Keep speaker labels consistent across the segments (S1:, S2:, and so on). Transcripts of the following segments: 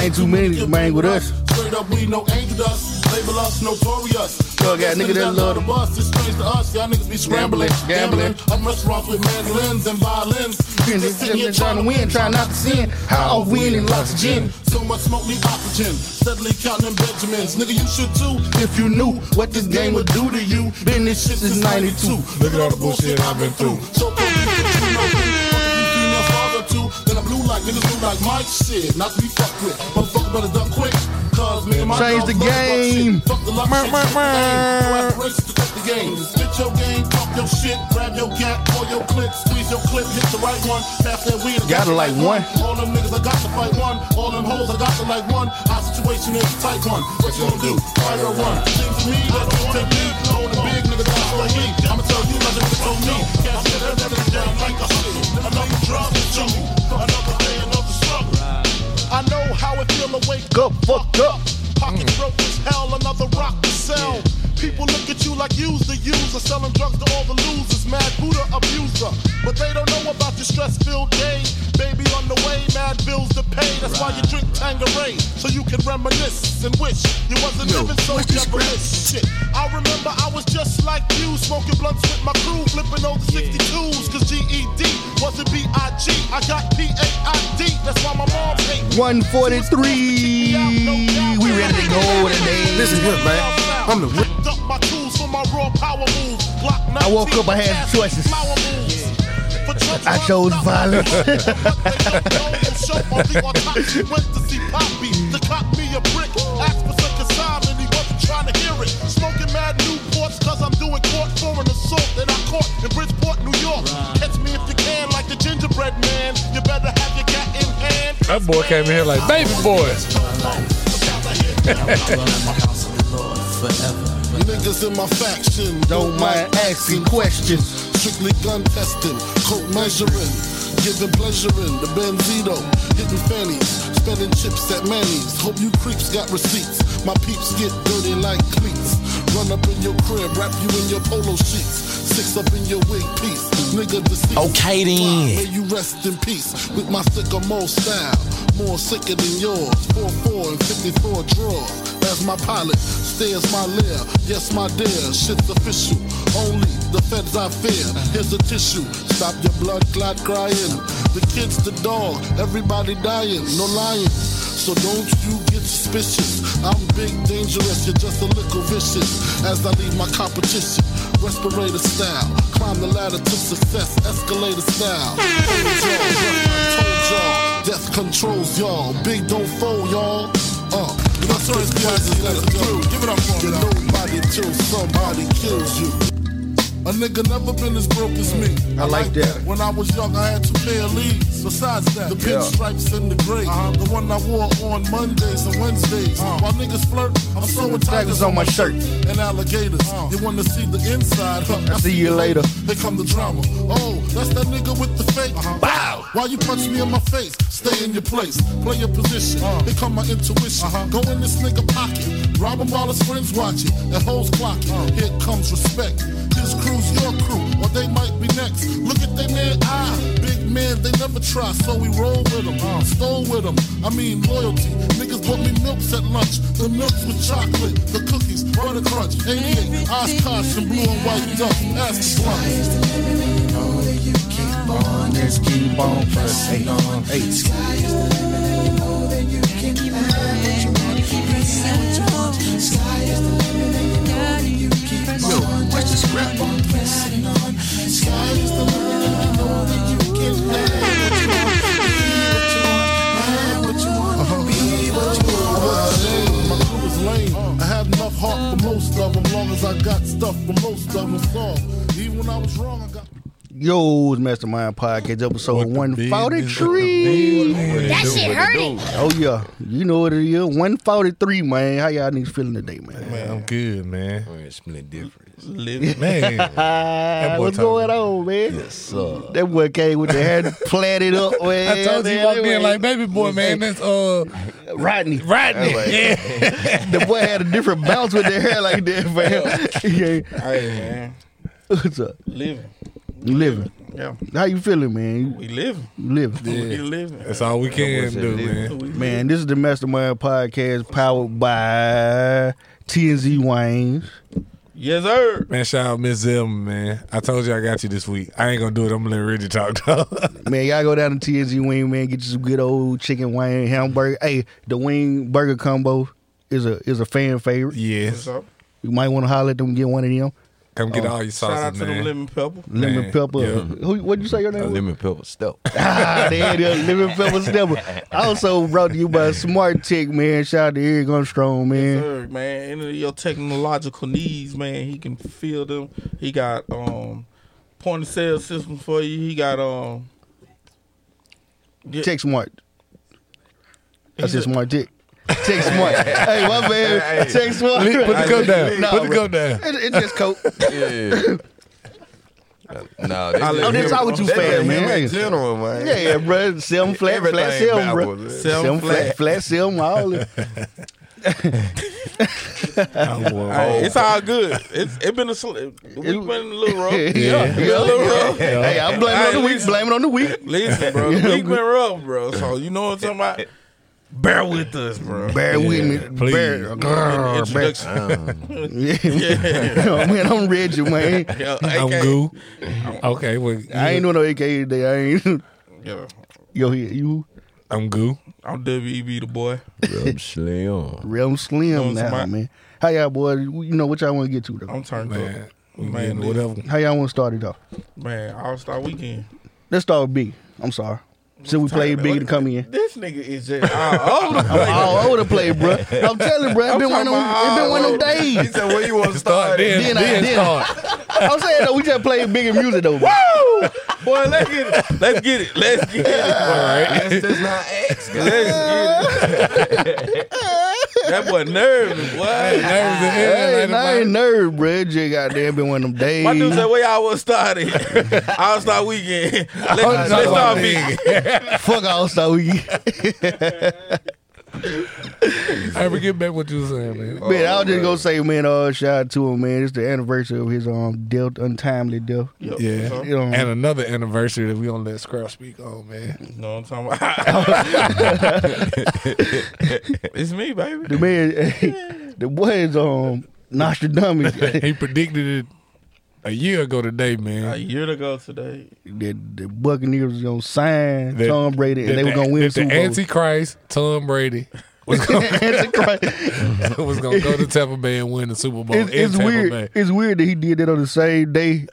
S1: ain't too many to bang with us.
S2: Straight up, we no angel dust. Label us notorious.
S1: Thug ass nigga that love
S2: the
S1: the
S2: bus. It's strange to us. Y'all niggas be scrambling.
S1: Gambling, gambling.
S2: I'm restaurants with mandolins and violins.
S1: And it's just trying to win, trying not to sin. How I win and lots of gin.
S2: So much smoke, need oxygen. Steadily counting Benjamins. Nigga, you should too.
S1: If you knew what this game would do to you, been this shit since 92.
S2: Look at all the bullshit I've been through. So fuck these bitches you know me. Fuck these female father too. Then I blew like niggas blue like Mike shit. Not to be fucked with. Motherfucker better duck quick. Cause me and my
S1: Change
S2: dogs love
S1: the
S2: fuck shit.
S1: game.
S2: Fuck the luck
S1: Mer,
S2: shit.
S1: mer,
S2: shit the
S1: mer.
S2: game. No aspirations to cut the game. Spit your game, talk your shit, grab your cat, pull your clip, squeeze your clip, hit the right one, pass that weed. I got
S1: Gotta
S2: the
S1: like
S2: right
S1: one.
S2: All them niggas, I got to fight one. All them hoes, I got to like one. Our situation is a tight one. What you gonna do? Fight or run? Things me, that's what take me. Hold the big nigga, that's like me. I'ma tell you, nothing to told me. Cash it, that nigga down like a hustle. Another drop, show me. Another day, another struggle. I know how it feel to wake
S1: Go fuck up. Mm.
S2: Pocket broke as hell, another rock to sell. People look at you like you's the user, selling drugs to all the losers, mad Buddha abuser. But they don't know about your stress-filled day. Baby on the way, mad bills to pay. That's why you drink Tangeray, so you can reminisce and wish you wasn't living so devilish. Shit, I remember I was just like you, smoking blunts with my crew, flipping over 62s, cause GED wasn't B-I-G. I got P-A-I-D, that's why my mom hate me.
S1: 143. We ready to go today.
S3: Listen here, man. I'm the whip.
S2: I woke up, I had choices. I
S1: chose violence.
S2: Smoking mad Newports, cause I'm doing court for an assault that I caught in Bridgeport, New York. Catch me if you can, like the gingerbread man. You better have your cat in hand.
S4: That boy came in here like baby boy.
S2: Niggas in my faction
S1: Don't mind asking questions.
S2: Strictly gun testing, coat measuring, giving pleasure in the Benzito, hitting fannies, spending chips at Manny's. Hope you creeps got receipts. My peeps get dirty like cleats. Run up in your crib, wrap you in your polo sheets. Six up in your wig piece, nigga deceased.
S3: Okay, then.
S2: Fly, May you rest in peace with my sycamore style, more sicker than yours. Four four and fifty-four drawers. That's my pilot. Stairs my lair. Yes, my dear. Shit's official. Only the feds I fear. Here's a tissue. Stop your blood clot crying. The kids, the dog, everybody dying. No lying. So don't you get suspicious. I'm big, dangerous. You're just a little vicious. As I leave my competition, respirator style. Climb the ladder to success. Escalator style. Told y'all, death controls y'all. Big don't fold y'all. Uh, let's just get this through. Give it up for me. Nobody till somebody kills you. A nigga never been as broke as me.
S1: I like that.
S2: When I was young, I had two pair of leads. Besides that, the
S1: Yeah.
S2: pinstripes and the gray. The one I wore on Mondays and Wednesdays. While niggas flirt, I'm so
S1: Tigers
S2: tigers
S1: on my shirt.
S2: and alligators. You wanna see the inside? Huh,
S1: Uh. I'll see you later.
S2: Here come the drama. Oh, that's that nigga with the fake.
S1: Uh-huh.
S2: Wow. Why you punch me in my face? Stay in your place. Play your position.
S1: Uh.
S2: Here come my intuition.
S1: Uh-huh.
S2: Go in this nigga pocket. Rob him while his friends watching. That hoes clocking.
S1: Uh.
S2: Here comes respect. His crew's your crew, or they might be next. Look at they man eye. Big man, they never try, so we roll with them. Stole with them. I mean loyalty. Niggas bought me milks at lunch. The milks with chocolate, the cookies, butter crunch, 88, Oshkosh, and blue and white duck. Ask lunch.
S1: Just keep on pressing on. Hey,
S2: My crew is lame. I had enough heart for most of them. Long as I got stuff for most of them. Solved. Even when I was wrong, I got.
S1: yo, it's Mastermind Podcast, episode 143.
S5: That shit hurting.
S1: Oh, yeah. You know what it is. 143, man. How y'all niggas feeling today, man?
S4: Man, I'm good, man.
S3: Man, split difference.
S4: Man, that boy
S1: What's
S4: talking-
S1: going on, man? That boy came with the hair plaited up,
S4: I
S1: man.
S4: told you,
S1: man,
S4: I'm being like
S1: anyway.
S4: baby boy, man. That's uh,
S1: Rodney.
S4: Rodney. Yeah.
S1: The boy had a different bounce with their hair like that, fam. yeah.
S6: Hey man,
S1: What's up?
S6: living.
S1: Living.
S5: Yeah.
S1: How you feeling, man?
S5: We living.
S1: You living.
S5: We living.
S4: That's all we can
S3: what's that
S4: do,
S3: is?
S4: man.
S1: Man, this is the Mastermind Podcast powered by TNZ Wayne's.
S5: Yes, sir.
S4: Man, shout out Miss Zim, man. I told you I got you this week. I ain't gonna do it. I'm gonna let Reggie talk though.
S1: Man, y'all go down to TNZ Wing, man, get you some good old chicken wing hamburger. Hey, the wing burger combo is a is a fan favorite.
S4: yes.
S5: So,
S1: You might want to holler at them and get one of them.
S4: Come get all your
S5: Oh, shout out
S4: sauces,
S5: to the
S4: man.
S5: lemon pepper.
S1: Lemon
S4: Man,
S1: pepper.
S4: yeah.
S1: Who what'd you say your name was?
S3: lemon pepper stuff.
S1: Ah, there it is. Lemon pepper stepper. Also brought to you by Smart Tech, man. Shout out to Eric Armstrong, man.
S5: Sir, man, any of your technological needs, man, he can fill them. He got um point of sale system for you. He got um yeah,
S1: Tech Smart. That's just Smart Tech. Tech Smart. hey, my man. Tech Smart.
S4: Put the cup down.
S1: Nah,
S4: Put the
S1: bro.
S4: cup down.
S1: It, it's just coke.
S3: Yeah. no,
S5: I
S3: they
S5: let
S1: Oh, that's
S5: him-
S1: all with you
S5: they let
S1: fast,
S5: him
S1: man.
S3: in general, man.
S1: Yeah, yeah, bro. Sell them flat, flat,
S3: Everything
S1: sell them, bro.
S3: backwards, man.
S1: Sell them flat,
S5: Flat.
S1: flat, sell them all. Hey,
S5: Hey, it's all good. It's it been a sl- we've been a little rough. Yeah, been a little rough.
S1: I'm blaming it on the week. Blame it on the week.
S5: Listen, bro, the week been rough, bro. So you know what I'm talking about. Bear with us, bro.
S1: Bear with me.
S4: please.
S1: Bear. Grr, bear.
S5: Introduction.
S1: Yeah.
S5: Yeah.
S1: Oh, man, I'm Reggie, man.
S5: Yeah,
S4: I'm
S5: AK.
S4: goo. Okay, well,
S1: I ain't doing no AKA today. I ain't.
S5: Yeah.
S1: Yo, here, you
S4: I'm goo.
S5: I'm WEB the boy.
S3: Rub Slim.
S1: Realm Slim
S5: Doing
S1: now,
S5: some hot-
S1: man. How y'all, boy? You know what y'all want to get to, though?
S5: I'm turned
S4: Man,
S5: up.
S4: we
S5: Man,
S4: getting
S5: this-
S4: whatever.
S1: How y'all want to start it off?
S5: Man, All Star Weekend.
S1: Let's start with Biggie. I'm sorry. Since we played Biggie to come in. oh,
S5: This nigga is just oh, all over the place.
S1: All over the place, bro. I'm telling you, bro. It's been one of them, it's been one
S5: oh,
S1: of them days.
S3: He said, where you want to
S4: Start
S3: start?
S1: Then
S4: then. Then,
S1: I- then-
S4: start.
S1: I'm saying though, we just played bigger music though. bro.
S5: Woo! Boy, let's get it. Let's get it. Let's get it.
S4: All right.
S3: That's just not X, guys.
S5: Let's get it. That boy nervous, boy.
S1: Hey, I ain't nerve, bro. It Just goddamn been one of them days.
S5: My dude said, where y'all was started? All Star Weekend. Let's, let's
S4: Star
S5: start
S4: Weekend.
S5: big.
S1: Fuck all star weekend.
S4: I forget back what you was saying, man.
S1: man, I was just gonna say, man, uh, shout out to him, man. It's the anniversary of his um death, untimely death.
S4: Yeah.
S5: You
S1: You know,
S4: And another anniversary that we don't let Scrap speak on, man.
S5: know what I'm talking about? it's me, baby.
S1: the man, the boy is um Nostradamus. the,
S4: He predicted it a year ago today,
S5: A
S4: man.
S5: year ago today.
S1: the Buccaneers was gonna sign
S4: That-
S1: Tom Brady and
S4: that
S1: they were
S4: the-
S1: gonna win
S4: that
S1: Super
S4: the
S1: Bowl.
S4: Antichrist, Tom Brady,
S1: Antichrist.
S4: was gonna go to Tampa Bay and win the Super Bowl.
S1: it's,
S4: in
S1: it's
S4: Tampa
S1: weird.
S4: Bay.
S1: It's weird that he did that on the same day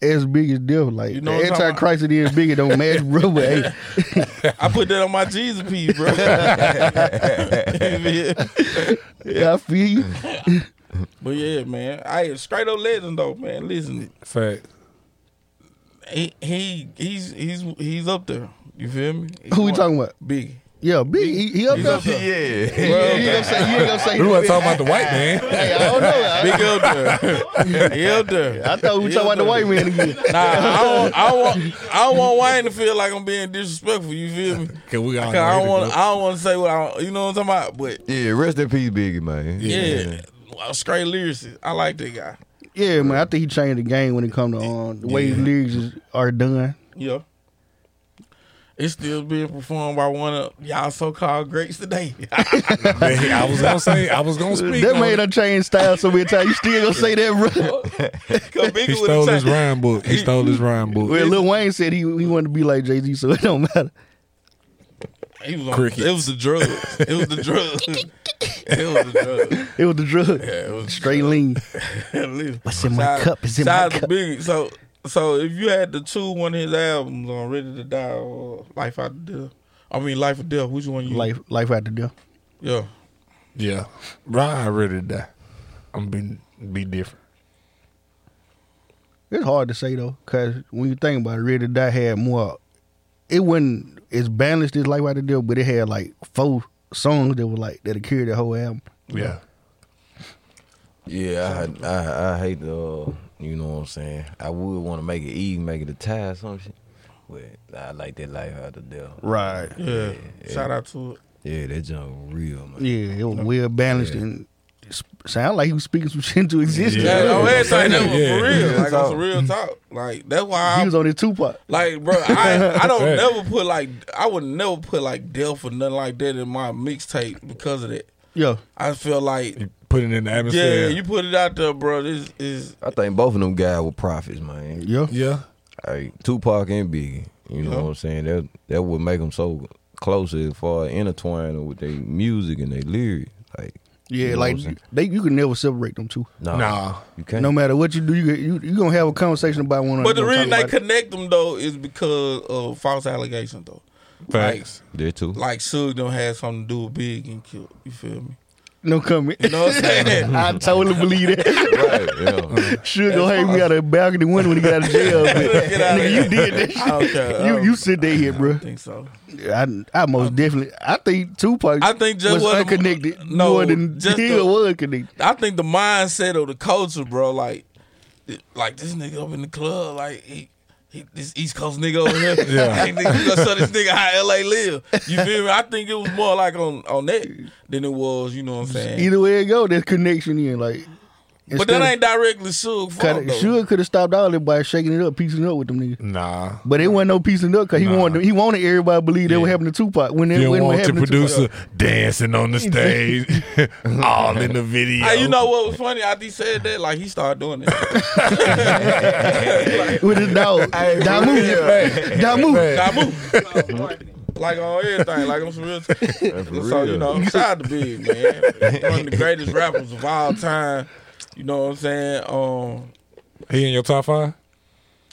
S1: as Big as Deal. Like
S5: You know
S1: the
S5: what I'm talking
S1: Antichrist and then Biggie don't match, bro. But hey,
S5: I put that on my Jesus piece, bro. You feel?
S1: yeah, I feel you.
S5: But yeah, man, I straight up legend though, man. Listen,
S4: Fact.
S5: he he he's he's he's up there. You feel me? He's
S1: Who we
S5: one-
S1: talking about?
S5: Big.
S1: Yeah, Big. He, he up there.
S5: there.
S3: Yeah.
S1: Yeah, you ain't gonna say. You ain't gonna say.
S4: We were talking about the white man.
S1: Hey, I don't know. I,
S5: Big up there. he up there.
S1: I thought we were talking about the white man again.
S5: Nah, I don't, I don't want I don't want Wayne to feel like I'm being disrespectful. You feel me?
S4: 'Cause we all
S5: 'Cause I don't
S4: know
S5: want
S4: it,
S5: I don't want to say what I don't, you know what I'm talking about. But
S3: Yeah, rest in peace, Biggie, man.
S5: yeah, well, straight lyricist. I like that guy.
S1: Yeah, man. I think he changed the game when it come to um, the way his lyrics is, are done.
S5: Yeah. It's still being performed by one of y'all so-called greats today.
S4: Man, I was gonna say. I was gonna speak.
S1: That
S4: on
S1: made
S4: it.
S1: him change style so many times. You still gonna say that, bro?
S4: He stole his rhyme book. He stole his rhyme book.
S1: Well, Lil Wayne said he he wanted to be like Jay Z, so it don't matter.
S5: He was on,
S4: Crickets.
S5: It was the drugs. It was the drugs. it was the drugs.
S1: It was the drug.
S5: Yeah, it was
S1: Straight lean.
S5: What's
S1: in my cup is in my cup.
S5: So, so if you had to choose one of his albums on Ready to Die or Life After Death, I mean Life or Death, which one you
S1: Life, life after death.
S5: Yeah,
S4: Yeah, Ryan ready to die. I'm being be different.
S1: It's hard to say though, because when you think about it, Ready to Die had more. It wasn't as balanced as Life After Death, but it had like four songs that were like that carried the whole album.
S4: Yeah,
S3: Yeah, I, I I hate the uh, you know what I'm saying. I would want to make it even, make it a tie or some shit. But I like that life out of deal.
S1: Right.
S5: yeah. Shout out to it.
S3: Yeah, that junk real man.
S1: Yeah, it was well balanced and s- sound like he was speaking some shit into existence.
S5: Yeah, no, everything that was
S4: Yeah.
S5: for real. Like
S3: Talk.
S5: that's real talk. Like that's why
S1: He
S5: I
S1: was on his Tupac.
S5: Like, bro, I, I don't
S4: Right.
S5: never put like I would never put like death or nothing like that in my mixtape because of that.
S1: Yeah,
S5: I feel like
S4: You Put it in the
S5: yeah,
S4: atmosphere.
S5: you put it out there, bro. This is
S3: I think both of them guys were prophets, man.
S1: yeah.
S4: yeah.
S3: Like Tupac and Biggie. You know
S5: Yeah.
S3: what I'm saying? That that would make them so close as far as intertwined with their music and their lyrics. Like
S1: Yeah,
S3: You know
S1: like
S3: what I'm saying?
S1: they, you can never separate them two.
S3: nah,
S4: Nah.
S3: you can't.
S1: No matter what you do, you you you gonna have a conversation about one.
S5: but the reason they
S1: could,
S5: connect them though is because of false allegations though.
S4: Facts.
S3: there too.
S5: Like Suge don't have something to do with Big and killed. You feel me?
S1: no comment.
S5: You know what I'm saying?
S1: I totally believe that.
S3: right, yeah.
S1: Should go hang me out of the balcony window when he got out of jail. But
S5: Get out of
S1: nigga,
S5: here.
S1: you did that. Shit.
S5: I don't care. um, I
S1: You
S5: don't-
S1: you sit there here,
S5: I
S1: bro.
S5: don't think so.
S1: I, I most definitely. I think Tupac.
S5: I think just
S1: was
S5: what-
S1: unconnected.
S5: no,
S1: more than
S5: just
S1: he
S5: the-
S1: was connected.
S5: I think the mindset of the culture, bro, like, th- like this nigga up in the club, like he, he this East Coast nigga over here,
S4: Yeah.
S5: hey, nigga, you gonna show this nigga how LA live? You feel me? I think it was more like on on that than it was, you know what I'm saying?
S1: Either way it go, there's connection in like.
S5: but that ain't directly Suge fault though.
S1: Sure, could have stopped all it by shaking it up, piecing it up with them niggas.
S4: Nah.
S1: But it wasn't no piecing up because he
S4: Nah.
S1: wanted he wanted everybody to believe that what happened to Tupac when it
S4: You
S1: when
S4: don't
S1: it
S4: want your
S1: happened to uh,
S4: producer
S1: Tupac.
S4: dancing on the stage, all in the video.
S5: Hey, you know what was funny? After he said that, like he started doing it. like,
S1: with his dog. Damu, Damu.
S5: I move. Like on everything, like I'm some real. so you
S3: real.
S5: know, shout out to Big man, one of the greatest rappers of all time. You know what I'm saying? Um,
S4: He in your top five?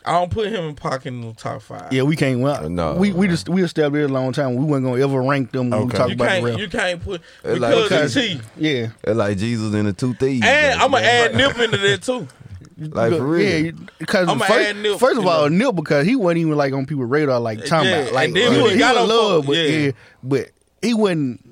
S5: I don't put him in pocket in the top five.
S1: Yeah, we can't. Well,
S3: No.
S1: we we just we established a long time. We weren't gonna ever rank them when we
S4: Okay.
S1: talk
S5: you
S1: about
S5: can't,
S1: the rap.
S5: you can't put
S3: It's
S5: because
S3: like-
S5: it's he.
S1: yeah,
S3: It's like Jesus and the two thieves.
S5: And
S3: man.
S5: I'm gonna add Nip into that too.
S3: like for real.
S1: Yeah, because
S5: I'ma
S1: first,
S5: add Nip,
S1: first of
S5: you
S1: all, Nip because he wasn't even like on people's radar like talking
S5: Yeah,
S1: about like
S5: and then
S1: he,
S5: when
S1: was,
S5: he
S1: he
S5: got
S1: was
S5: on
S1: loved,
S5: folk-
S1: but
S5: yeah.
S1: yeah. but he wasn't.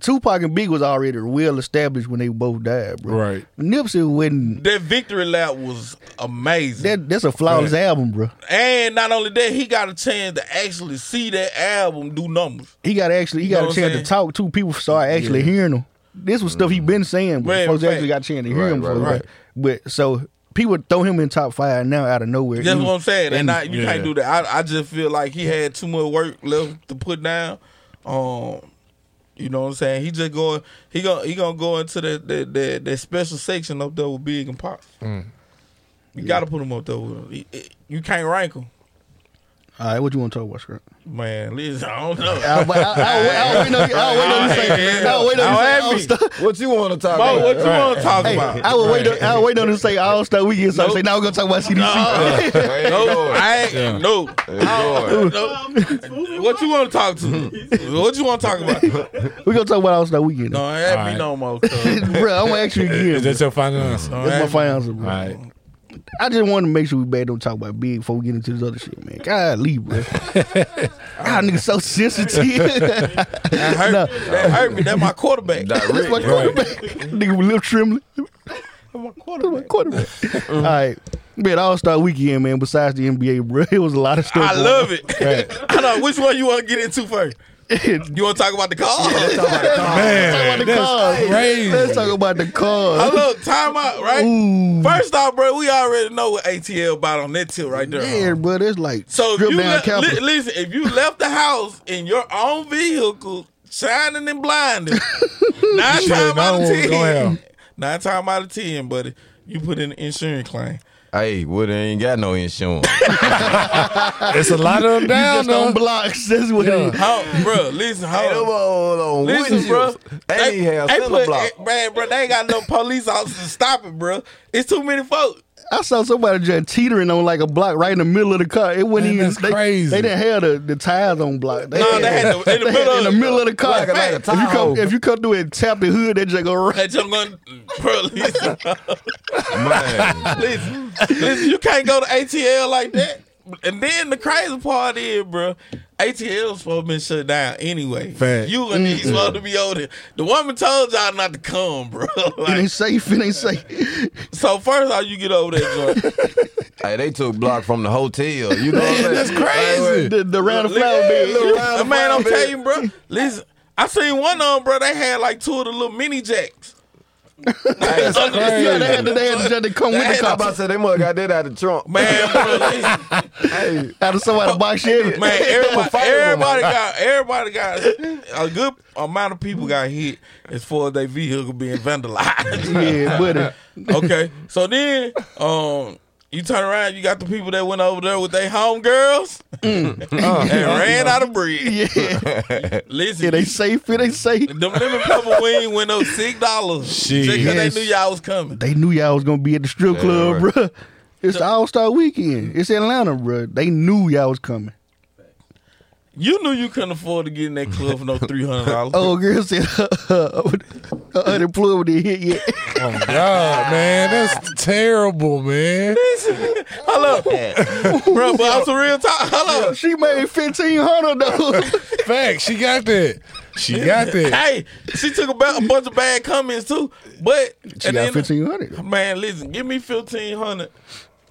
S1: Tupac and Big was already well established when they both died, bro.
S4: Right.
S1: Nipsey wasn't.
S5: That victory lap was amazing.
S1: That that's a flawless album, bro.
S5: and not only that, he got a chance to actually see that album do numbers.
S1: He got actually he
S5: You know
S1: got a
S5: what I'm
S1: chance to
S5: saying?
S1: talk to people. Started actually hearing him. This was stuff he been saying, but
S5: Right,
S1: folks
S5: right.
S1: actually got a chance to hear
S3: Right,
S1: him.
S3: right,
S1: for
S3: right.
S1: right. But so people throw him in top five now out of nowhere.
S5: That's
S1: He-
S5: what I'm saying. And
S1: and-
S5: not, you
S4: yeah.
S5: can't do that. I, I just feel like he had too much work left to put down. Um, you know what I'm saying? He just going. He going. He going to go into that that, that that special section up there with Big and Pop. You got to put him up there with him. He- he- You can't rank him,
S1: All right, what you want to talk about, Scrap?
S5: man. Listen, I don't know.
S1: I'll wait on you. I'll wait on you say. I'll wait
S5: Don't add
S1: on you
S5: me.
S1: say. All-Star.
S3: What you want to talk
S5: Mo,
S3: about?
S5: what you want to talk
S1: Hey,
S5: about?
S1: I will wait. on- I'll wait on him to say All Star Weekend. So I say now we're gonna talk about CDC.
S5: Uh, No, I ain't. No, no. What you want to talk to? What you want to talk about?
S1: We're gonna talk about All Star Weekend,
S5: No,
S1: bro.
S5: it ain't
S4: All
S5: me
S4: right.
S5: no more. cuz.
S1: I'm gonna ask you
S4: Is
S1: again.
S4: that your final answer?
S5: All
S1: That's my
S5: right?
S1: fiance, bro.
S4: All right.
S1: I just want to make sure we bad don't talk about big before we get into this other shit, man. God, leave, bro. Y'all niggas so sensitive.
S5: That hurt, that hurt me. That my quarterback.
S1: That's my quarterback. Nigga with lip trembling. my quarterback.
S5: Mm-hmm.
S1: All right. Man, All Star Weekend, man. Besides the NBA, bro, it was a lot of stuff.
S5: I
S1: going
S5: love it. I know which one you want to get into first. You want to talk about the call?
S1: on.
S4: Man,
S1: Let's talk
S4: that's
S1: about the cars.
S4: crazy.
S1: Let's talk about the
S5: I
S1: cars.
S5: look timeout, right?
S1: Ooh.
S5: First off, bro, we already know what ATL about on that tip right there.
S1: Yeah, bro, it's like
S5: so if
S1: strip
S5: you
S1: down
S5: le-
S1: capital.
S5: li- listen, if you left the house in your own vehicle, shining and blinding, nine
S4: Shit,
S5: times
S4: no
S5: out
S4: one
S5: of
S4: was gonna
S5: ten,
S4: help.
S5: nine times out of ten, buddy, you put in an insurance claim.
S3: Hey, Woody ain't got no insurance.
S4: It's a lot of them down
S1: Ah. just on
S4: though.
S1: blocks. That's what it is.
S5: How, bro? Listen, how?
S3: on.
S5: Listen, bro.
S3: And he had
S5: put, eh,
S3: cinder block.
S5: Man, bro, they ain't got no police officers to stop it, bro. It's too many folks.
S1: I saw somebody just teetering on like a block right in the middle of the car. It wasn't
S4: Man,
S1: even
S4: that's
S1: they,
S4: crazy.
S1: They didn't have the, the tires on block. They
S5: No, they had the- in the
S1: they
S5: middle
S1: in
S5: of-
S1: the middle of the car.
S3: Like a- like a
S1: if you come
S3: Tahoe.
S1: if you come through and tap the hood, they just go right.
S5: That young gun, bro. Listen,
S3: Man,
S5: listen, listen, you can't go to ATL like that. And then the crazy part is, bro, ATL's supposed to been shut down anyway.
S4: Fact.
S5: You and these supposed to be over there. The woman told y'all not to come, bro.
S1: It
S5: Like,
S1: ain't safe. It ain't safe.
S5: so first off, you get over there, joint.
S3: hey, they took block from the hotel. You know what I'm saying? That's
S4: Crazy.
S1: the, the round of flower
S5: Yeah,
S1: bed.
S5: little round of man, I'm
S3: flower bed.
S5: telling you, bro. Listen, I seen one of them, bro. They had like two of the little mini jacks. That's
S1: Yeah, they had to, they had to, just to come with the
S3: I'm about
S1: cop.
S3: to say they must got that out of Trump.
S5: Man, bro, listen,
S3: Hey,
S1: Out of somebody box shit.
S5: man, everybody,
S3: Fight with 'em,
S5: everybody got, everybody got a good amount of people got hit as far as their vehicle being vandalized.
S1: Yeah, buddy.
S5: okay, so then, um, you turn around, you got the people that went over there with their homegirls and ran out of bread. Listen,
S1: Mm. Uh. Yeah, they safe. It ain't safe.
S5: them lemon pepper wing went up six dollars
S4: Shit.
S5: because they
S1: Yes.
S5: knew y'all was coming.
S1: They knew y'all was gonna be at the strip club,
S3: right.
S1: bruh. It's the All Star Weekend. It's Atlanta, bruh. They knew y'all was coming.
S5: You knew you couldn't afford to get in that club for no three hundred dollars.
S1: Oh, girl said her unemployment didn't hit yet.
S4: Oh my God, man, that's terrible, man.
S5: Hello, bro, but I'm some real talk. Hello,
S1: she made fifteen hundred though.
S4: Fact, she got that. She got that.
S5: hey, she took a, ba- a bunch of bad comments too. But
S1: she
S5: and
S1: got
S5: then-
S1: fifteen hundred.
S5: man, listen, give me fifteen hundred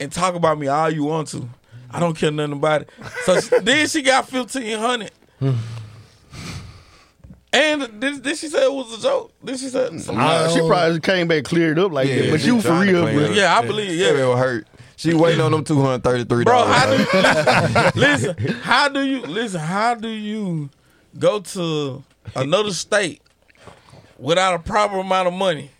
S5: and talk about me all you want to. I don't care nothing about it. So she- then she got fifteen hundred. And then, then she said it was a joke. Then she said,
S1: Nah, she probably came back cleared up like that.
S3: Oh. Yeah,
S1: But
S3: she
S1: you for
S3: tried to
S1: real,
S3: clean
S1: bruh.
S3: up.
S5: "Yeah, I believe,
S3: yeah,
S5: yeah,
S3: it hurt. She waiting on them two hundred thirty three
S5: Bro,
S3: dollars.
S5: how do listen, listen? How do you listen? How do you go to another state without a proper amount of money?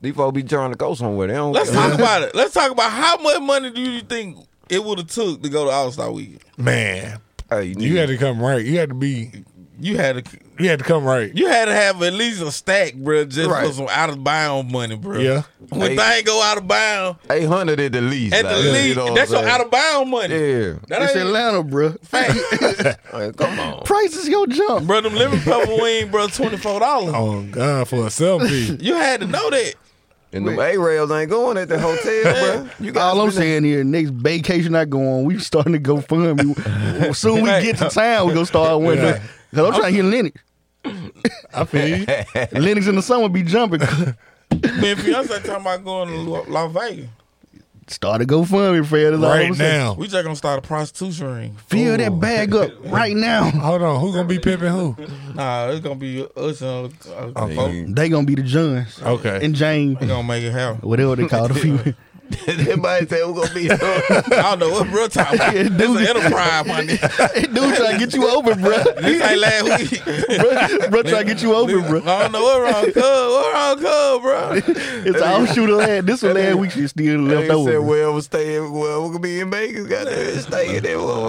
S3: These folks be trying to go somewhere. They don't.
S5: Let's talk about it. Let's talk about how much money do you think it would have took to go to All Star Weekend?
S4: Man,
S3: Hey,
S4: you had to come right. You had to be.
S5: You had to
S4: You had to come right.
S5: you had to have at least a stack, bro, just for
S3: Right.
S5: some out of bound money, bro.
S4: Yeah.
S5: when
S3: Hey.
S5: things go out of bound
S3: eight hundred at the least.
S5: at the
S3: like, you
S5: league,
S3: know what
S5: that's
S3: I'm
S5: your out of bound money.
S3: saying?
S5: That
S1: It's
S5: ain't
S1: Atlanta, bruh.
S5: fact,
S3: Yeah, Hey, come on.
S1: Prices go jump.
S5: bro. Them lemon pepper wing, bro, twenty four dollars.
S4: Oh God, for a selfie.
S5: You had to know that.
S3: And them A rails ain't going at the hotel, bro. You got
S1: All I'm saying here, next vacation I go on, we starting to go fund me. Soon we
S5: Right.
S1: get to town, we gonna start winning.
S4: Yeah.
S1: Cause I'm trying to hit Lennox.
S4: I feel you.
S1: Lennox in the summer be jumping.
S5: Me and fiance talking about going to Lo- Las Vegas.
S1: Start to go fund me, Fred. That's all
S4: right
S1: I'm saying.
S4: now.
S5: We just gonna start a prostitution ring.
S1: Fill that bag up right now.
S4: Hold on, who gonna be pimping who?
S5: Nah, it's gonna be us and other uh, folks.
S1: They gonna be the Johns
S4: Okay,
S1: and Jane,
S5: We gonna make it happen.
S1: whatever they call the female.
S3: Everybody said we're gonna be. That's
S5: I don't know what real time. It's an enterprise, my nigga.
S1: Dude trying to get you over, bruh.
S5: This ain't last week.
S1: Bruh trying to get you over,
S5: I
S1: bruh.
S5: don't know what wrong cuz. What wrong cuz, bro?
S1: It's all shooter lad. This one last week she still left
S3: said
S1: over.
S3: wherever stay, wherever we gonna be in Vegas, goddamn, stay in there. Well,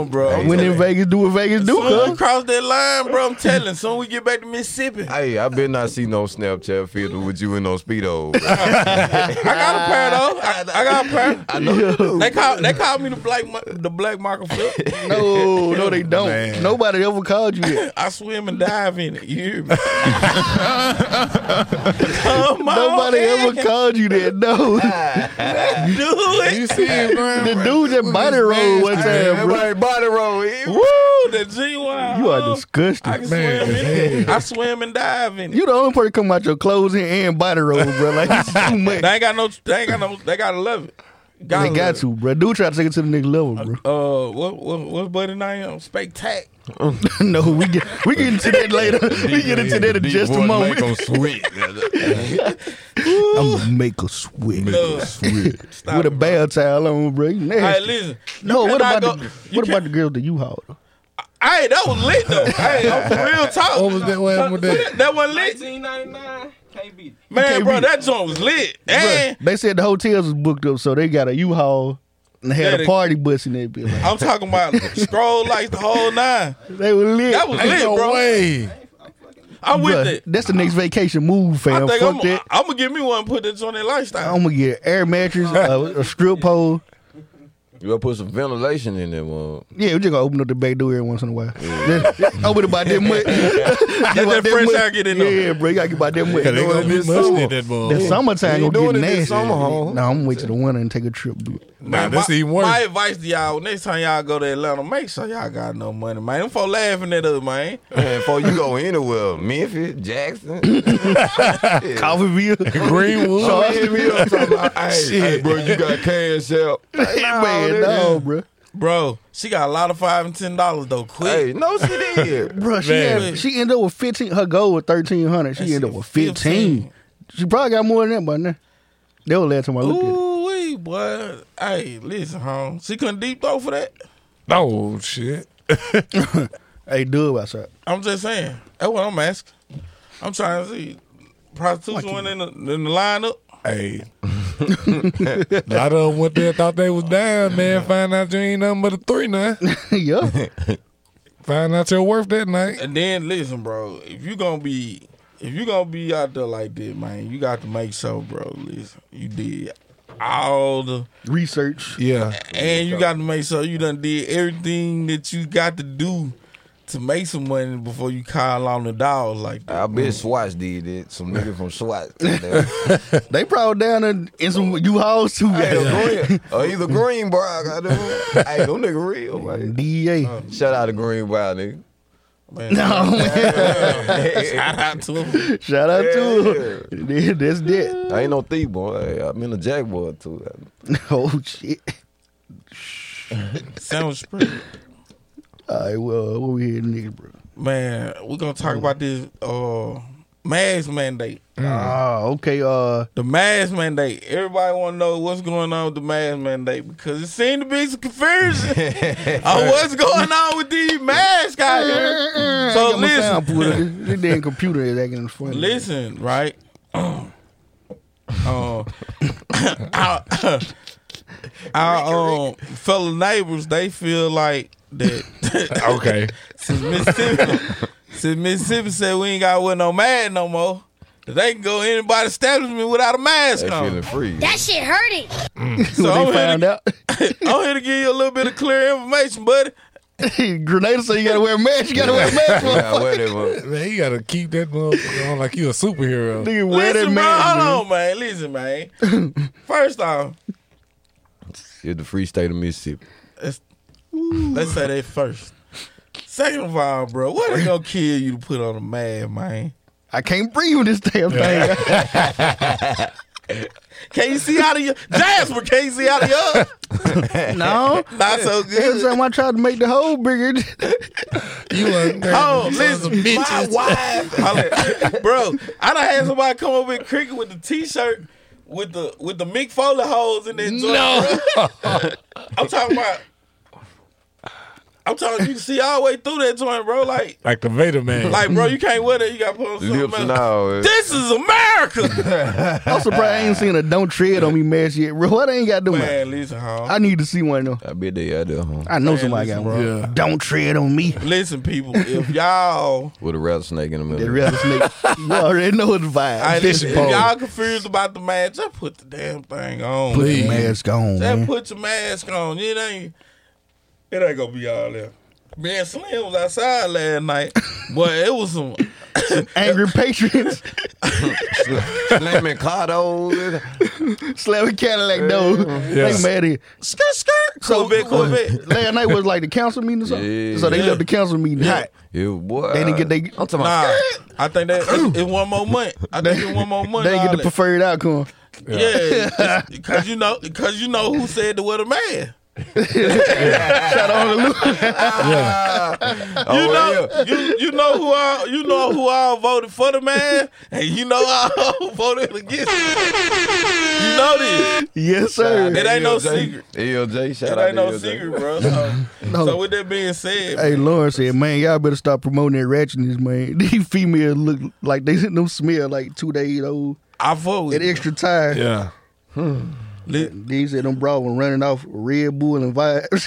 S5: Uh-uh, bro. I'm
S1: When
S5: telling
S1: in
S5: you.
S1: Vegas, do what Vegas do,
S5: Soon we
S1: cuz.
S5: cross that line, bro. I'm telling. Soon we get back to Mississippi. I
S3: Hey, I been not see no Snapchat filter with you in no speedo. bro.
S5: got a pair though. I, I got a pair.
S3: I know you do.
S5: They call they call me the black Mar- the black Michael Phillips.
S1: No, no, they don't.
S4: Man.
S1: Nobody ever called you yet.
S5: I swim and dive in it. You hear me? Come on,
S1: Nobody
S5: Oh, man.
S1: ever called you that. No.
S5: do
S4: you
S5: it.
S4: see it, bro.
S1: The dude that body rolled one time, bro.
S3: Everybody body roll. He-
S5: Woo, the G one.
S1: You are
S5: I can
S1: disgusting.
S4: Man,
S5: swim in it. I swim and dive in it.
S1: You the only person come out your clothes in and body roll, bro. Like it's too much.
S5: They ain't got no. They ain't got no. They gotta love it. Gotta
S1: They got
S5: love
S1: to, bro. Dude try to take it to the next level, bro.
S5: it. Uh, what what what's buddy name? Spake Tack.
S1: no, we get we get into that later. We get into that in
S3: These
S1: just a
S3: boys
S1: moment.
S3: Make 'em sweat.
S1: I'm gonna make a sweat
S5: Look, stop
S1: with a
S5: it, bro.
S1: bath towel on, bro. You
S5: All right,
S1: Nasty.
S5: listen.
S1: no,
S5: you
S1: what
S5: cannot
S1: about
S5: go-
S1: the
S5: you
S1: what
S5: can't-
S1: about the girl that you hauled?
S5: Hey, that was lit though. hey, I'm for real talk.
S4: What was that? What happened with that?
S5: That wasn't lit,
S6: 1999 can't beat it.
S5: man,
S1: can't
S5: bro.
S1: be-
S5: That joint was lit, and
S1: They said the hotels was booked up, so they got a U-Haul and
S5: Yeah,
S1: had
S5: they-
S1: a party bus in that bitch. Like,
S5: I'm talking about scroll lights the whole nine.
S1: they were lit.
S5: That was
S4: Ain't
S5: lit,
S4: no
S5: bro.
S4: way.
S5: I'm
S1: Bruh,
S5: with it.
S1: That's the next vacation move, fam.
S5: I think
S1: Fuck
S5: I'm,
S1: that.
S5: I'm gonna give me one. and Put this on their
S1: I,
S5: lifestyle.
S1: am gonna get air mattress, uh, a strip pole.
S3: You gotta put some ventilation in there, man.
S1: Yeah, we just gonna open up the back door every once in a while. Just- just open it by that much. Get about
S5: that fresh
S1: much.
S5: air get in there.
S1: Yeah, bro, you gotta get by that much.
S4: They gonna be musty at that
S1: That
S4: ball.
S1: summertime
S3: You
S1: gonna
S3: doing
S1: get
S3: it this
S1: Oh. nasty.
S3: summer, huh?
S1: no, I'm gonna wait till the winter and take a trip. Dude.
S4: Nah, that's
S5: my,
S4: even worse.
S5: My advice to y'all: next time y'all go to Atlanta, make sure y'all got no money, man. Them folks laughing at us, man.
S3: Man, before you go anywhere, Memphis, Jackson,
S1: Coffeeville,
S4: Greenwood.
S1: Charleston,
S3: I'm talking about, hey, hey, Oh, bro, you got cash out.
S1: man, no, bro.
S5: Bro, she got a lot of five and ten dollars though. Quick.
S3: Hey, no, she did.
S1: Bro, she
S4: Man.
S1: had, she ended up with fifteen. Her goal was thirteen hundred. She ended up with fifteen. She probably got more than that by now. That was the last time I looked at it.
S5: Ooh wee, boy. Hey, listen, home. She couldn't deep throw for that.
S4: Oh shit.
S1: Hey, Dub outside.
S5: I'm just saying. That's what I'm asking. I'm trying to see prostitution went in the, in the lineup.
S4: Hey. a lot of them went there thought they was down, man. Find out you ain't nothing but a three now.
S1: yeah.
S4: Find out your worth that night.
S5: And then listen, bro. If you gonna be, if you gonna be out there like that, man, you got to make sure, bro. Listen, you did all the,
S1: Research.
S4: Yeah.
S5: and you got to make sure you done did everything that you got to do to make some money before you call on the dogs like that.
S3: I bet Swatch did it. Some nigga from Swatch. goddamn.
S1: They probably down in, in some U-Hauls too.
S3: Hey,
S1: goddamn.
S3: the green, or either green bar. Hey, them nigga real. Man.
S1: DEA.
S3: Shout out to Green Bar, nigga.
S5: Man,
S1: no, man.
S5: shout out to him.
S1: Shout out
S3: Yeah.
S1: to him. That's that.
S3: I ain't no thief boy. Hey, I'm in a jack boy too.
S1: Oh shit.
S5: Sandwich spread.
S1: All right, well, what we here, nigga, bro?
S5: Man, we're gonna talk about this uh mask mandate.
S3: Mm.
S1: Ah, okay. Uh,
S5: The mask mandate. Everybody want to know what's going on with the mask mandate because it seemed to be some confusion on what's going on with these masks out here. So listen,
S1: listen. This damn computer is acting funny.
S5: listen, right? Uh, our, our um, fellow neighbors, they feel like that
S4: Okay.
S5: since Mississippi, since Mississippi said we ain't got to wear no mask no more, they can go anybody establishment without a mask
S3: They
S5: on.
S3: feeling free.
S7: That shit hurting.
S5: So
S1: they
S5: I'm here
S1: found
S5: to-
S1: out.
S5: I'm here to give you a little bit of clear information, buddy.
S1: Grenada said you gotta wear a mask. You gotta wear a mask.
S3: Yeah,
S1: motherfucker.
S3: whatever.
S4: Man, you gotta keep that motherfucker on like you a superhero.
S1: Nigga, wear that
S5: Listen, bro,
S1: mask.
S5: hold
S1: dude.
S5: on, man. Listen, man. First off,
S3: It's the free state of Mississippi.
S5: let's, let's say that first. Second of all, bro, what is gonna kill you to put on a mask, man?
S1: I can't breathe with this damn thing.
S5: Can you see out of your Jasper? Can you see out of your?
S1: no.
S5: Not so
S1: Every
S5: good.
S1: time I tried to make the hole bigger,
S4: You a
S5: Oh, listen, my wife, Hold on. bro. I done had somebody come up with cricket with the t-shirt with the with the Mick Foley holes in that joint.
S4: No.
S5: I'm talking about. I'm talking. You can see all the way through that joint, bro. Like,
S4: Like the Vader man.
S5: like, bro, you can't wear that. You got to put on something
S3: Lips and
S5: else.
S3: all. eh.
S5: This is America,
S1: I'm surprised I ain't seen a "Don't Tread on Me" mask yet, bro. What I ain't got to do? man?
S5: man. Listen, home.
S1: I need to see one though.
S3: I bet they out there, huh?
S1: I know somebody got one.
S4: Yeah.
S1: Don't tread on me.
S5: Listen, people. If y'all,
S3: With a rattlesnake in the middle.
S1: That rattlesnake. you already know it's vibe.
S5: I
S1: This
S5: listen, if
S4: pole.
S5: y'all confused about the mask, just put the damn thing on.
S4: Please.
S1: mask on,
S5: Just
S1: man.
S5: put your mask on. It ain't. It ain't gonna be all there. Me and Slim was outside last night, but it was some.
S1: Angry patriots
S3: Slamming cardos.
S1: slamming Cadillac doors.
S4: Yeah.
S1: They mad at
S5: Skirt, skirt. Corvette, Corvette.
S1: Last night was like the council meeting or something.
S3: Yeah.
S1: So they left the council meeting hot.
S3: Yeah, boy.
S1: They didn't get they.
S3: I'm talking
S5: Nah,
S3: about.
S5: I think that it's, it's one more month. I think it's one more month.
S1: They get the
S5: Ollie.
S1: preferred outcome.
S5: Yeah, because you know, because you know who said the word of man.
S3: Oh,
S5: You
S3: yeah.
S5: know, you, you know who I you know who I voted for the man, and you know I voted against. Him. You know this.
S1: Yes,
S3: Shout out
S1: sir.
S5: It
S3: to
S5: ain't no
S3: ELJ.
S5: secret.
S3: ELJ, shout
S5: It
S3: out
S5: ain't no
S3: to ELJ.
S5: secret, bro. So,
S1: No.
S5: so with that being said,
S1: Hey, Lauren said, "Man, y'all better stop promoting that ratchetness, man. These females look like they them smell like two days old
S5: I vote with
S1: at
S5: you.
S1: extra time.
S4: Yeah.
S5: Li-
S1: These said them broad were running off Red Bull and vibes.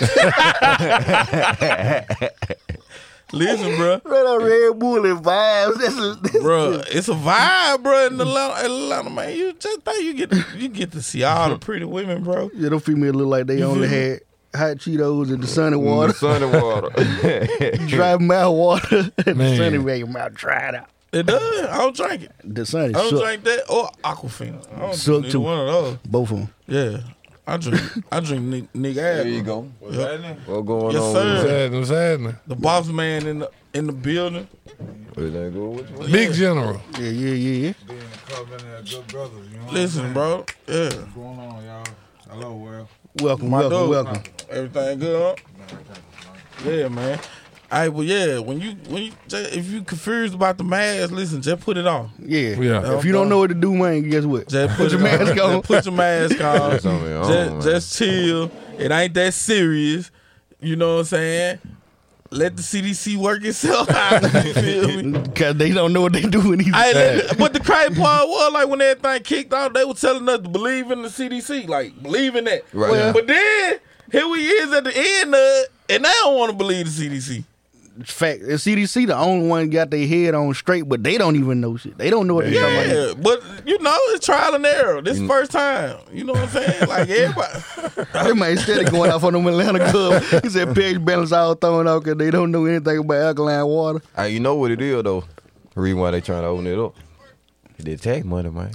S5: Listen, bro,
S1: Ran off Red Bull and vibes. That's a, that's
S5: bro, it's a vibe, bro. In Atlanta, Atlanta, man, you just think you get you get to see all the pretty women, bro.
S1: yeah, them females look like they only had hot Cheetos and the sunny
S3: Mm,
S1: water,
S3: Sunny water.
S1: dry mouth water, and the
S4: Man.
S1: sunny made your mouth dried out.
S5: It does. I don't drink it.
S1: The sunny
S5: I don't
S1: suck.
S5: drink that or Aquafina. I don't
S1: Suck
S5: drink
S1: too.
S5: one of those.
S1: Both of them.
S5: Yeah, I drink. I drink ni- nigga
S3: There you
S5: ass.
S3: go. What going
S5: Yes,
S3: on?
S5: sir.
S4: Sad, I'm sad.
S5: The boss man in the in the building.
S3: It ain't good with you.
S4: Big general.
S1: Yeah, yeah, yeah, yeah.
S5: Listen, bro. Yeah,
S8: going on, y'all? Hello, world.
S1: Welcome,
S5: My
S1: welcome,
S5: dude.
S1: welcome.
S5: everything good. Huh? Yeah, man. All right, well, yeah. When you when you just, if you confused about the mask, listen, just put it on.
S1: Yeah.
S4: Yeah.
S1: If you don't know what to do, man, guess what?
S5: Just put,
S1: your
S5: it
S1: mask on.
S5: Put your mask on.
S3: That's on me. I don't
S5: just, just chill. It ain't that serious. You know what I'm saying? Let the CDC work itself out. You feel me?
S1: Because they don't know what they doing either.
S5: Hey, let- but the crazy part was like when everything kicked off, they were telling us to believe in the CDC, like believe in that.
S3: Right. Yeah.
S5: But then here we is at the end of it, and they don't want to believe the CDC.
S1: fact, the CDC the only one got their head on straight, but they don't even know shit. They don't know what they're talking about.
S5: Yeah, but you know it's trial and error.
S3: Mm.
S5: This first time, you know what I'm saying? Like everybody,
S1: That man instead of going off on them Atlanta Club, he said pH balance all thrown out because they don't know anything about alkaline water.
S3: Hey, Ah, you know what it is though. The reason why they trying to open it up. They tax money, man.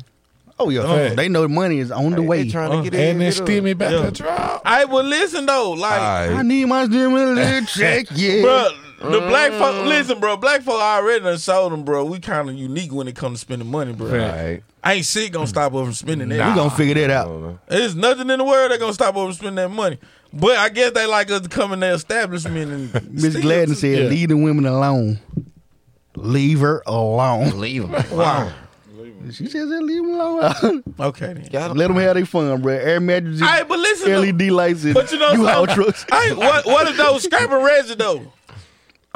S1: Oh yeah,
S4: Hey.
S1: they know the money is on the
S3: They-
S1: way.
S3: They trying to get in.
S4: Uh, And then
S3: get up.
S4: steal me back
S5: Yeah.
S4: the trial.
S5: I will listen though. Like,
S1: I
S3: All right.
S1: need my stimulus check, yeah.
S5: bro, the black
S3: Mm.
S5: folk. Listen, bro, black folk already done showed them, bro. We kind of unique when it comes to spending money, bro.
S4: Fact.
S3: All right.
S5: Ain't shit gonna stop us from spending that.
S1: We gonna figure that out.
S5: There's nothing in the world that gonna stop us from spending that money. But I guess they like us to come in the establishment and
S1: Miss
S5: steal
S1: Gladden
S5: some-
S1: said,
S4: Yeah.
S1: "Leave the women alone. Leave her alone."
S3: Leave
S5: Wow.
S1: She says, "Leave them alone.
S5: Okay then.
S1: Let them have their fun, bro. Air mattresses,
S5: All right, but listen. though.
S1: LED lights, and
S5: But you know,
S1: U-Haul
S5: something?
S1: trucks."
S5: Hey, what what is those scraper residue though?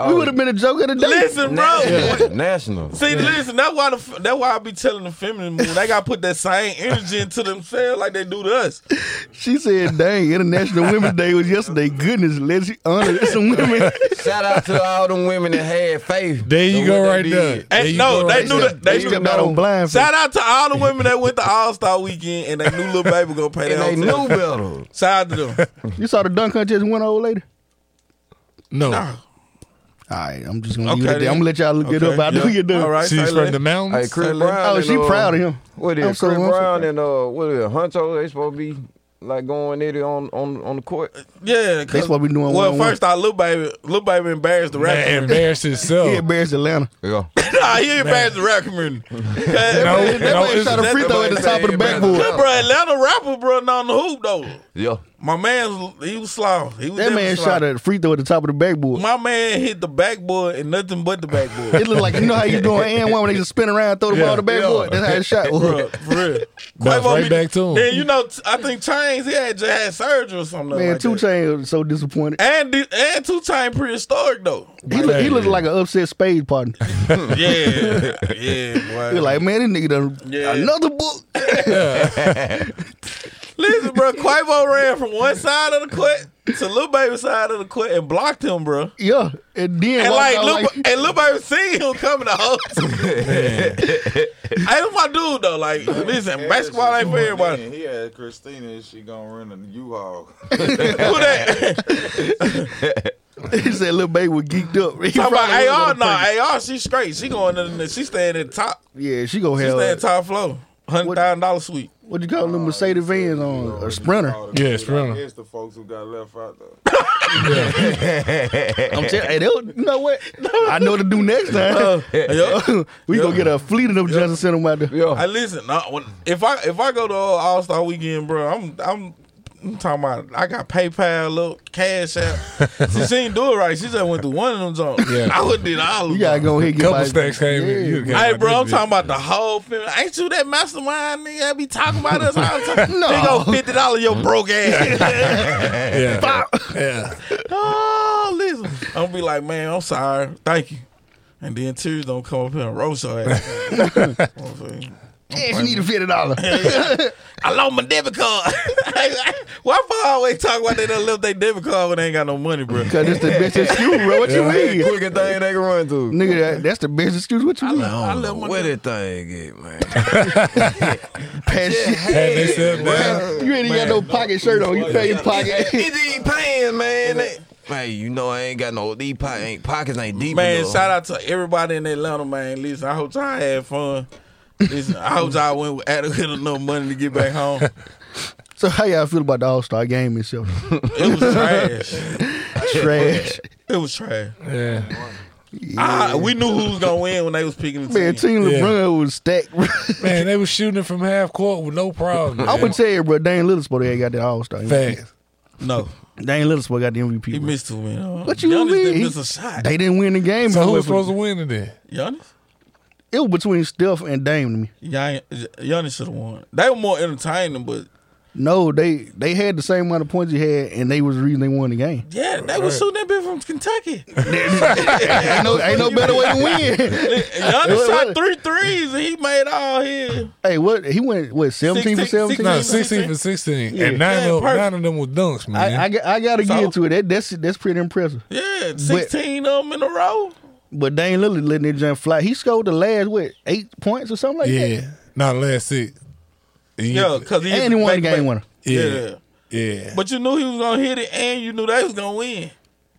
S1: we would have been a joke of the day.
S5: Listen, bro.
S3: Oh, National.
S5: See, listen. That's why the that's why I be telling the feminine movement they gotta put that same energy into themselves like they do to us.
S1: She said, "Dang, International Women's Day was yesterday. Goodness, let's honor some women."
S3: Shout out to all them women that had faith.
S4: There you
S3: in
S4: go
S3: what they
S4: right there.
S3: did.
S5: And
S4: There you
S5: no,
S4: go
S5: they
S4: right
S5: knew
S4: there.
S5: that they
S1: They
S5: knew
S1: stepped out on blind.
S5: Shout out to all the women that went to All Star Weekend and they knew Lil Baby gonna pay
S3: And
S5: their
S3: they
S5: own
S3: knew
S5: bill.
S3: better.
S5: Shout out to them.
S1: you saw the dunk contest one old lady.
S4: No.
S1: All right, I'm just gonna leave
S5: Okay,
S1: it there. I'm
S5: then.
S1: gonna let y'all look it
S5: Okay,
S1: up. I know
S5: yeah.
S1: you do.
S5: All right.
S4: She's
S5: say
S4: from
S5: less.
S4: the
S3: Hey,
S4: mountains.
S3: Chris
S4: Say less.
S3: Brown.
S1: Oh,
S3: and,
S1: she
S3: uh,
S1: proud of him.
S3: What is
S1: I'm
S3: it,
S1: so
S3: Chris
S1: I'm so
S3: Brown
S1: proud.
S3: and uh, what is it, Huncho? They supposed to be like going at it on on on the court.
S5: Yeah,
S1: That's what we doing
S5: Well,
S1: one-on-one.
S5: first I little baby, little baby embarrassed the rap
S4: Man,
S5: community.
S4: embarrassed
S1: He
S4: himself.
S1: embarrassed Atlanta.
S3: Yeah.
S5: nah, he embarrassed the rap community.
S4: No,
S5: no,
S1: That
S4: no,
S1: man shot a
S4: it's-
S1: free throw at the top of the backboard.
S5: bro, Atlanta rapper, bro, not on the hoop though.
S3: Yeah.
S5: My man, he was slow. He was
S1: That man shot a free throw at the top of the backboard.
S5: My man hit the backboard and nothing but the backboard.
S1: It looked like you know how you doing and one when they just spin around, throw the ball to the backboard. That's how it shot.
S5: Bro,
S1: was.
S5: for real.
S4: Bounce
S5: Quavo
S4: right
S5: be-
S4: back to him.
S5: Then you know, t- I think Chains he had just had surgery or something.
S1: Man,
S5: like
S1: two
S5: that.
S1: chains was so disappointed.
S5: And the- and two chain prehistoric though.
S1: He look, he looked like an upset spade partner.
S5: Yeah, yeah,
S1: He
S5: boy.
S1: like, man, this nigga done
S5: Yeah.
S1: another book.
S5: Listen, bro, Quavo ran from one side of the court to Lil Baby's side of the court and blocked him, bro.
S1: Yeah, and then
S5: And
S1: walked
S5: like,
S1: out
S5: Lil, and Lil Baby seen him coming to host. I ain't my dude though. Like, listen, basketball ain't for everybody.
S8: He had Christina. and She gonna rent a U-Haul.
S5: Who that?
S1: He said little baby was geeked up. He
S5: Talking
S1: probably was
S5: about AR?
S1: on the front.
S5: Nah, AR. She straight. She going in. The, she staying at top.
S1: Yeah, she gonna
S5: She staying
S1: have
S5: top floor. Hundred thousand dollar suite.
S1: what you call them Mercedes Vans on a Sprinter.
S4: Yeah,
S8: Yes,
S4: Sprinter.
S8: It's the folks who got left out though.
S1: I'm telling hey, they'll- you know what? I know what to do next time.
S5: Uh, Yeah.
S1: we gonna get a fleet of them just to send them out there.
S5: I listen. nah, when- if I if I go to All Star Weekend, bro, I'm I'm. I'm talking about I got PayPal, little cash app. she, she ain't do it right. She just went through one of them zones.
S4: Yeah.
S5: I would did all of
S1: You
S5: them.
S1: gotta go ahead and get
S4: Couple
S1: my-
S4: stacks came in. You came
S5: Hey,
S4: out
S5: bro, I'm
S4: this
S5: talking about the whole film. Ain't you that mastermind nigga that be talking about us all the time?
S1: No. Mm-hmm.
S5: They go fifty dollars your broke ass.
S4: bitch. Yeah. yeah.
S5: oh, listen. I'm gonna be like, man, I'm sorry. Thank you. And then tears don't come up here and roast her ass.
S1: Yeah, she need a fifty dollar.
S5: I lost my debit card. Why for always talk about they done left their debit card when they ain't got no money, bro?
S1: Cause it's the best excuse, bro. What you
S3: Hey,
S1: mean?
S3: quicker thing they can run to.
S1: Nigga, that, that's the best excuse. What you mean?
S5: I left my
S3: Where
S5: debit
S3: that thing at, man?
S1: Pass shit.
S4: And they said, man,
S1: You ain't even got no pocket shirt on. You pay your pocket.
S3: It's these pants, man. They- Man, you know I ain't got no these po- ain't pockets ain't deep.
S5: Man,
S3: enough.
S5: shout out to everybody in Atlanta, man. Listen, I hope y'all had fun. Listen, I hope y'all went with adequate enough money to get back home.
S1: So how y'all feel about the All Star game itself?
S5: It was trash.
S1: Trash.
S5: It was trash.
S4: yeah.
S5: I, we knew who was gonna win when they was picking the
S1: Man,
S5: team.
S1: Team
S4: Yeah.
S1: LeBron was stacked. bro.
S4: man, they was shooting it from half court with no problem.
S1: I'm gonna tell you, bro. Dane Lillard supposed to have got that All Star.
S4: Facts.
S5: No,
S1: Dane Littlesworth got the MVP.
S5: He
S1: bro.
S5: missed two, man. Uh,
S1: What you
S5: Giannis
S1: mean?
S5: didn't
S1: He-
S5: miss a shot.
S1: They didn't win the game.
S4: So
S1: however.
S4: who was supposed to win it then?
S5: Giannis?
S1: It was between Steph and Dame to me.
S5: Gian- Giannis should have won. They were more entertaining, but
S1: No, they they had the same amount of points he had, and they was the reason they won the game.
S5: yeah, they was shooting that bit from Kentucky.
S1: ain't no ain't no better way to win.
S5: Giannis shot three threes and he made all his.
S1: hey, what he went what seventeen for
S5: 16
S1: seventeen?
S4: No,
S5: Yeah,
S4: sixteen for
S5: yeah.
S4: sixteen,
S1: Yeah.
S4: and nine,
S5: Yeah,
S4: of,
S5: perfect.
S4: nine of them was dunks, man.
S1: I, I, got- I gotta
S5: So?
S1: get to it. That, that's that's pretty impressive.
S5: Yeah, sixteen of them in a row.
S1: But Dane Lillard letting it jump fly. He scored the last what eight points or something like that.
S4: yeah, not last six. He-
S5: Yeah, because he
S1: And he won the game winner.
S5: Yeah.
S4: yeah, yeah.
S5: but you knew he was gonna hit it, and you knew they was gonna win.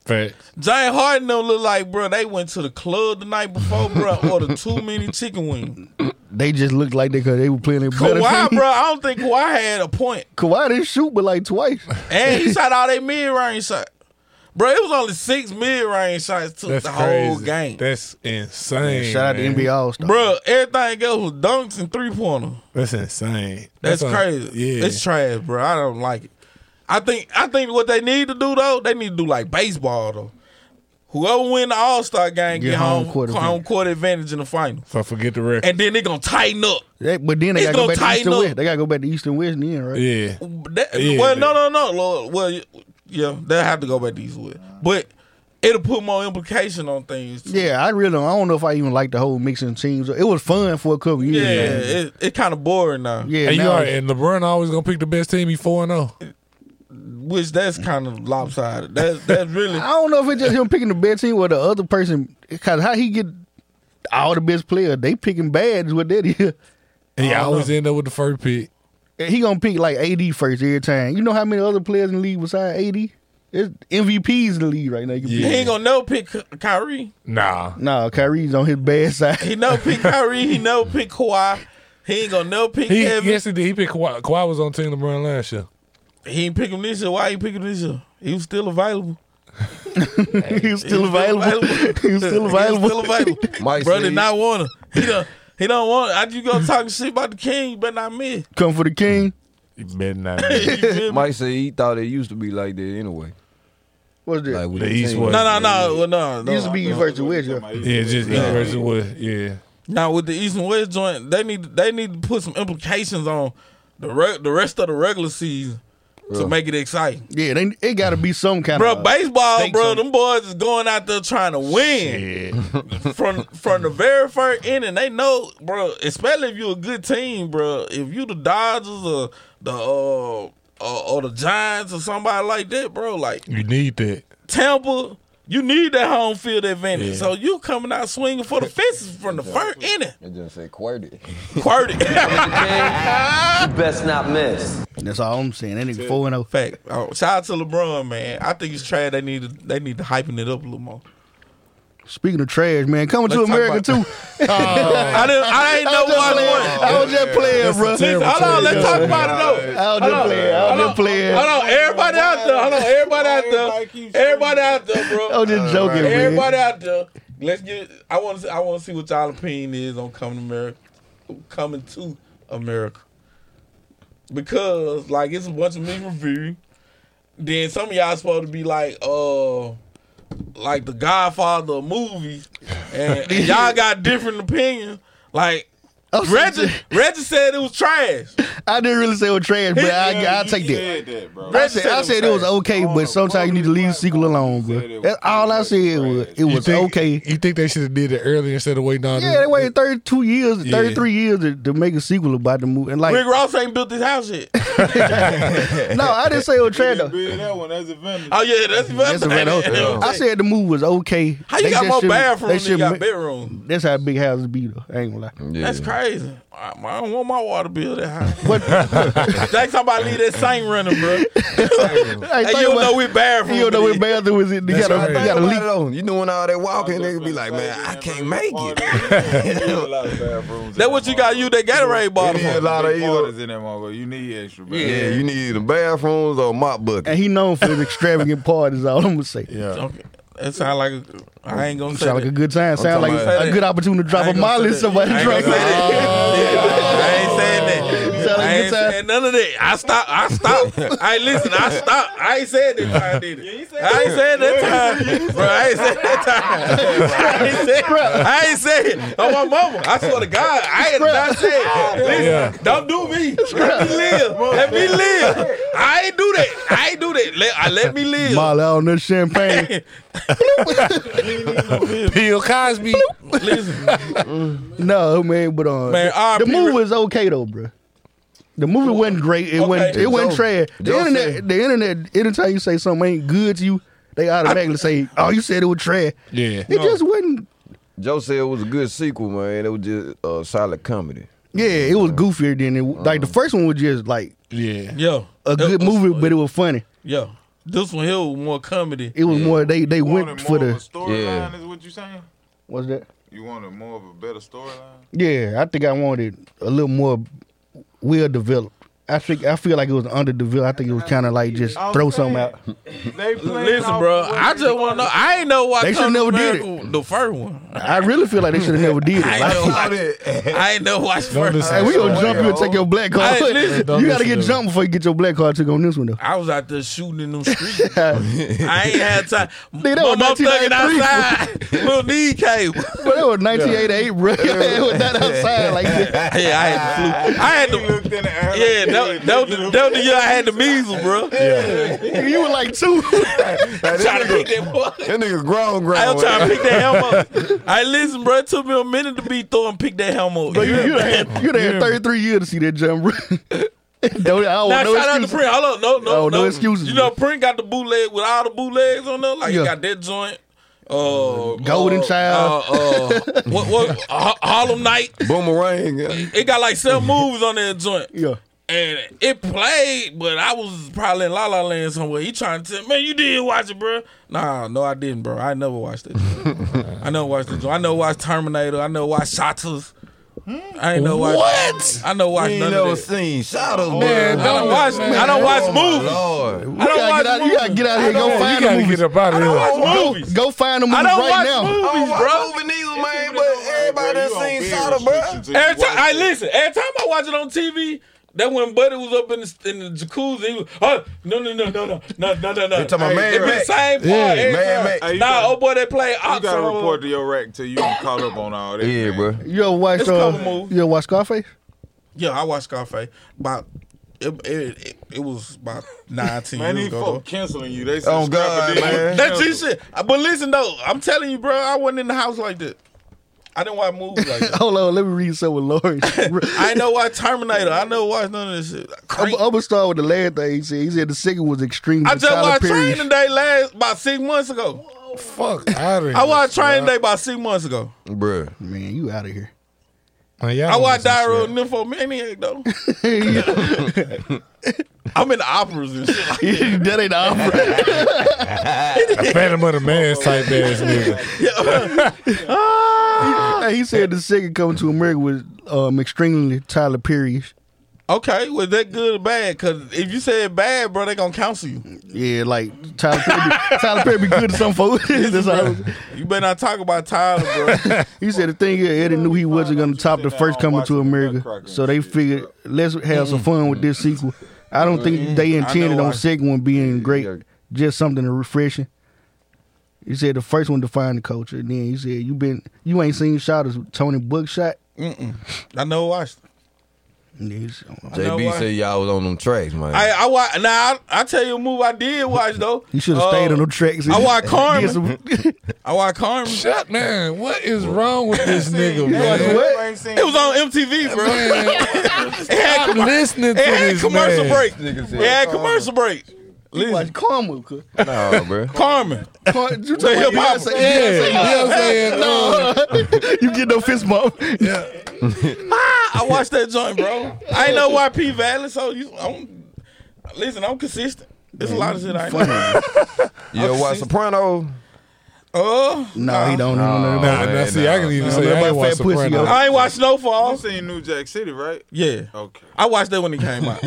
S4: Facts.
S5: Jay Harden don't look like, bro. They went to the club the night before, bro. Ordered too many chicken wings.
S1: They just looked like they because they were playing their better.
S5: Kawhi,
S1: team.
S5: bro. I don't think Kawhi had a point,
S1: Kawhi didn't shoot but like twice.
S5: and he shot all they mid range shots. Bro, it was only six mid range shots took
S4: That's
S5: the
S4: crazy.
S5: whole game.
S4: That's insane.
S1: Shout out to
S4: man.
S1: NBA All Star.
S5: Bro, everything else was dunks and three pointer.
S4: That's insane.
S5: That's,
S4: all-
S5: crazy.
S4: Yeah,
S5: It's trash, bro. I don't like it. I think I think what they need to do though, they need to do like baseball though. Whoever win the All Star game get, home, home, court advantage. in the final,
S4: If I forget the record.
S5: and then they gonna tighten up.
S1: They- but then they
S5: It's
S1: gotta go back
S5: gonna
S1: to East
S5: tighten
S1: and
S5: up.
S1: West. They gotta go back to East and West in the end, right?
S4: yeah,
S5: That-
S4: Yeah.
S5: well, no, no, no, Lord. Well, yeah, they'll have to go back these with, but it'll put more implication on things. Too.
S1: Yeah, I really don't. I don't know if I even like the whole mixing teams. It was fun for a couple years.
S5: Yeah,
S1: man.
S5: it, it kind of boring now.
S1: yeah.
S4: and you
S1: now
S4: are,
S1: it's-
S4: and LeBron always gonna pick the best team. He four and oh. zero.
S5: which that's kind of lopsided. That's that's really
S1: I don't know if it's just him picking the best team or the other person. Because how he get all the best players? They picking bad is what that is.
S4: And he
S5: I don't
S4: always end up with the first pick.
S1: And He gonna pick like AD first every time. You know how many other players in the league besides AD? It's MVPs in the league right now. You can
S5: he
S1: pick.
S4: Yeah.
S5: ain't gonna never pick Ky- Kyrie.
S4: Nah,
S1: Nah, Kyrie's on his bad side.
S5: He never pick Kyrie. He never pick Kawhi. He ain't gonna never pick
S4: he
S5: Kevin.
S4: yes he did. He picked Kawhi. Kawhi was on team LeBron last year.
S5: He ain't pick him this year. Why he pick him this year? He was still available.
S1: he was
S5: He
S1: still available. he was still
S5: He was
S1: available.
S5: still available.
S3: Mike
S5: Bro did
S3: said-
S5: not want him. He don't. He don't want. After you go talking shit about the king, but not me.
S1: Come for the king.
S4: You better not.
S5: You feel me?
S3: Mike said he thought it used to be like that anyway.
S1: What's that?
S3: Like with
S4: The
S3: the
S4: East
S3: team.
S4: was-
S5: No, no, no, well, no, no.
S1: Used to be
S5: no.
S1: versus West. yeah.
S4: yeah, just yeah. versus what? Yeah,
S5: Now with the East and West joint, they need they need to put some implications on the re- the rest of the regular season to
S3: Yeah.
S5: make it exciting.
S1: Yeah, they, it got to be some kind
S5: Bro,
S1: of
S5: baseball,
S1: think
S5: bro,
S1: so.
S5: them boys is going out there trying to win from from the very first inning. They know, bro, especially if you're a good team, bro. If you the Dodgers or the uh, uh, or the Giants or somebody like that, bro, like
S4: you need that.
S5: Tampa, you need that home field advantage.
S4: Yeah.
S5: So you coming out swinging for the fences from the first inning,
S3: It just said QWERTY.
S5: QWERTY.
S7: Best not miss.
S1: That's all I'm saying. That nigga four and zero.
S5: Fact. Oh, shout out to LeBron, man. I think it's trash. They need to, they need to hyping it up a little more.
S1: Speaking of trash, man, coming to
S5: Let's talk
S1: America
S5: about-
S1: too.
S5: I didn't. I ain't
S1: just
S5: know what I
S1: playing.
S5: wanted.
S1: I was just playing,
S4: That's
S1: bro.
S4: a terrible
S5: Hold on,
S4: team.
S5: let's talk about it though.
S1: I was just playing. I was just playing.
S5: Hold on, everybody out there. Hold on, everybody out
S8: Everybody
S5: there.
S8: keeps
S5: Everybody out there,
S1: I was
S5: bro.
S1: just joking, man.
S5: Everybody out there. Let's get. I want to. I want to see what y'all opinion is on coming to America, coming to America, because like it's a bunch of me review. Then some of y'all supposed to be like, uh, like the Godfather of movies, and, and y'all got different opinions. Like
S1: I'm so-
S5: Reggie, Reggie said it was trash.
S1: I didn't really say it was trash, but I, I
S8: you
S1: take that.
S8: said that, bro.
S1: I
S5: Reggie
S1: said, I said it was okay,
S8: On
S1: but
S8: the
S1: sometimes you need to leave the sequel
S8: public
S1: alone,
S8: platform, you
S1: bro.
S8: said
S1: That's
S8: it
S1: all I
S8: was
S1: said was
S8: trash.
S1: it was
S4: think,
S1: okay.
S4: You think they should have did it earlier instead of waiting on?
S1: Yeah, they waited 32 years,
S4: Yeah.
S1: 33 years to, to make a sequel about the movie. And like,
S5: Rick Ross ain't built this house yet.
S1: no, I didn't say it was trash,
S8: That
S1: though.
S8: big, that one, that's a vendor.
S5: Oh yeah, that's
S1: That's a red oak. I said the movie was okay.
S5: How you
S1: They
S5: got
S1: just
S5: more
S1: shouldn't-
S5: bathroom
S1: they
S5: than you
S1: shouldn't
S5: got
S1: ma-
S5: bedroom?
S1: That's how big houses be, though. I ain't gonna lie.
S3: Yeah.
S5: That's crazy. I, I don't want my water bill that high.
S1: But
S5: Like somebody leave that same running, bro.
S1: hey,
S5: And
S1: think
S5: you don't
S1: about-
S5: know we bathroom.
S1: you don't know
S5: today.
S1: what bathroom is in. You
S4: That's
S1: got
S4: right.
S1: a, you got a
S3: Nobody
S1: leak.
S3: though. You doing all that walking,
S8: Just
S3: nigga be
S8: finna
S3: like,
S8: say
S3: man,
S8: that,
S3: I
S8: bro.
S3: can't make it.
S8: it. a lot of bathrooms.
S5: That what you got? You that Gatorade bottle.
S3: Yeah,
S5: for.
S3: like- lot of
S8: Big
S3: either.
S8: parties in that motherfucker. You need extra.
S3: Yeah, you need the bathrooms or a mop bucket.
S1: And he known for his extravagant parties. All I'm gonna say.
S4: Yeah,
S5: Okay, that sound like a, I ain't gonna say
S1: Sound like a
S5: that.
S1: good time. Sound like
S3: talking
S5: about-
S1: a good opportunity to
S5: I
S1: drop a
S5: ain't gonna
S1: molly.
S5: say that.
S1: Somebody
S5: I ain't
S1: drunk.
S5: gonna say that. I ain't
S1: y'all
S5: saying that. I
S1: a good
S5: ain't
S1: time.
S5: saying none of that. I stop. I stop. I listen. I stop. I ain't said that time, did it? I ain't said that time, bro. I ain't said that time. I ain't said. I ain't said it. On my mama, I swear to God, I had not said. Listen,
S4: Yeah.
S5: don't do me. Let me live. Let me live. I ain't do that. I ain't do that. Let, I let me live.
S1: Molly on this champagne.
S4: Bill Cosby.
S5: Listen,
S1: no, man, but uh,
S5: Man,
S1: the
S5: R.I.P.
S1: movie is okay though, bruh. The movie wasn't great. It wasn't.
S5: Okay.
S1: It wasn't trash. The
S3: Joe
S1: internet.
S3: said-
S1: the internet. Anytime you say something ain't good to you, they automatically say, "Oh, you said it was trash."
S4: Yeah.
S1: It just wasn't.
S3: Joe said it was a good sequel, man. It was just a uh, solid comedy.
S1: Yeah, it was goofier than it. Like the
S5: Uh-huh.
S1: first one was just like
S4: Yeah.
S5: yo,
S1: a good movie, but it was funny.
S5: yo. This one here was more comedy.
S1: It was more. They they went
S8: wanted more
S1: for
S8: of a
S1: the.
S8: storyline,
S3: Yeah.
S8: is what you saying?
S1: What's that?
S8: You wanted more of a better storyline?
S1: Yeah, I think I wanted a little more well developed. I think I feel like it was underdeveloped. I think it was kind of like just
S8: I'm
S1: throw
S8: saying,
S1: something out.
S8: They playing
S5: Listen,
S8: off
S5: bro.
S8: of what
S5: I
S8: they
S5: just want to know. I ain't know why
S1: They shoulda
S5: Coming to
S1: never did it.
S5: America- The first one.
S1: I really feel like they should have never did it.
S5: I ain't know
S1: Like,
S5: why.
S8: started.
S5: I ain't know why it's
S4: Don't
S5: first.
S4: listen.
S1: hey, we gonna
S8: Hey,
S1: jump you and
S8: yo.
S1: take your black card.
S5: Hey, listen.
S4: Don't
S1: you gotta
S4: listen
S1: get
S4: to
S1: jumped before you get your black card took on this one though.
S5: I was out there shooting in them streets. I ain't had time.
S1: that
S5: My
S1: was
S5: mom thugging
S1: 1993.
S5: outside. Little knee cable.
S1: But that was 1988, bro. it was not outside like that.
S5: Yeah, I had the flu. I had
S8: He
S5: the.
S8: looked in the air.
S5: Yeah, that, that, was the, that was the year I had the measles, bro.
S1: You were like two.
S3: Hey, this,
S5: Trying to
S3: nigga,
S5: pick that boy.
S3: that nigga grown, grown.
S5: I'm trying to pick that helm up. I listen, bro. It took me a minute to be throw and pick that helm up.
S1: But you you done had you done had 33 years to see that jump, bro. Don't I don't
S5: Now,
S1: want Oh, no
S5: shout out to
S1: excuse.
S5: Prince. Hold up, no, no,
S1: Oh,
S5: no,
S1: no excuses,
S5: You know,
S1: man.
S5: Prince got the bootleg with all the bootlegs on there. Like
S1: Yeah.
S5: he got that joint. Uh,
S1: Golden
S5: uh,
S1: Child.
S5: Uh, uh, what, what, Ha- Harlem Night.
S3: Boomerang.
S5: It got like seven moves on that joint.
S1: Yeah.
S5: And it played, but I was probably in La La Land somewhere. He trying to tell me, man, you did watch it, bro. Nah, no, I didn't, bro. I never watched it. I never watched it. I know watched Terminator. I know watched Shotas. I ain't know watch.
S3: What?
S5: I know watch
S3: You
S5: none
S3: never
S5: of that.
S3: seen Shadows,
S4: Man,
S3: man.
S5: I don't watch. I don't watch movies.
S3: Lord.
S5: I
S1: You
S5: don't
S1: gotta,
S5: watch
S1: get out, you
S5: movies.
S1: gotta get out here and go
S4: you
S1: find the
S4: gotta
S1: movies.
S4: get up out of here.
S5: I don't watch movies.
S1: Go find the movies
S5: I don't
S1: right
S5: watch
S1: now.
S5: movies,
S3: Bro,
S5: bro.
S3: moving either, man, but everybody
S8: Bro,
S3: done
S8: you on
S3: seen
S8: big
S3: Shadows, bro.
S8: restrictions if you
S5: Every time
S8: watch
S5: I
S8: it.
S5: listen, every time I watch it on TV, that when Buddy was up in the, in the jacuzzi, he was, oh no no no no no no no no no. It
S3: talking about Man
S5: been the
S3: Mac.
S5: same part.
S4: Yeah,
S5: every
S3: Man
S5: time.
S3: Mac.
S8: Hey, you
S5: Nah,
S8: gotta-
S5: oh boy, they play
S8: You
S5: ops.
S8: gotta report
S5: on-
S8: to your rack till you caught up on all that.
S3: Yeah,
S8: man.
S3: bro.
S1: You ever watch
S5: It's a couple
S1: uh,
S5: movies.
S1: you ever watch Scarface?
S5: Yeah, I watched Scarface. About it, it, it, it was about nineteen
S8: Man,
S5: years
S8: these
S5: ago. though.
S8: folk canceling you. They said
S3: Oh,
S8: scrap
S3: God,
S8: a deal.
S3: man.
S5: That's G shit. But listen though, I'm telling you, bro, I wasn't in the house like that. I didn't watch movies like that.
S1: Hold on, let me read something with Lawrence.
S5: I ain't know why Terminator. I never watched none of this shit.
S1: I'm, I'm gonna start with the last thing he said. He said the second was extremely
S5: I just
S1: Tyler
S5: watched
S1: Perry.
S5: Training Day last about six months ago.
S4: Fuck out of here.
S5: I watched Training Day about six months ago.
S3: Bro.
S1: Man, you out of here.
S4: Man, y'all
S5: I watched
S4: listen to
S5: Diary
S4: shit.
S5: of a Nymphomaniac though. I'm in the operas and shit. Like,
S1: that ain't the opera.
S4: Phantom of the Man's type ass nigga.
S1: Hey, he said the second coming to America was um, extremely Tyler Perry.
S5: okay, was that good or bad? Because if you said bad, bro, they gonna counsel you.
S1: Yeah, like Tyler Perry. Be, Tyler Perry be good to some folks. That's all I was-
S5: You better not talk about Tyler, bro.
S1: He said the thing is, Eddie knew he wasn't going to top the first coming to America, so they figured let's have some fun with this sequel. I don't
S5: Mm-hmm.
S1: think they intended on second one being great, just something refreshing. He said the first one defined the culture. And then he said you been you ain't seen shot as Tony Buckshot.
S5: I know watched. it.
S1: And then he said, "Oh,
S5: know
S3: JB
S5: why.
S3: said y'all was on them tracks, man.
S5: I I watch. Now I, I tell you a move I did watch though.
S1: You should have
S5: Uh,
S1: stayed on the tracks.
S5: I watched Carmen.
S1: Did some-
S5: I watched Carmen.
S4: Shut man, what is wrong with this nigga,
S8: You
S4: man?
S8: ain't seen
S5: It was on MTV, bro. it had,
S4: Stop
S5: com- it
S4: listening to
S5: had
S4: this
S5: commercial
S4: man.
S5: break. It had commercial break.
S1: You watched Carmen. Car-
S3: nah, bro.
S5: Carmen.
S1: Car- You talking
S5: hip
S1: about
S5: hop.
S1: Beyonce-
S4: Yeah,
S1: Beyonce?
S4: you know what I'm saying? Uh,
S1: You get no fist bump.
S5: I watched that joint, bro. I ain't know why P Valley, so you I'm listen, I'm consistent. There's a lot of shit I ain't know.
S3: You ever watch Soprano?
S5: Oh,
S1: No, he don't even know.
S3: Oh,
S4: Nah, nah, see, I can even
S1: Nah,
S4: say
S1: man,
S4: I
S1: my
S4: ain't watch
S1: fat pussy,
S4: Sopranos.
S1: yo.
S5: Uh, I ain't watched
S8: You
S5: Snowfall.
S8: seen New Jack City, right?
S5: Yeah,
S8: Okay.
S5: I watched that when it came out.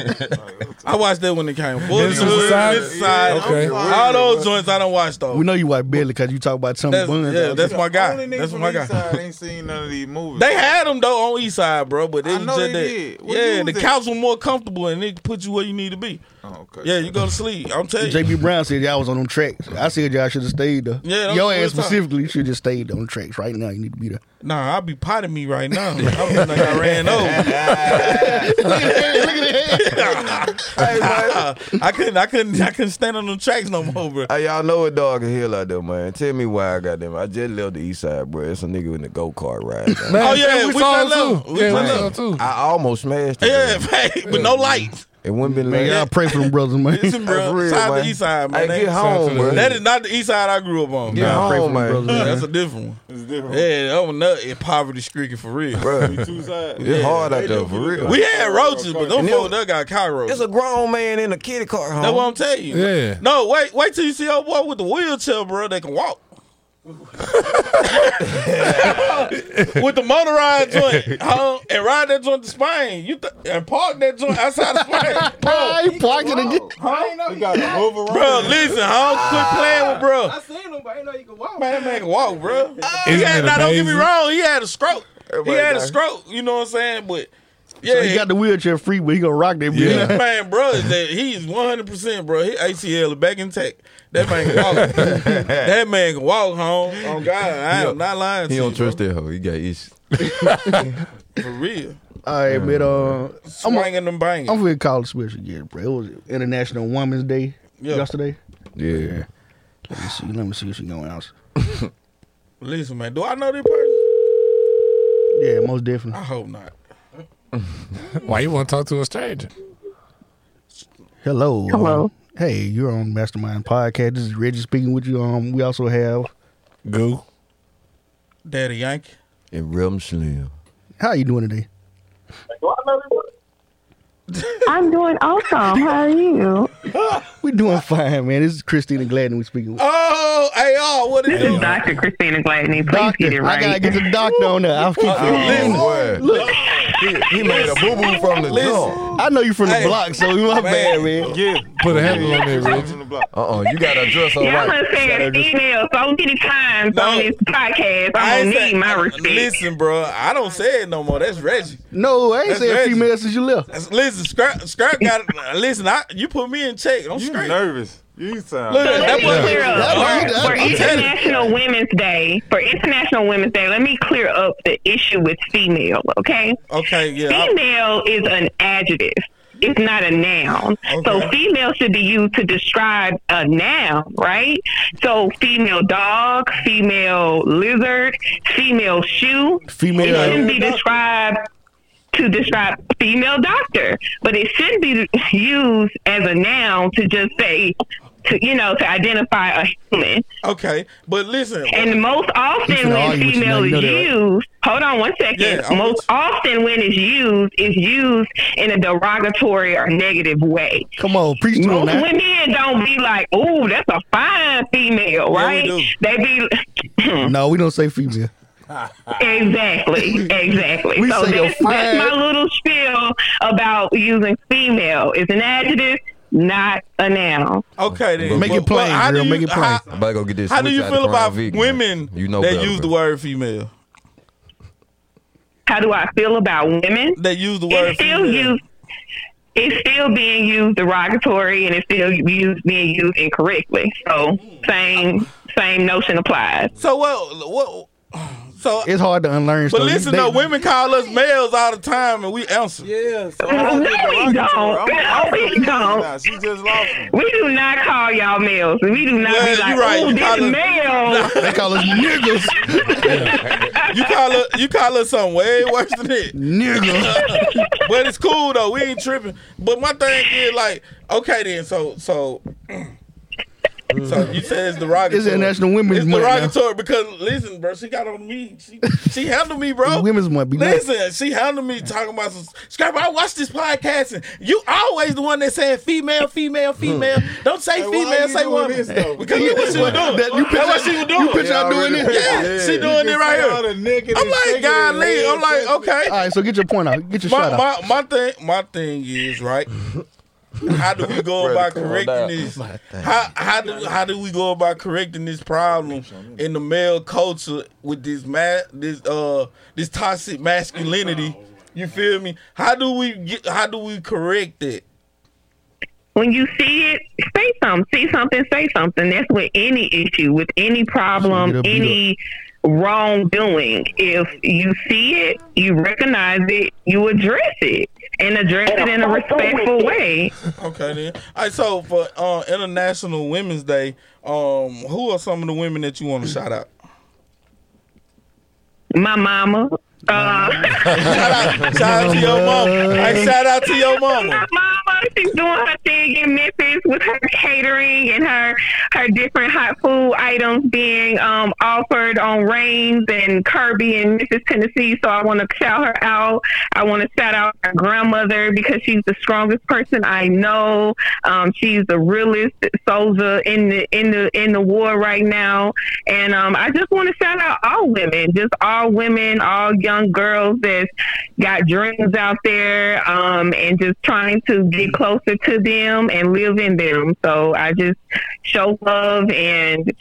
S5: I watched that when it came. out. Boy,
S4: Men's
S5: Hood,
S4: Society?
S5: Society.
S4: Okay.
S5: All those joints I don't watch though.
S1: We know you white belly because you talk about some
S5: That's-
S1: buns.
S5: yeah, that's Oh my guy.
S8: Only nigga
S5: That's
S8: from
S5: my
S8: the
S5: guy.
S8: East Side ain't seen none of these movies.
S5: They had them though on East Side, bro, but
S8: I
S5: it was
S8: know
S5: just that.
S8: they did. Well,
S5: Yeah,
S8: you
S5: the
S8: was
S5: couch was more comfortable and it put you where you need to be.
S8: Oh, okay.
S5: Yeah, you go to sleep. I'm telling you.
S1: JB Brown said y'all was on them tracks. I said y'all should have stayed there.
S5: Yeah, that's
S1: your
S5: what we're
S1: ass
S5: talking.
S1: specifically should just stayed on the tracks right now. You need to be there.
S5: Nah, I be potting me right now. I'm feeling like I ran over. I couldn't, I couldn't, I couldn't stand on them tracks no more, bro.
S3: Hey, y'all know a dog can heal out there, man. Tell me why I got them. I just left the east side, bro. It's a nigga in the go kart ride. man.
S4: Man,
S5: Oh, yeah,
S4: man,
S5: we
S4: saw
S5: fell
S4: him,
S5: out.
S4: too.
S5: We
S4: Yeah, we
S5: fell
S4: saw
S5: out.
S4: too.
S3: I almost smashed it.
S5: Yeah, fake, but no lights.
S3: It wouldn't been
S1: Man,
S3: like
S1: y'all pray for them brothers, man.
S5: Listen, bro,
S3: For real,
S5: side
S3: man.
S5: to east side, man.
S3: Hey, get
S5: That-
S3: home, bro.
S5: that is not the east side I grew up on.
S3: get
S5: man.
S1: Nah, I pray for
S3: home,
S1: them
S3: man.
S1: brothers,
S5: Yeah,
S1: man.
S5: that's a different one.
S8: It's different.
S5: Yeah, that one nut is poverty stricken for real.
S3: Bro,
S8: Two sides.
S3: it's hard out there for real.
S5: We had roaches, but them
S3: And it
S5: folks that
S3: was-
S5: got cockroaches.
S3: it's a grown man in a kitty car. Home.
S5: That's what I'm telling you.
S4: Yeah.
S5: No, wait, wait till you see old boy with the wheelchair, bro. They can walk. with the motorized joint, huh? and ride that joint to Spain. You th- and park that joint outside of Spain, bro.
S1: I ain't parking again.
S6: I ain't know
S8: We
S6: you
S8: got
S6: could
S8: to
S6: walk.
S8: move around.
S5: Bro, listen, huh? Quit playing with bro.
S6: Oh, Ah. I seen him, but I ain't know you could walk.
S5: Man, that man can walk, bro. He
S4: Isn't
S5: had,
S4: it
S5: now, don't get me
S4: amazing?
S5: wrong, he had a stroke. He
S3: Everybody
S5: had a
S3: got-
S5: stroke. You know what I'm saying? But yeah,
S1: So he got the wheelchair free, but he gonna rock that bitch.
S5: This man, bro, is that he's one hundred percent, bro. His ACL is back intact. That man can walk. that man can walk home. Oh God, I am not lying.
S3: He
S5: to
S3: don't
S5: you, bro.
S3: trust that hoe. He got issues.
S5: for real.
S1: All right, man. Uh,
S5: I'm banging them banging.
S1: I'm gonna call it special again, bro. It was International Women's Day
S5: Yeah.
S1: yesterday.
S3: Yeah.
S1: Let me see. Let me see if she gonna answer.
S5: Listen, man, do I know this person?
S1: Yeah, most definitely.
S5: I hope not.
S4: Why you want to talk to a stranger?
S1: Hello. Hello. hey, you're on Mastermind Podcast. This is Reggie speaking with you. Um, we also have.
S4: Goo.
S5: Daddy Yankee.
S3: And Rim Slim.
S1: How you doing today?
S9: I'm doing awesome. How are you?
S1: We doing fine, man. This is Christina Gladden. We speaking with.
S5: Oh, hey, oh, what it
S9: This
S5: do?
S9: is Dr. Christina Gladney. Please get it
S1: Doctor, I
S9: right.
S1: gotta get the doctor on there. I'll keep
S3: Oh,
S1: it.
S3: boy. He, he made a boo boo from the jump.
S1: Oh, I know you from the
S5: Hey.
S1: block, so you my bad, man.
S8: Yeah.
S4: Put a handle on there, Rich.
S8: From the block.
S3: Uh uh You got to dress all
S9: Y'all
S3: right.
S9: have said female so many times
S5: No.
S9: on this podcast. I don't need
S5: say-
S9: my
S1: uh,
S9: respect.
S5: Listen, bro, I don't say it no more. That's Reggie.
S1: No, I ain't
S5: That's
S1: saying
S5: Reggie.
S1: female since you left.
S5: That's- listen, Scrap, Scrap got. Listen, I you put me in check. I'm
S8: You
S5: straight.
S8: nervous. You sound.
S5: Look
S9: So
S5: That
S9: let me
S5: boy-
S9: clear
S1: that
S9: up.
S1: boy-
S9: For, for
S1: that- I'm
S5: telling you.
S9: International Women's Day, for International Women's Day, let me clear up the issue with female, okay?
S5: Okay, yeah. I-
S9: Female is an adjective. It's not a noun.
S5: Okay.
S9: So female should be used to describe a noun, right? So female dog, female lizard, female shoe.
S1: Female-
S9: It shouldn't be described to describe female doctor, but it shouldn't be used as a noun to just say, to, you know, to identify a human.
S5: Okay, but listen,
S9: And most
S1: finna
S9: often when
S1: argue with you now, you
S9: female is
S1: know that, right?
S9: used, hold on one second.
S5: Yeah, I'm
S9: most
S5: with
S9: often when it's used, it's used in a derogatory or negative way.
S1: Come on, preach to him
S9: Most
S1: now.
S9: women don't be like, "Ooh, that's a fine female,"
S5: we
S9: right?
S5: do.
S9: they be
S1: No, we don't say female.
S9: exactly, exactly.
S1: We
S9: so
S1: say a
S9: that's, that's
S1: fine-
S9: my little spiel about using female. It's an adjective, not a noun.
S5: okay then.
S1: Make it plain,
S5: how do
S1: girl,
S5: you-
S1: make it plain.
S5: How,
S3: I'm about to go get this.
S5: how do
S3: switch
S5: you
S3: out the
S5: feel
S3: Crown
S5: about
S3: Vic, man.
S5: women
S3: You know
S5: that
S3: better,
S5: use the
S3: bro.
S5: word female?
S9: How do I feel about women?
S5: That use the word
S9: it's still
S5: female.
S9: used. It's still being used derogatory, and it's still used being used incorrectly. So same same notion applies.
S5: So what? What? So,
S1: It's hard to unlearn
S5: but
S1: stuff.
S5: listen
S1: They-
S5: though, women call us males all the time, and we answer.
S8: Yeah. So
S9: No, we don't. No, we
S8: Nah,
S9: don't.
S8: she just lost him.
S9: We do not call y'all males. We do not
S5: Yeah,
S9: be
S5: you
S9: like,
S5: right.
S9: oh,
S5: You call
S9: this
S5: us-
S9: male.
S1: They call us niggas.
S5: You call us, you call us something way worse than it.
S1: Nigga.
S5: But it's cool though. We ain't tripping. But my thing is like, okay then. So so So you said it's
S1: Mm.
S5: derogatory.
S1: It's International Women's
S5: It's
S1: Month now.
S5: derogatory because listen, bro, she got on me. She she handled me, bro.
S1: Women's Month be nice.
S5: Listen, she handled me talking about some scrap. I watched this podcast and you always the one that said female, female,
S1: Hmm.
S5: female. Don't say
S8: Hey, why
S5: female,
S8: you
S5: say
S8: doing
S5: woman.
S8: this, though?
S5: because look what she was doing.
S1: That- you
S5: That's what she was doing.
S1: You picture her doing this?
S5: Yeah, she doing it right here. I'm like, God, Lee. I'm like, okay.
S1: All right, so get your point out. Get your
S5: my,
S1: shot out.
S5: my, my thing my thing is right. How do we go about correcting this? How how do how do we go about correcting this problem in the male culture with this ma- this uh this toxic masculinity? You feel me? How do we get? How do we correct it?
S9: when you see it, say something. See something, say something. That's with any issue, with any
S1: Get
S9: problem,
S1: up, get
S9: any wrongdoing. If you see it, you recognize it, you address it, and address it in a respectful way.
S5: Okay then. All right. So for uh, International Women's Day, um, who are some of the women that you want to shout out?
S9: My mama. Uh,
S5: Shout out to your mama. Hey, shout out to your mama.
S9: my mama, she's doing her thing in Memphis with her catering and her her different hot food items being um, offered on Rains and Kirby in Memphis, Tennessee. So I want to shout her out. I want to shout out her grandmother because she's the strongest person I know. Um, she's the realest soldier in the in the in the war right now. And um, I just want to shout out all women, just all women, all young girls that's got dreams out there um, and just trying to get closer to them and live in them. So I just show love and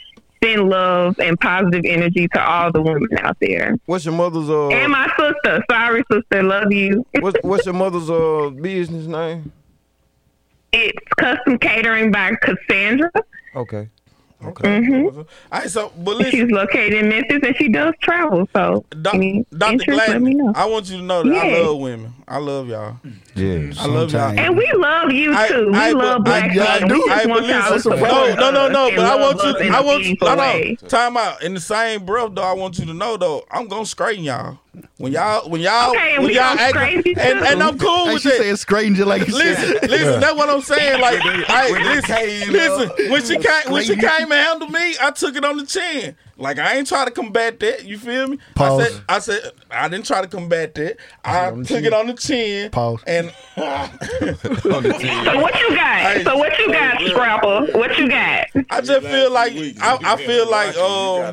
S9: send love and positive energy to all the women out there.
S3: What's your mother's uh?
S9: And my sister. Sorry, sister. Love you.
S3: what's what's your mother's uh business name?
S9: It's custom catering by Cassandra.
S3: Okay.
S5: Okay. All right. So, but listen.
S9: She's located in Memphis and she does travel. So,
S5: Doc-
S9: any
S5: Dr.
S9: interest, let me
S5: Gladden,
S9: know.
S5: I want you to know that I
S9: Yeah.
S5: love women. I love y'all.
S3: Yeah.
S5: I love y'all.
S9: And we love you
S5: I-
S9: too. we
S5: I-
S9: love
S5: I-
S9: black
S5: I
S9: people.
S5: do.
S9: We just
S5: I
S9: want
S5: believe-
S9: y'all to
S5: No,
S9: support
S5: no, no, no.
S9: us
S5: But
S9: and
S5: I
S9: love
S5: want you.
S9: us in
S5: I
S9: a
S5: want you.
S9: meaningful
S5: No, no.
S9: way.
S5: Time out. In the same breath, though, I want you to know though, I'm gonna straighten y'all. When y'all, when y'all,
S9: Okay, and
S5: when
S9: we
S5: y'all
S9: gonna
S5: act,
S9: straighten you,
S5: and,
S9: too.
S5: and I'm cool
S1: Hey,
S5: with
S1: she
S5: it.
S1: said stranger like you
S5: Listen,
S1: said.
S5: listen, that's what I'm saying. Like, I, listen, listen. When she came, when she came and handled me, I took it on the chin. Like I ain't try to combat that. You feel me?
S1: Pause.
S5: I said, I said, I didn't try to combat that. I took it on the chin.
S1: Pause.
S5: And
S9: So what you got? So what you got, Scrapper? What you got?
S5: I just feel like I, I feel like um,
S8: oh,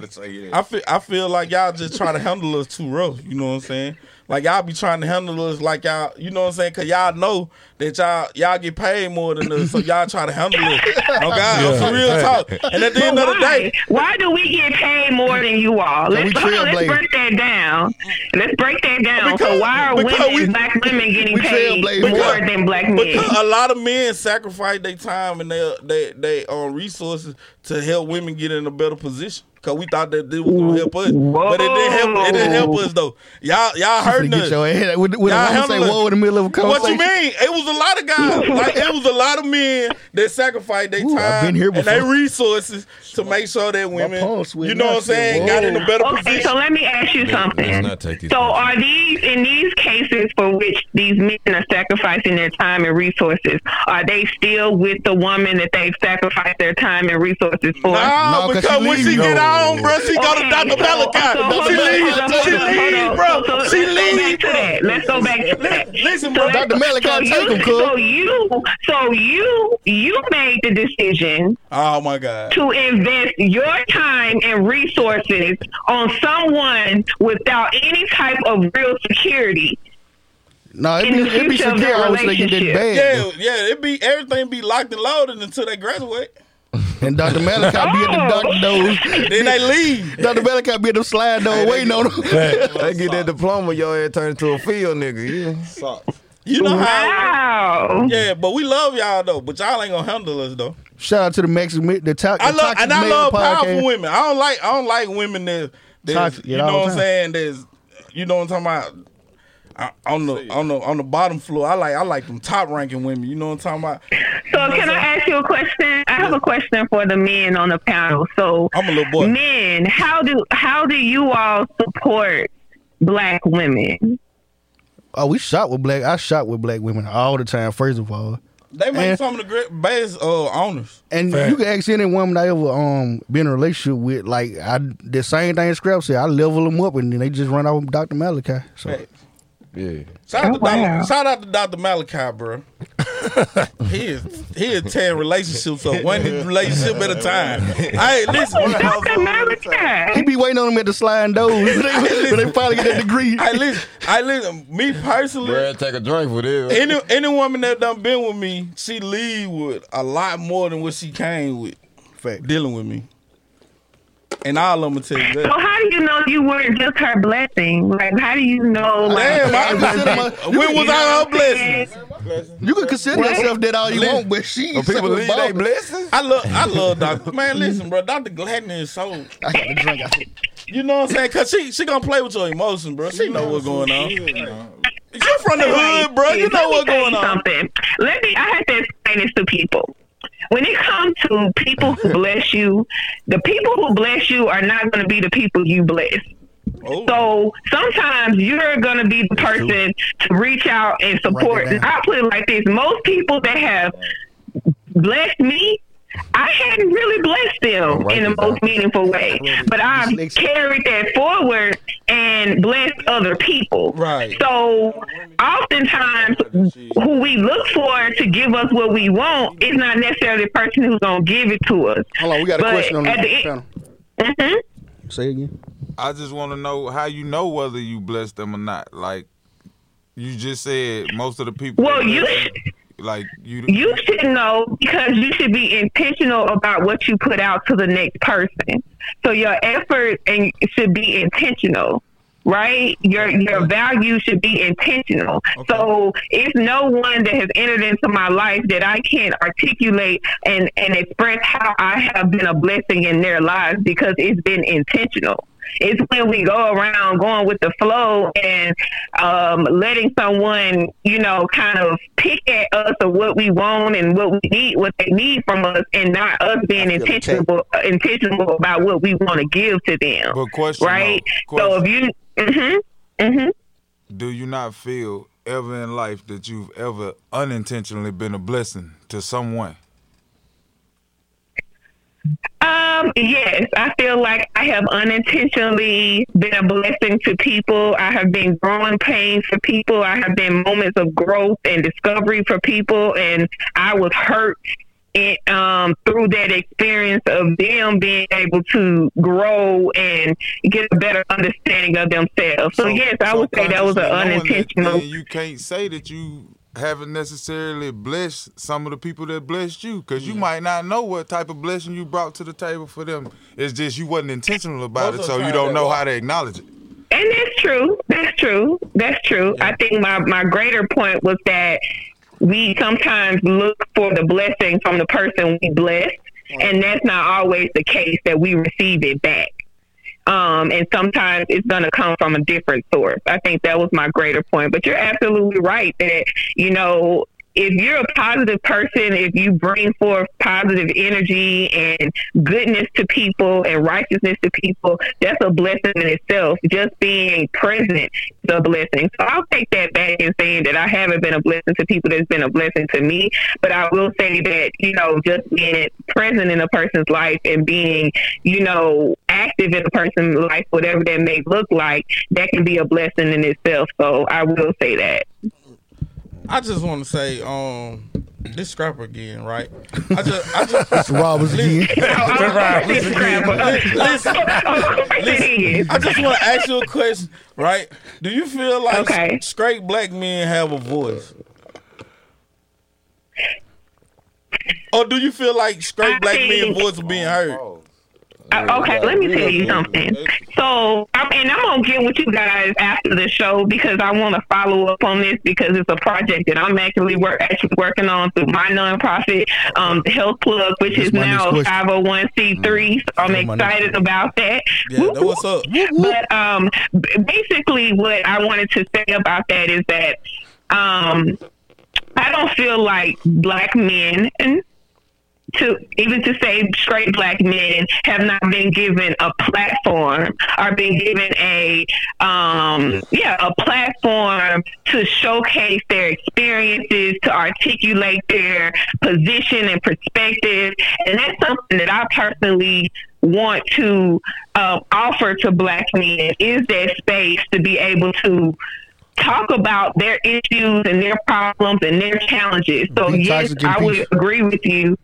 S5: I feel I feel like y'all just trying to handle us too rough. You know what I'm saying? Like y'all be trying to handle us like y'all, you know what I'm saying? Cause y'all know that y'all y'all get paid more than us, so y'all try to handle us. Oh God, I'm for real talk. And at the end of the
S9: Oh, why?
S5: day,
S9: why do we get paid more than you all?
S1: we
S9: Let's, hold on, let's
S1: trailblazers.
S9: break that down. Let's break that down.
S5: Because-
S9: so why are
S5: because
S9: women,
S5: we-
S9: black women, getting
S1: we
S9: paid
S1: trailblazers.
S9: more
S5: Because-
S9: than black men?
S5: because a lot of men sacrifice their time and their they they um resources to help women get in a better position. Cause we thought that this was gonna help us, but it didn't help. It didn't help us though. Y'all y'all
S1: Finna
S5: hurting
S1: get
S5: us.
S1: your head. With, with a
S5: Y'all
S1: woman say
S5: handle it.
S1: whoa in the middle of a
S5: What
S1: conversation.
S5: you mean? It was a lot of guys. like it was a lot of men that sacrificed their
S1: Ooh, I've
S5: time
S1: been here
S5: and their
S1: before.
S5: resources to make sure that women,
S1: pulse went
S5: you know what I'm
S1: nuts.
S5: saying, got in a better
S9: Okay,
S5: position.
S9: so let me ask you something.
S4: Let's not take these
S9: So,
S4: questions.
S9: are these in these cases for which these men are sacrificing their time and resources? Are they still with the woman that they've sacrificed their time and resources for?
S5: Nah,
S1: No, 'cause
S5: because
S1: she
S5: when she
S1: leaving.
S5: get
S1: No.
S5: on, bro, she go to
S9: Okay,
S5: Dr.
S9: so-
S5: Malachi.
S9: so hold
S5: she
S9: on,
S5: leaves,
S9: hold on,
S5: she
S9: hold on, hold
S5: leaves,
S9: on.
S5: bro.
S9: So- so
S5: she
S9: let's go
S5: leaves,
S9: back to
S5: bro.
S9: that. Let's go back to that.
S5: Listen,
S9: So
S5: bro.
S9: let's-
S1: Dr. Malik,
S9: so
S1: I'll
S9: you-
S1: take 'em, cuz.
S9: So you, so you, you made the decision
S5: Oh my God.
S9: to invest your time and resources on someone without any type of real security.
S1: No, it'd
S9: In
S1: be,
S9: the
S1: it'd be
S9: future of
S1: secure.
S9: your
S1: I was thinking that
S9: relationship.
S1: bad.
S5: Yeah, yeah. It be everything be locked and loaded until they graduate.
S1: And Dr. Malachi be at the
S9: Oh.
S1: duck doors.
S5: Then they leave.
S1: Dr. Malachi be at the slide door waiting on him.
S3: They get that diploma, y'all ass turn into a field nigga. Yeah.
S5: You know how?
S9: Wow.
S5: Yeah, but we love y'all though. But y'all ain't gonna handle us though.
S1: Shout out to the Mexican, the, to- the
S5: I love
S1: Toxic
S5: and I
S1: Male
S5: love
S1: podcast.
S5: powerful women. I don't like I don't like women that that's,
S1: Toxic at
S5: you
S1: all
S5: know what I'm
S1: time.
S5: saying. There's you know what I'm talking about. I, on the on the on the bottom floor, I like I like them top ranking women. You know what I'm talking about.
S9: So can I ask you a question? I have a question for the men on the panel. So
S5: I'm a little boy.
S9: men, how do how do you all support black women?
S1: Oh, we shot with black. I shot with black women all the time. First of all,
S5: They make
S1: And-
S5: some of the great, best uh, owners.
S1: And
S4: Fact.
S1: you can ask any woman I ever um been in a relationship with, like I the same thing Scrap said. I level them up, and then they just run off with Dr. Malachi. So
S5: Fact.
S3: Yeah.
S5: Shout out, to
S9: Oh, wow.
S5: Doc- shout out to Dr. Malachi, bro. he is he is tearing relationships up one relationship at a time. Hey, listen,
S9: Dr.
S1: he
S9: Malachi.
S1: be waiting on them at the sliding doors. when they- when they finally get that degree.
S5: I listen, I listen. Me personally,
S3: Bruh, take a drink for this.
S5: any any woman that done been with me, she leave with a lot more than what she came with
S1: Fact.
S5: dealing with me. And all of them tell you
S9: So
S5: that.
S9: how do you know you weren't just her blessing? Like, how do you know? Like,
S5: Damn, I consider my, when was I her blessing?
S1: You can consider yourself that all you want, but she
S3: People leave they blessings?
S5: I love, I love Doctor. Man, listen, bro, Doctor Gladney is so.
S1: I got a drink. I-
S5: You know what I'm saying? Cause she, she gonna play with your emotions, bro. She know what's going on. You from the hood, bro. You know what's
S9: Let me tell
S5: going
S9: you
S5: on.
S9: Something. Let me. I have to explain this to people. When it comes to people who bless you, the people who bless you are not going to be the people you bless.
S5: Oh,
S9: So sometimes you're going to be the person to reach out and support.
S1: Write it down.
S9: I put it like this: most people that have blessed me. I hadn't really blessed them
S3: Write
S9: in the
S3: it down.
S9: most meaningful way, but I've carried that forward and blessed other people.
S5: Right.
S9: So oftentimes, who we look for to give us what we want is not necessarily the person who's going to give it to us.
S1: Hold on, we got a
S9: But
S1: question on the
S9: at the end-
S1: panel.
S9: Mhm.
S1: Say it again.
S8: I just want to know how you know whether you bless them or not. Like you just said, most of the people.
S9: Well, you
S8: like you.
S9: you should know because you should be intentional about what you put out to the next person. So your effort and should be intentional. Right, your your value should be intentional. So it's no one that has entered into my life that I can't articulate and and express how I have been a blessing in their lives because it's been intentional. It's when we go around going with the flow and um, letting someone, you know, kind of pick at us of what we want and what we need, what they need from us, and not us being intentional, intentional about what we want to give to them,
S8: But question, though,
S9: right?
S8: question,
S9: So if you, hmm hmm
S8: do you not feel ever in life that you've ever unintentionally been a blessing to someone?
S9: Um, yes, I feel like I have unintentionally been a blessing to people. I have been growing pains for people. I have been moments of growth and discovery for people, and I was hurt it, um, through that experience of them being able to grow and get a better understanding of themselves. So, yes, I
S8: so
S9: would say that was an
S8: consciously knowing that,
S9: unintentional.
S8: then you can't say that you haven't necessarily blessed some of the people that blessed you because you might not know what type of blessing you brought to the table for them. It's just you wasn't intentional about
S5: Most
S8: it,
S5: of
S8: so
S5: the
S8: you
S5: time
S8: don't
S5: that
S8: know
S5: was-
S8: how to acknowledge it.
S9: And that's true. That's true. That's true. I think my, my greater point was that we sometimes look for the blessing from the person we bless, and that's not always the case that we receive it back. Um, and sometimes it's going to come from a different source. I think that was my greater point. But you're absolutely right that, you know, if you're a positive person, if you bring forth positive energy and goodness to people and righteousness to people, that's a blessing in itself. Just being present is a blessing. So I'll take that back and saying that I haven't been a blessing to people that's been a blessing to me. But I will say that, you know, just being present in a person's life and being, you know, active in a person's life, whatever that may look like, that can be a blessing in itself. So I will say that.
S5: I just want to say, um, this scrapper again, right? I just, I just,
S1: Robbers again.
S5: listen,
S9: Of course it is.
S5: I just want to ask you a question, right? Do you feel like
S9: Okay.
S5: straight black men have a voice? Or do you feel like
S9: I
S5: straight black men
S9: think-
S5: voice are being heard?
S9: Uh, okay, let me tell you something. So, I'm, and I'm gonna get with you guys after the show because I want to follow up on this because it's a project that I'm actually work actually working on through my nonprofit, um, Health Plug, which
S1: That's
S9: is
S1: my
S9: now
S1: next question.
S9: 501c3. So I'm
S1: That's my next
S9: excited about that.
S5: Yeah, that what's up?
S9: But um, b- basically, what I wanted to say about that is that um, I don't feel like black men to even to say straight black men have not been given a platform or been given a um yeah a platform to showcase their experiences to articulate their position and perspective and that's something that I personally want to uh, offer to black men is that space to be able to talk about their issues and their problems and their challenges. So
S1: Be
S9: yes,
S1: toxic in
S9: I
S1: peace.
S9: would agree with you.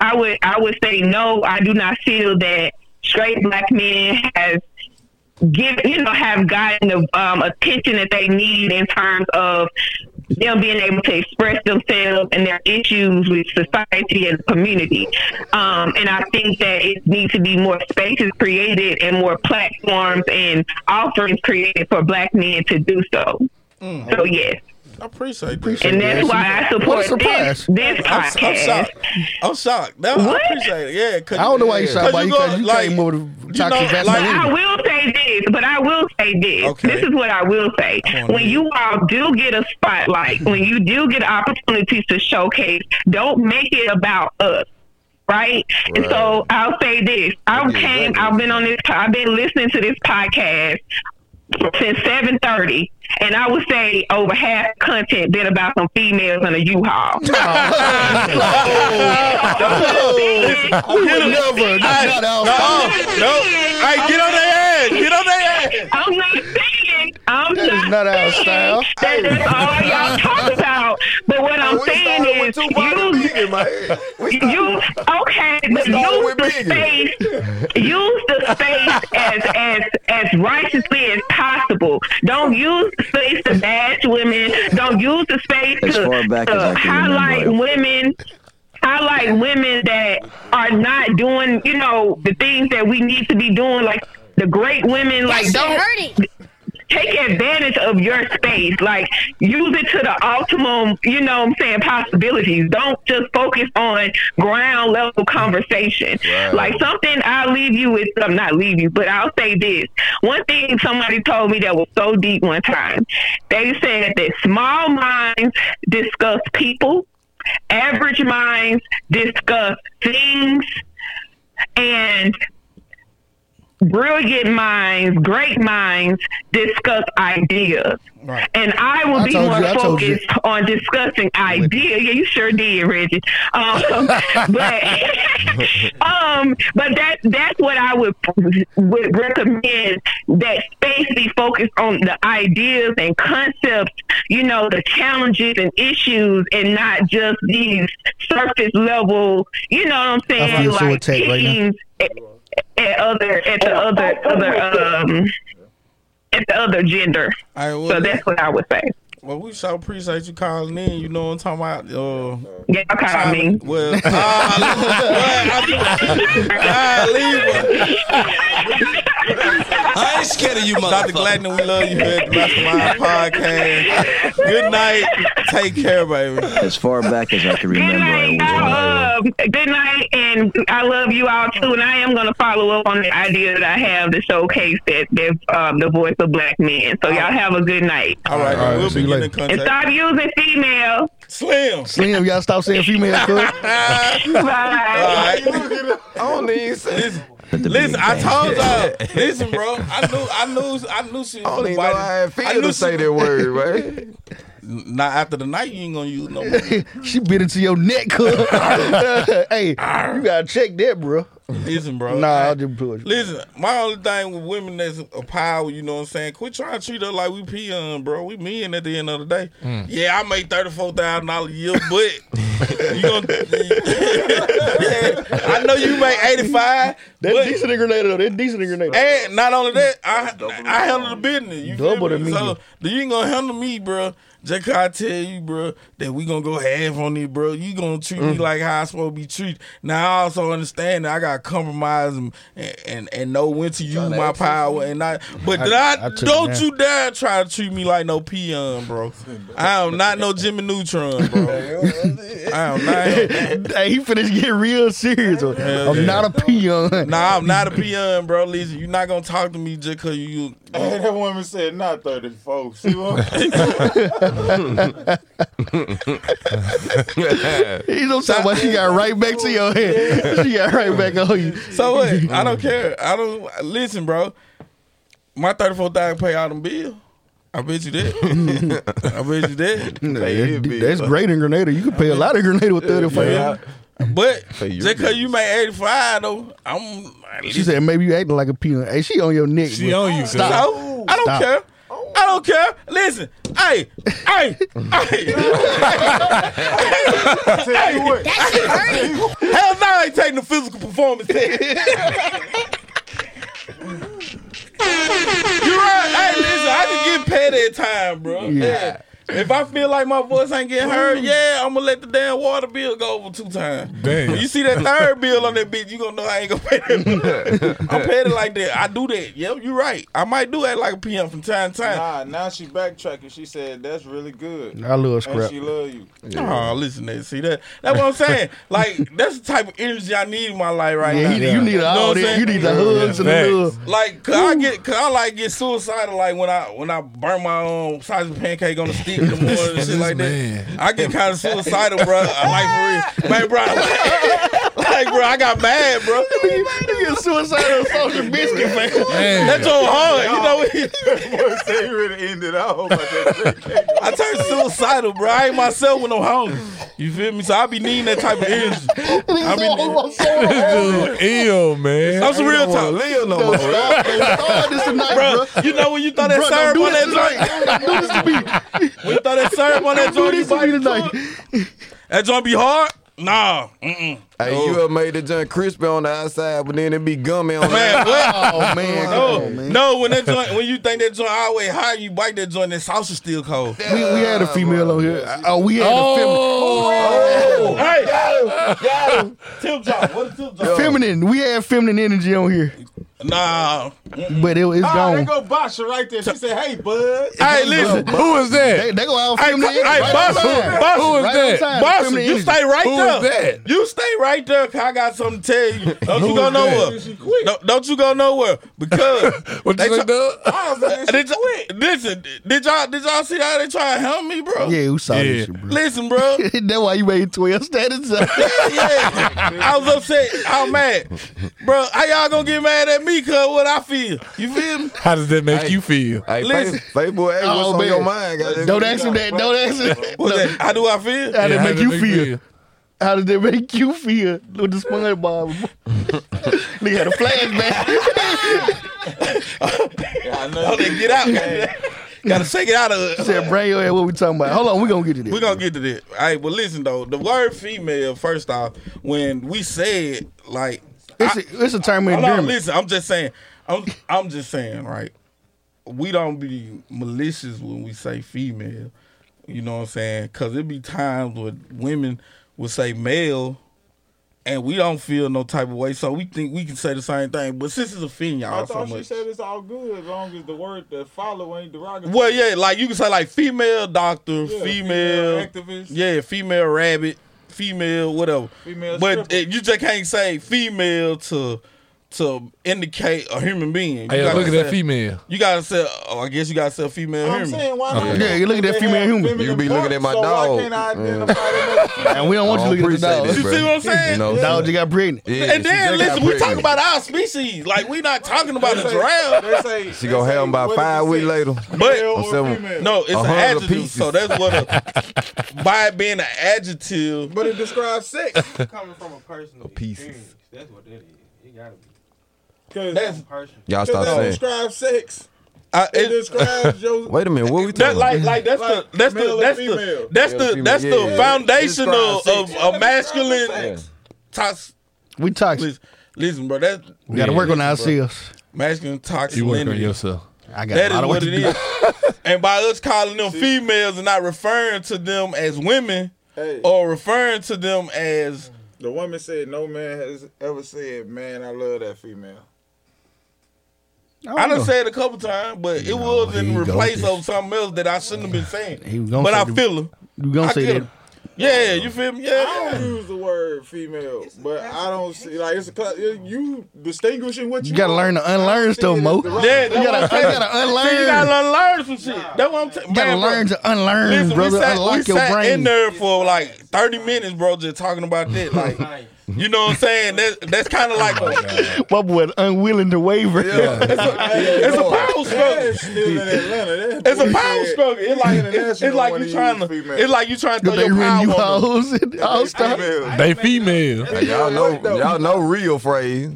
S9: I would I would say no. I do not feel that straight black men has give you know have gotten the um, attention that they need in terms of them being able to express themselves and their issues with society and community. Um, and I think that it needs to be more spaces created and more platforms and offerings created for black men to do so. So yes.
S5: I appreciate,
S1: Appreciate
S9: And that's
S1: that.
S9: why I
S1: What a
S9: support
S1: surprise.
S9: this, this
S5: that. I'm, I'm
S9: podcast.
S5: shocked. I'm shocked. That, I
S9: What?
S5: appreciate it. Yeah, 'cause-
S1: I don't know why you shocked
S5: Cause
S1: about
S5: you
S1: you
S5: go,
S1: because you
S5: like,
S1: came over
S5: you
S1: to toxic
S5: know,
S1: fast
S5: like-
S1: money.
S9: I will say this, but I will say this.
S5: Okay.
S9: This is what I will say. When you all do get a spotlight, when you do get opportunities to showcase, don't make it about us. Right? And so I'll say this.
S3: Yeah,
S9: I came
S3: exactly.
S9: I've been on this I've been listening to this podcast since seven thirty and I would say over half content been about some females in a U Haul.
S1: never. That's not how-
S5: Oh, no. Hey, get on their ass. Get on their ass.
S9: I'm not saying I'm
S1: That is not our
S9: saying
S1: style.
S9: That is all y'all talk about. But what I'm
S2: Oh, we
S9: saying
S2: started
S9: is,
S2: with two white and
S9: you,
S2: vegan, man. We started
S9: you okay? But
S2: started
S9: use
S2: with
S9: the
S2: bigger.
S9: space. Use the space as as as righteously as possible. Don't use the space to bash women. Don't use the space
S3: As
S9: to,
S3: far back
S9: to
S3: as I can
S9: highlight
S3: remember.
S9: women I like women that are not doing, you know, the things that we need to be doing, like the great women, like don't take advantage of your space. Like use it to the optimum, you know what I'm saying, possibilities. Don't just focus on ground level conversation. Like something I'll leave you with I'm not leave you, but I'll say this. One thing somebody told me that was so deep one time. They said that small minds discuss people average minds discuss things and brilliant minds great minds discuss ideas
S5: Right.
S9: and i will
S1: I
S9: be
S1: told
S9: more
S1: you, I told you.
S9: focused on discussing ideas yeah you sure did reggie um, but um but that that's what i would would recommend that space be focused on the ideas and concepts you know the challenges and issues and not just these surface level you know what i'm saying
S1: feel so
S9: like
S1: attacked right now.
S9: pickings at, at other at the other other um at the other gender
S5: Hey, well,
S9: so that's what i would say
S5: well, we so appreciate you calling in. You know what I'm talking about? Uh,
S9: yeah call me
S5: Well, Ah, I leave her.
S10: I ain't scared of you,
S5: Dr.
S10: motherfucker.
S5: Gladden, we love you here at the Mastermind Podcast. Good night. Take care, baby.
S3: As far back as I can
S9: Good
S3: remember,
S9: night,
S3: I was.
S9: y'all. Uh, good night, and I love you all too. And I am going to follow up on the idea that I have to showcase that that um, the voice of black men. So y'all have a good night,
S5: All right,
S1: All right,
S5: we'll
S1: see you
S5: be getting in
S9: and
S5: contact.
S9: stop using female.
S5: Slim.
S1: Slim, y'all stop saying female. cuz.
S5: All
S9: Bye.
S5: right.
S2: on these.
S5: Listen,
S3: But the
S5: listen,
S3: big
S5: I
S3: bang.
S5: told y'all. Listen, bro. I knew, I knew, I knew
S2: I don't
S5: she was gonna
S2: even know
S5: bite.
S2: how it
S5: I
S2: feels
S5: knew
S2: to
S5: she-
S2: say that word, right?
S5: Now after the night, you ain't gonna use no. more.
S1: she bit into your neck. cuz. hey, you gotta check that, bro.
S5: Listen, bro.
S1: Nah, I'll just put it.
S5: Listen, my only thing with women that's a power, you know what I'm saying? Quit trying to treat her like we peon, bro. We men at the end of the day. Yeah, I make thirty four thousand dollars a year, but you gonna yeah, I know you make eighty five.
S1: That's
S5: But
S1: decent in Grenada, though. That's decent in Grenada.
S5: and not only that, I I handle the business. You
S1: Double the
S5: feel me?
S1: meaning.
S5: So you ain't gonna handle me, bro. Just 'cause I tell you, bro, that we gonna go half on it, bro. You gonna treat
S1: Mm.
S5: me like how I supposed to be treated. Now I also understand that I gotta compromise and and, and know when to use my power and not. But not,
S1: I took it
S5: don't
S1: down.
S5: you dare try to treat me like no peon, bro. I am not no Jimmy Neutron, bro. I don't know.
S1: hey, he finna get real serious. I'm
S5: yeah.
S1: not a peon.
S5: Nah, I'm not a peon, bro. Lisa, you're not gonna talk to me just cause you.
S8: Hey, that woman said not 34. See what?
S1: You know what I'm saying? But she got right back to your head. She got right back on you.
S5: So what? I don't care. I don't listen, bro. My thirty four thousand pay all them bills. I bet you that. I bet you that.
S1: That- That's great in Grenada. You can pay a lot of Grenada with 35.
S5: But
S3: Pay your
S5: just cause
S3: bills.
S5: you made eighty five though, I'm.
S1: She said, maybe you acting like a peon. Hey, she on your neck.
S4: She
S1: bro.
S4: on you,
S5: So,
S4: Stop.
S5: I don't
S1: Stop.
S5: care. I don't care. Listen, hey, hey, hey, hey. Hell no, I ain't taking the physical performance test. you right. Hey, listen, I can get petty at time, bro. Yeah. If I feel like my voice ain't getting heard, yeah, I'm gonna let the damn water bill go over two times.
S4: Damn.
S5: When you see that third bill on that bitch, you gonna know I ain't gonna pay that bill. I'm paying it like that. I do that. Yep, you right. I might do that like a PM from time to time.
S2: Nah, now she backtracking. She said that's really good.
S1: I love
S2: And
S1: scrap.
S2: she love you.
S5: Oh, listen to that. See that? That's what I'm saying. like that's the type of energy I need in my life right
S1: Yeah,
S5: now.
S1: he, you need
S5: know
S1: all
S5: what I'm
S1: that. You
S5: saying?
S1: need the hugs and the
S4: Facts.
S1: love.
S5: Like, cause I get, cause I like get suicidal. Like when I when I burn my own sausage pancake on the stick in the morning and
S4: This
S5: shit like
S4: man.
S5: that. I get kind of suicidal, bro. I like for real, man, bro. Like, bro, I got mad, bro.
S1: You get suicidal social biscuit, man.
S5: That's so hard, you know.
S8: Say you really ended out. But that
S5: I turn suicidal, bro. I ain't myself when I'm home. You feel me? So I be needing that type of energy. I be,
S4: Dude, ill, man.
S5: I'm some real
S3: wanna
S5: talk,
S3: live no more.
S1: Start this tonight, bro.
S5: bro. You know when you throw that
S1: Bro, don't
S5: syrup
S1: do
S5: on
S1: this
S5: that joint,
S1: tonight. Don't do this to me.
S5: when you throw that syrup on that
S1: Don't
S5: joint,
S1: do
S5: you
S1: this to
S5: bite
S1: me
S5: into
S1: tonight.
S5: it. That joint be hard. Nah, mm-mm.
S3: Hey, you have made the junk crispy on the outside, but then it be gummy on the
S5: man, what?
S1: Oh man,
S5: No,
S1: come on, man.
S5: no, when that joint, when you think that joint always high, you bite that joint, that sauce is still cold.
S1: We, we had a
S5: Ah,
S1: female on here. Oh, we had
S5: Oh. Hey, tip drop, what a tip
S1: a
S5: drop.
S1: feminine. Feminine. We had feminine energy on here,
S5: Nah,
S1: but it,
S5: Ah,
S1: it's
S2: Oh, there
S1: gone.
S2: go Basha right there. She said, hey, bud.
S5: hey, listen,
S4: Who is
S1: They,
S4: that?
S1: they go out
S5: hey,
S1: feminine.
S5: hey,
S1: energy right
S5: boss,
S1: on time.
S5: boss,
S4: Who is
S1: Right
S4: that?
S1: on time,
S5: Boss,
S1: feminine
S5: you
S1: energy.
S5: stay right
S4: Who
S5: there.
S4: is that?
S5: You stay right there, 'cause I got something to tell you. Don't you
S4: Who
S5: go
S4: is
S5: nowhere. Don't, don't you go nowhere because
S4: What
S5: they
S4: you say,
S5: try-
S4: Doug?
S5: did y'all, listen, did y'all did y'all see how they try to help me, bro?
S1: Yeah, we saw
S4: Yeah.
S1: this shit, bro.
S5: Listen, bro.
S1: That's why you made twelve status. up.
S5: yeah. I was upset. I'm mad. Bro, how y'all gonna get mad at me cuz what I feel? You feel me?
S4: How does that make you feel?
S3: Hey,
S5: Listen.
S3: Faith, Faith boy, hey, what's
S1: Oh,
S3: on
S1: man.
S3: your mind? goddamn?
S1: Don't ask him that. Don't ask him.
S5: What's that? How do I feel?
S1: How did
S4: Yeah,
S1: it
S4: how
S1: make
S4: does
S1: you
S4: it
S1: feel? How did that make you feel with the SpongeBob? Nigga had a flashback.
S5: Oh, they get out. Gotta shake it out of
S1: Said, bring your ass. What we talking about? Hold on, we gonna get to this.
S5: We're gonna get to that. All right, but listen though, the word female, first off, when we said like
S1: It's a, it's a term of
S5: Hold on,
S1: endearment.
S5: listen. I'm just saying. I'm I'm just saying. Right. We don't be malicious when we say female. You know what I'm saying? Because it be times where women will say male, and we don't feel no type of way, so we think we can say the same thing. But since it's offending
S2: I
S5: y'all so
S2: thought she
S5: much.
S2: said it's all good as long as the word that follow ain't derogatory.
S5: Well, yeah, like you can say like female doctor,
S2: Yeah,
S5: female,
S2: female activist.
S5: yeah, female rabbit, female whatever.
S2: Female
S5: but
S2: stripper.
S5: it, you just can't say female to to indicate a human being. You
S4: Hey,
S5: gotta
S4: look at
S5: say-
S4: that female.
S5: You gotta sell. Oh, I guess you gotta sell female
S2: I'm
S5: hearing.
S2: saying why not?
S1: Yeah, you look at that
S2: They
S1: female
S2: have
S1: human.
S2: feminine
S3: You be looking at my
S2: parts, so
S3: dog.
S2: Why can't I identify them as female?
S1: And we don't want
S3: I
S1: you
S3: don't
S1: looking at the
S3: appreciate
S1: dog.
S3: this,
S5: You
S3: bro.
S5: see what I'm saying?
S3: You know,
S1: Dog just got pregnant.
S3: yeah, she
S5: and
S3: just
S5: then
S3: got
S5: listen, we talk
S3: pregnant.
S5: about our species. Like we not talking about a
S2: They say-
S5: giraffe.
S2: They say
S3: She gonna
S2: they
S3: have him
S2: say,
S3: by
S2: what
S3: five
S2: is it
S3: weeks
S2: say?
S3: later.
S5: But
S2: Male
S3: I'm
S2: or
S3: saying-
S2: female?
S5: no, it's
S3: A
S5: an
S3: hundred
S5: adjective.
S3: pieces.
S5: So that's what a, by it being an adjective.
S2: but it describes sex.
S6: Coming from a personal
S3: piece.
S6: experience. That's what that is. It gotta be.
S2: Cause
S5: That's-
S6: Personal.
S3: Y'all
S2: Cause
S3: stop
S2: that
S3: saying.
S2: describes sex.
S5: I,
S2: It
S5: it,
S2: describes your.
S3: Wait a minute, what we
S5: that
S3: talking
S5: like
S3: about?
S5: like that's
S2: Like
S5: the that's the
S2: male or
S5: that's the
S2: female.
S5: that's
S3: Male or
S5: the
S3: female,
S5: that's the
S3: yeah.
S5: foundation of
S3: It's five,
S5: of
S3: six.
S5: a masculine
S3: Yeah.
S5: tox.
S1: We toxic.
S5: Listen, listen, bro. That
S1: We gotta work on ourselves.
S5: masculine
S4: You work on
S5: toxicity.
S4: yourself.
S1: I got
S5: That
S1: a lot
S5: is
S1: of work
S5: what
S1: to
S5: it
S1: do.
S5: is. and by us calling them females and not referring to them as women
S2: Hey,
S5: or referring to them as
S2: the woman said no man has ever said, "Man, I love that female."
S5: I done said it a couple times, but it was
S1: here
S5: in
S1: you go with
S5: replace
S1: this.
S5: of something else that I shouldn't have been saying.
S1: He was gonna
S5: But
S1: say
S5: I
S1: the-
S5: feel her.
S1: You gonna
S5: I
S1: say
S5: get
S1: that?
S5: her. Yeah, you feel me?
S2: I
S5: Yeah.
S2: don't use the word female, but I don't see like it's a cla- you distinguishing what you.
S1: You gotta learn to unlearn stuff, Mo. You
S5: Yeah, that's
S1: gotta, you
S5: what I'm saying.
S1: gotta
S5: See, you
S1: unlearn.
S5: gotta learn some shit. That's what I'm saying.
S1: You gotta learn to unlearn,
S5: Listen,
S1: brother.
S5: we sat, we
S1: Unlock your
S5: sat in
S1: brain.
S5: there for like 30 minutes, bro, just talking about that. Like, you know what I'm saying? That, that's kind of like a,
S1: My boy unwilling to waver.
S5: it's a power struggle.
S2: Still in Atlanta.
S5: It's a power struggle. It's like it's, it's
S8: International
S5: like
S8: one
S5: you
S8: of
S5: trying
S8: these
S5: to
S8: females.
S5: it's like you trying to throw
S1: they
S5: your
S1: ring
S5: power
S1: you
S5: on them.
S1: hoes and all stuff.
S8: Female.
S4: They female.
S3: Hey, y'all know, y'all know real phrase.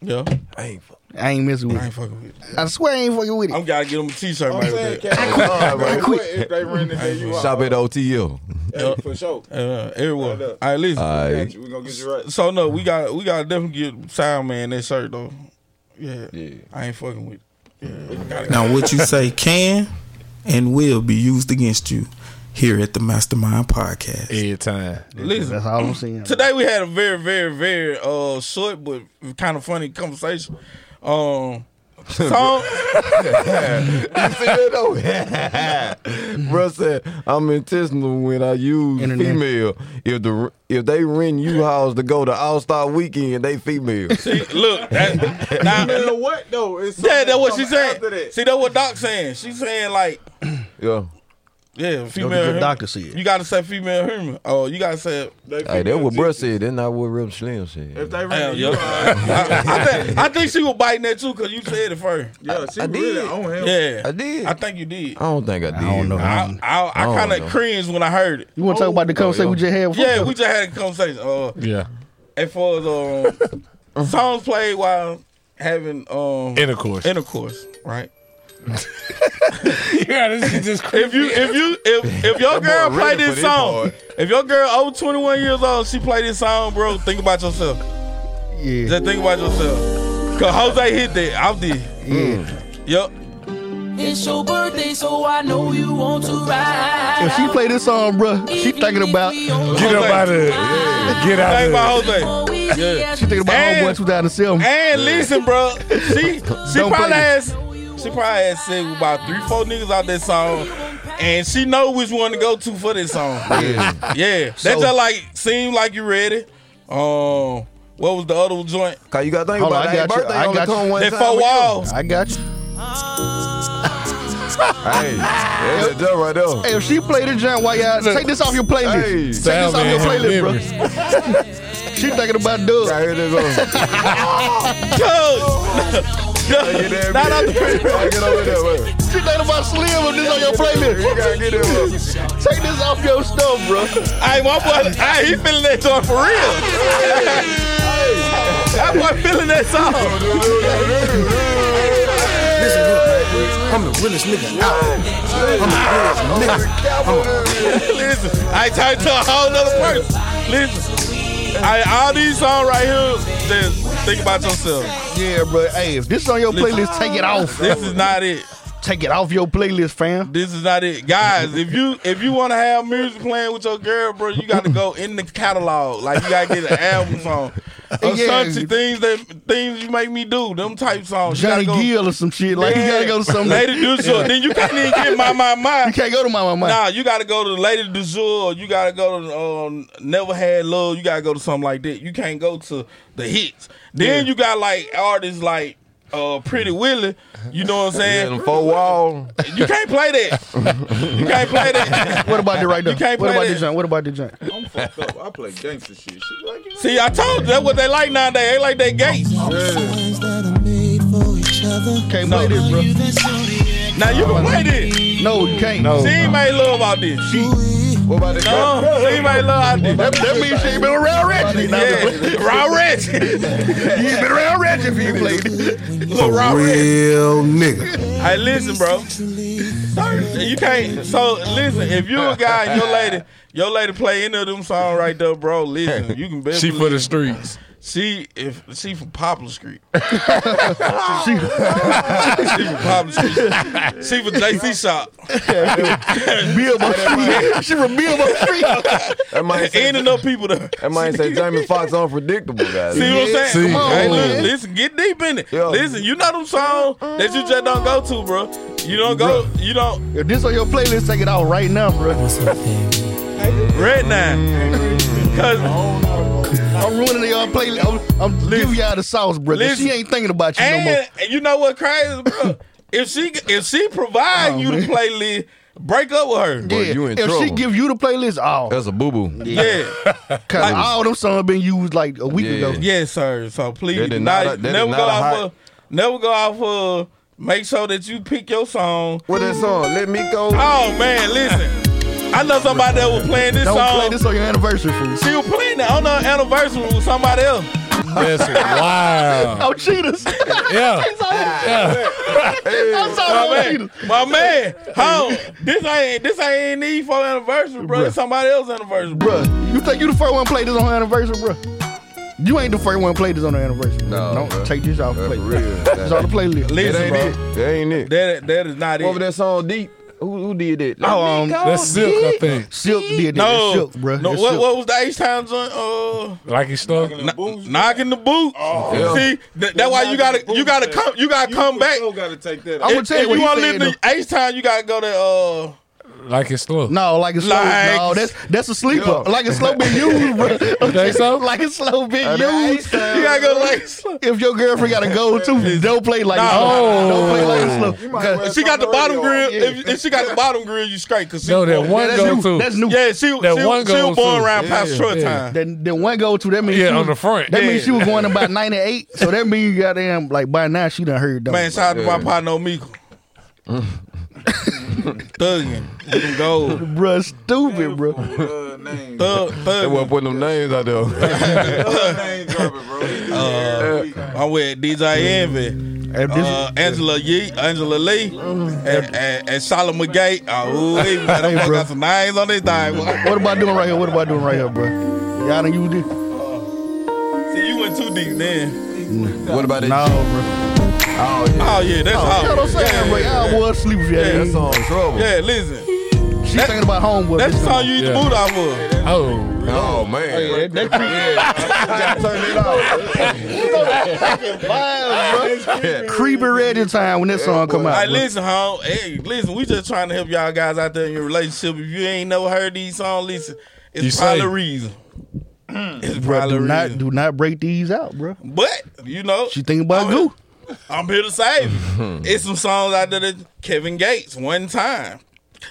S5: Yeah,
S3: I ain't fuck.
S1: I ain't messing with
S5: I
S1: it.
S5: ain't fucking with it.
S1: I swear I ain't fucking with it.
S5: I'm gotta get him a T-shirt
S2: I'm
S5: right
S2: saying,
S5: with that.
S2: Cap,
S3: All right,
S2: I
S3: bro.
S2: quit if they run this thing, you out.
S3: Shop at OTL.
S2: Hey, for sure.
S5: Uh, everyone, all
S2: Hold up.
S5: right, listen.
S3: All
S2: We're
S3: right.
S2: gonna get you right.
S5: So no, we got we got to definitely get Sound Man that shirt though. Yeah,
S3: Yeah.
S5: I ain't fucking with. It.
S10: Now, what you say can and will be used against you here at the Mastermind Podcast.
S4: Every time.
S5: Listen,
S1: That's all I'm saying.
S5: today we had a very very very uh short but kind of funny conversation. Um, song,
S3: See that though? Bro said I'm intentional when I use
S1: Internet.
S3: female. If the if they rent you house to go to All Star Weekend, they female.
S5: see, look, that, now,
S2: You know what though? It's
S5: yeah,
S2: something
S5: that's what she
S2: come after
S5: saying.
S2: that.
S5: See, that's what Doc saying. She's saying like,
S3: Yeah.
S5: yeah,
S1: Go
S5: female.
S1: get your
S5: human.
S1: doctor see it.
S5: You gotta say female human. Oh, you gotta say.
S2: They
S3: Hey, that's
S2: female
S3: what Bro
S2: gypsies.
S3: said. That's not what Rip Slim said.
S2: If they
S5: Damn,
S2: run
S5: yo.
S2: you out,
S5: I, I think, I think she was biting that too because you said it first.
S2: yeah, she
S3: I
S2: really
S3: did.
S2: on him.
S5: Yeah,
S3: I did.
S5: I think you did.
S3: I don't think I did.
S1: don't know.
S5: I I, I
S3: I don't
S5: kind
S3: know.
S5: of cringed when I heard it.
S1: You want to talk about the conversation we just had? before?
S5: Oh, Yeah, we just had a conversation. Uh,
S4: Yeah.
S5: as far as um, songs played while having um
S4: Intercourse.
S5: intercourse, right?
S4: yeah, this is just
S5: If you if you if if your girl
S3: boy
S5: play
S3: ready for
S5: this
S3: this
S5: song,
S3: part.
S5: if your girl over twenty one years old, she play this song, bro. Think about yourself.
S1: yeah.
S5: Just think about yourself. Cause Jose hit that. I did. Yup.
S11: It's your birthday, so I know you want to ride.
S1: If she play this song, bruh, she thinking about she
S4: get up out of it. Get
S5: Think
S4: out
S5: about
S4: of
S5: Jose.
S11: Yeah.
S1: thinking about
S5: And-
S1: homeboy 2007.
S5: And listen, bro, she she
S1: Don't play
S5: probably has she probably has said about three, four niggas out that song, and she know which one to go to for this song. Yeah, yeah. that just like seem like you ready. Um, what was the other joint?
S3: Cause you gotta think
S1: Hold on,
S3: about it.
S1: I
S3: Hey,
S1: got you.
S3: birthday
S1: I
S3: only
S1: got
S3: come
S1: you.
S3: one
S5: That
S3: time
S5: four
S3: a year.
S5: walls.
S1: I got you.
S3: Hey, that's a dub right there.
S1: Hey, if she play the joint, why y'all take this off your playlist?
S3: Hey,
S1: take this off your playlist, bro. She thinking about Doug.
S3: Right here, that's on.
S5: Cuz, not out the
S3: Hey, Get over there, bro.
S1: She thinking about Slim. If this on your playlist,
S3: You gotta get there, bro.
S1: take this off your stuff, bro.
S5: Hey, my boy, hey, he feeling that joint for real. that boy feeling that song.
S10: Listen, look, man, I'm the realest nigga out. I'm the realest nigga.
S5: Listen, I turned to a whole other person. Listen, I, all these songs right here, just think about yourself.
S1: Yeah, bro. Hey, if this on your playlist, take it off.
S5: This is not it.
S1: Take it off your playlist, fam.
S5: This is not it, guys. If you if you want to have music playing with your girl, bro, you got to go in the catalog. Like you got to get an album song. Or
S1: Yeah.
S5: something, things that things you make me do, them type songs. You
S1: Johnny
S5: gotta go-
S1: Gill or some shit. Like you gotta go to some.
S5: Lady do so. Then you can't even get my my my.
S1: You can't go to my mama.
S5: Nah, you gotta go to Lady Du Jour. You gotta go to um, Never Had Love. You gotta go to something like that. You can't go to the hits. Then you got like artists like uh, Pretty Willie. You know what I'm
S3: Yeah,
S5: saying?
S3: them four walls.
S5: You can't play that. You can't play that.
S1: What about it right there?
S5: You can't
S1: What
S5: play
S1: about
S5: that.
S1: this joint? What about this joint?
S2: I'm fucked up. I play gangster shit. She like, you
S5: See, I told you that's what they like nowadays. They like that gate.
S1: Can't play this, bro.
S5: Now you can play this.
S1: No, you can't.
S5: She ain't made love out this.
S3: What about the
S5: No, she ain't made love out this.
S1: That, that means she ain't been around Ratchet. Nah,
S5: Yeah, raw ratchet.
S1: You ain't been around Ratchet if you ain't played it.
S5: Little raw ratchet.
S10: Real nigga.
S5: Hey, listen, bro. You can't. So listen, if you a guy and your lady, your lady play any of them songs right there, bro. Listen, you can bet
S4: She for the streets.
S5: she if she from Poplar Street. she, she from Poplar Street. She from JC Shop.
S1: Bilbo Street. She from Bilbo Street.
S3: That might say,
S5: Ending up people there.
S3: that might say Jamie Foxx unpredictable, guys.
S5: See what I'm saying?
S4: See,
S5: Come on, hey,
S4: come
S5: look,
S4: on.
S5: listen, get deep in it.
S3: Yeah.
S5: Listen, you know them songs that you just don't go to, bro. You don't go. You don't.
S1: If this on your playlist, take it out right now, bro.
S2: hey,
S5: Right now.
S4: Mm.
S5: Cause
S1: I'm ruining y'all playlist. I'm, I'm giving y'all the sauce, brother.
S5: Listen.
S1: she ain't thinking about you
S5: and,
S1: no more.
S5: and you know what crazy, bro? if she if she provide
S3: Oh,
S5: you the playlist, break up with her.
S1: yeah, if she give you the playlist, oh,
S3: That's a boo boo.
S5: yeah.
S1: cause all them songs been used like a week ago.
S5: Yes, sir. So please,
S3: That is
S5: not-
S3: not a- that is
S5: never,
S3: not
S5: go
S3: a
S5: off
S3: hot-
S5: of, never go off of. Make sure that you pick your song.
S3: What that song? Let me go.
S5: Oh man, listen. I know somebody that was playing this
S1: Don't
S5: song.
S1: play this on your anniversary, fool.
S5: She was playing it on her anniversary with somebody else.
S4: That's wild.
S1: Oh, cheaters.
S4: Yeah. yeah.
S1: I'm
S5: My
S1: sorry,
S5: man, my man, how this ain't this ain't need for anniversary, bro. It's somebody else's anniversary, bro.
S1: Bruh, you think you the first one play this on her anniversary, bro? You ain't the first one play this on her anniversary. bruh.
S3: No,
S1: Don't
S3: bruh.
S1: take this off the
S3: That's
S1: playlist.
S3: real.
S1: It's on the
S3: That
S1: playlist.
S3: that
S5: Listen,
S3: ain't
S5: bro.
S3: it. That ain't it.
S5: That that is not
S3: What was
S5: it.
S3: that song deep? Who, who did it? Let
S1: Oh,
S3: me
S1: um,
S3: go
S4: That's silk, I
S3: deep.
S4: think.
S1: Silk did that.
S5: No,
S1: Silk, bro.
S5: no. What, what was the H times on?
S4: Like it's stuck.
S5: Uh, kn- knocking the boots. Oh, See, th- that's why you gotta you gotta come you gotta come back.
S2: You gotta take that.
S1: I'm
S2: out.
S1: gonna
S5: If
S1: tell you
S5: you
S1: what
S5: wanna
S1: he said.
S5: live
S1: though.
S5: the H time, you gotta go to uh.
S4: Like it's slow.
S1: No, like it's slow.
S5: Like-
S1: no, that's that's a sleeper. Like it's slow been used, bro.
S4: think so?
S1: Like it's slow been used.
S5: uh, You gotta go like
S1: If your girlfriend got a goal too, don't play like
S5: No.
S1: it's slow. Don't play like it's slow.
S2: as
S1: Cause
S2: well
S5: If she got the bottom grill,
S1: Yeah.
S5: if, if she got the bottom grill, you straight. Cause she,
S4: No, that one
S1: that's
S4: go
S1: new.
S4: to.
S1: That's new.
S5: yeah, she
S4: that
S5: she,
S4: one
S5: she
S4: goes
S5: was born
S4: through.
S5: around past
S4: Yeah,
S5: short
S4: yeah.
S5: time.
S1: Then, then one go to that means
S4: Yeah,
S1: she
S4: on
S1: was-
S4: the front.
S1: That
S5: Yeah.
S1: means she was going about ninety eight. So that means goddamn like by now she done heard.
S5: Man,
S1: Man,
S5: shout out to my partner Miko. Thuggin, go,
S1: bro, stupid, bro.
S2: Uh, name,
S5: thug,
S3: They wasn't
S5: thug.
S3: putting them names out there.
S2: name dropping, bro. He do that every week.
S5: Uh, I'm with DJ Envy,
S1: And this- Mm.
S5: uh, Angela Yee, Angela Lee, and, and, and Solomon Gate. Oh, we man, them
S1: Hey,
S5: boys
S1: bro.
S5: got some names on this thing. boy.
S1: what am I doing right here? What am I doing right here, bro? Y'all done used it?
S5: See, you went too deep then.
S3: what about that?
S1: No, bro.
S5: Oh yeah, that's
S1: You know
S5: how.
S1: what I'm saying, bro? I was sleeping. Yeah,
S3: That song trouble.
S5: Yeah, listen,
S1: She thinking about homeboy.
S5: that's the song you eat the
S4: Yeah.
S5: boot off of.
S4: Oh,
S3: Oh man.
S1: that, that, creepy ready time when that song come
S5: Hey,
S1: out. bro.
S5: listen, home. Hey, listen, we just trying to help y'all guys out there in your relationship. If you ain't never heard these songs, listen, it's
S4: You
S5: probably
S4: say.
S5: a reason. it's
S1: Bro,
S5: probably a
S1: do not
S5: reason.
S1: do not break these out, bro.
S5: but you know,
S1: She thinking about
S5: I'm,
S1: goo.
S5: I'm here to save you. it's some songs out there that Kevin Gates one time.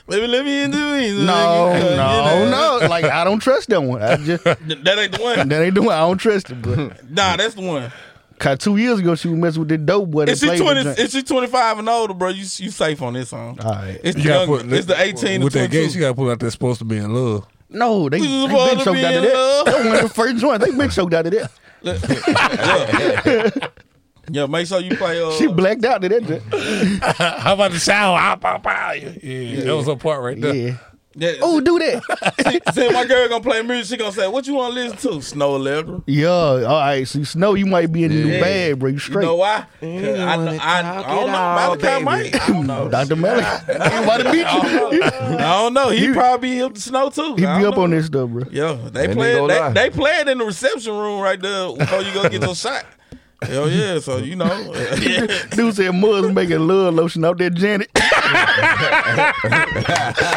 S5: Baby, let me into it.
S1: No,
S5: You
S1: no,
S5: know,
S1: no. Like I don't trust that one. I just that
S5: th- That ain't the one.
S1: ain't doing. I don't trust it, bro.
S5: Nah, that's the one.
S1: Cause two years ago she was messing with the dope boy. that
S5: If she
S1: played with
S5: twenty,
S1: Drake.
S5: if she twenty five and older, bro, you you safe on this song.
S1: All right.
S5: It's the
S4: you gotta
S5: young,
S4: put.
S5: it's the eighteen to
S4: with that
S5: twenty
S4: gate. You
S5: two.
S4: gotta put out that's supposed to be in love.
S1: No, they, they
S5: We was
S1: been
S5: born to
S1: choked
S5: be
S1: out of
S5: in
S1: that.
S5: love.
S1: That wasn't the first joint. They been choked out of that.
S5: Yeah, make sure you play. Uh,
S1: She blacked out to that. joint.
S4: How about the shower? Hop, hop, hop. Yeah, yeah, that was a part right there.
S1: Yeah.
S5: yeah,
S1: Oh, do that.
S5: See, see, my girl gonna play music. She gonna say, "What you want to listen to?" Snow Allegra.
S1: yeah. All right. So you know you might be in the new bag, bro. You
S5: You
S1: straight.
S5: know why? 'Cause I, kn- I, I, don't know. Malachi might. I don't know.
S1: Dr. Malik. he about to beat you.
S5: I don't know. He probably hit the snow too.
S1: He
S5: I
S1: be
S5: don't
S1: up on
S5: know.
S1: this stuff, bro.
S5: Yeah, they
S3: ain't
S5: play.
S3: gonna
S5: They,
S3: lie.
S5: they play it in the reception room right there before you go get your shot. Hell yeah! So you know,
S1: Dude said Muzz making love lotion out there, Janet.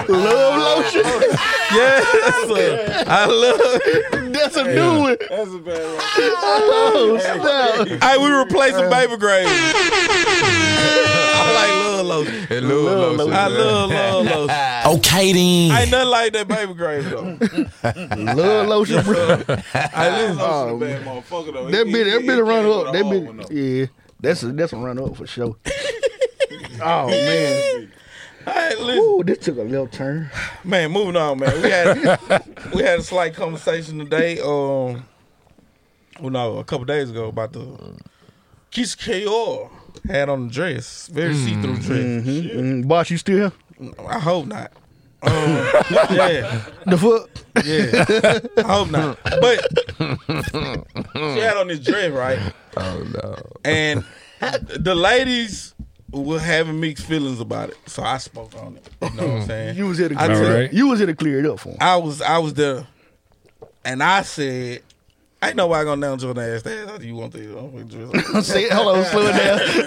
S1: love lotion.
S5: yeah. So, I love.
S1: That's a new one.
S2: That's a bad one.
S1: Oh, snap.
S5: Hey, we replacing baby graves. I like love lotion.
S3: Hey, Lil Lotion,
S5: I
S3: man.
S5: love love lotion.
S10: Okay then.
S5: Ain't nothing like that baby grave though.
S1: Love lotion, bro. Oh,
S2: I
S10: Oh.
S2: love bad motherfucker though.
S1: That
S2: He-
S1: been
S2: he-
S1: that
S2: he
S1: been a
S2: came
S1: run
S2: with a
S1: up. That
S2: hard one,
S1: been
S2: though.
S1: yeah. That's a that's a run up for sure. oh man.
S5: Hey, listen.
S1: Ooh, this took a left turn.
S5: Man, moving on, man. We had we had a slight conversation today. Um, well, no, a couple days ago about the Keisha K.R. had on the dress, very see-through dress.
S2: Mm-hmm.
S1: Mm, boss, you still here?
S5: I hope not. Um, yeah,
S1: The fuck?
S5: yeah. I hope not. But she had on this dress, right? Oh no. And the ladies were having mixed feelings about it, so I spoke on it. You know what I'm saying?
S1: You was here to
S5: I
S1: clear
S5: took-
S1: it up. You was here to clear it up for him.
S5: I was I was there, and I said Ain't nobody gonna down your ass. That you want to
S1: See, hold on, slow it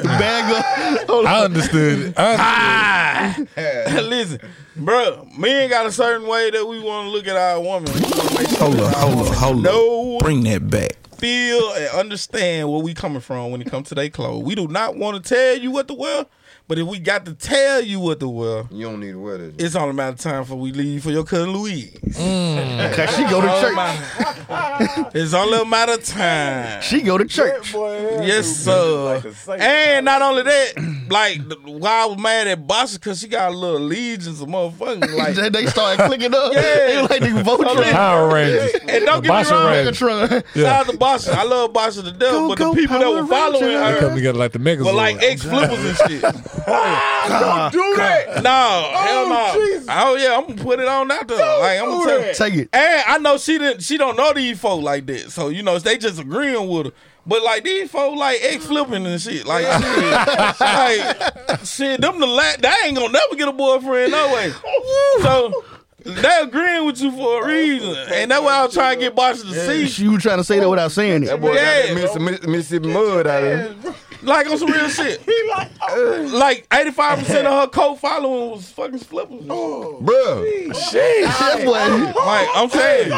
S1: down. Bag up. Hold
S4: I understood it. I
S5: Listen, bro, men got a certain way that we want to look at our woman. We wanna make sure
S10: Hold
S5: that
S10: up,
S5: our
S10: hold up,
S5: woman
S10: hold
S5: know,
S10: up. Bring that back.
S5: feel, and understand where we coming from when it comes to their clothes. We do not want to tell you what to wear, but if we got to tell you what to wear,
S12: You don't need to wear this.
S5: it's only a matter of time before we leave for your cousin Louise.
S1: Cause she go to
S2: Oh,
S5: It's
S1: church.
S5: only a- It's only a matter of time.
S1: She go to church.
S5: Yes, sir. and not only that, like the- why I was mad at Bossa because she got a little legions of motherfucking like
S1: They- they started clicking up.
S5: Yeah,
S1: They like the vultures. Power Rangers.
S5: And don't get
S1: Bossa
S5: me wrong,
S1: Rangers.
S5: shout out to Bossa. I love Bossa to death, but the people that were following
S4: They come
S5: her
S4: together like the Megazord.
S5: were like ex flippers and shit.
S4: God,
S5: do that. No, hell no. Oh yeah, I'm gonna put it on out there. like I'm gonna tell
S1: that. Take it.
S5: And I know she didn't. She don't know these folk like that. So you know they just agreeing with her. But like these folk like ex flipping and shit. Like shit, like shit. Them the la- they ain't gonna never get a boyfriend no way. So. They agreeing with you for a reason, and that's why I was trying to get Bosh to see.
S1: She was trying to say that without saying it.
S5: That boy got that Yeah.
S12: Mississippi mud out there.
S5: Like on some real shit. like eighty five percent of her cult following was fucking flippers.
S3: Oh.
S12: Bro.
S5: Shit, that's what. Like I'm saying,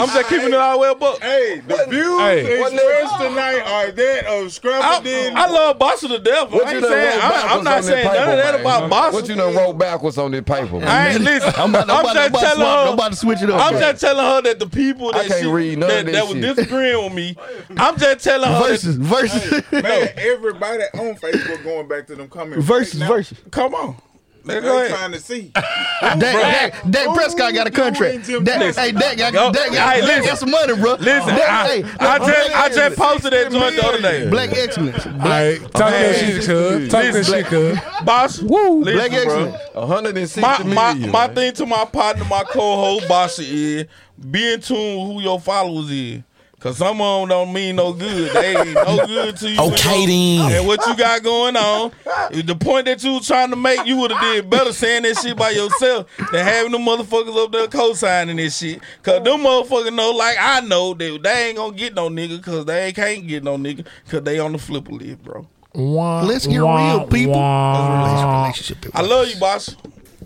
S5: I'm just keeping it all well book.
S12: Hey, the views
S4: Hey.
S12: expressed tonight are that of
S5: I,
S12: Scrubble Diddy.
S5: I love Bossa to death.
S12: What
S5: I
S12: you
S5: ain't
S12: done
S5: saying,
S12: wrote
S5: I,
S12: backwards on
S5: I'm not
S12: that
S5: saying none of
S12: paper,
S5: that
S12: man?
S5: about Bossa.
S12: What you done wrote backwards on this paper? man?
S5: I ain't listen.
S1: I'm
S5: I'm,
S1: about- I'm about- I'm
S5: just
S1: about to
S5: telling
S1: swap-
S5: her.
S1: I'm about to switch it up,
S5: I'm
S1: bro.
S5: just telling her that the people
S12: I
S5: that
S12: can't
S5: she,
S12: read none of
S5: that,
S12: that
S5: that was
S12: shit.
S5: disagreeing with me. I'm just telling her
S1: Versus,
S5: that,
S1: versus,
S12: Man, everybody on Facebook going back to them comments.
S1: versus,
S12: right now.
S1: versus.
S5: Come on, Let's go
S12: They
S5: ahead.
S12: trying to see.
S1: Dak, Dak, Dak Prescott got a contract.
S12: Jim
S1: Dak,
S12: Prescott.
S1: hey, Dak, got-
S5: Go.
S1: Dak, got-
S5: Hey,
S1: Dak
S5: listen.
S1: got some money, bro.
S5: Listen,
S1: Dak,
S5: I,
S1: hey,
S5: I just I just posted that joint the other day.
S1: black excellence. Black,
S4: Alright, talk that shit, cuz. Talk that shit, cuz.
S5: Boss, woo, listen,
S1: black
S5: bro.
S1: excellence.
S12: 160
S5: My my,
S12: million,
S5: my
S12: man.
S5: thing to my partner, my co-host, Bossa is be in tune with who your followers is. Cause some of them don't mean no good. They ain't no good to you.
S11: Okay, then.
S5: And what you got going on? The point that you was trying to make, you would have did better saying that shit by yourself than having them motherfuckers up there co-signing this shit. Cause them motherfuckers know, like I know, that they ain't gonna get no nigga, cause they can't get no nigga, cause they on the flipper list, bro.
S1: Let's get real, people. Let's relationship
S5: I love you, boss.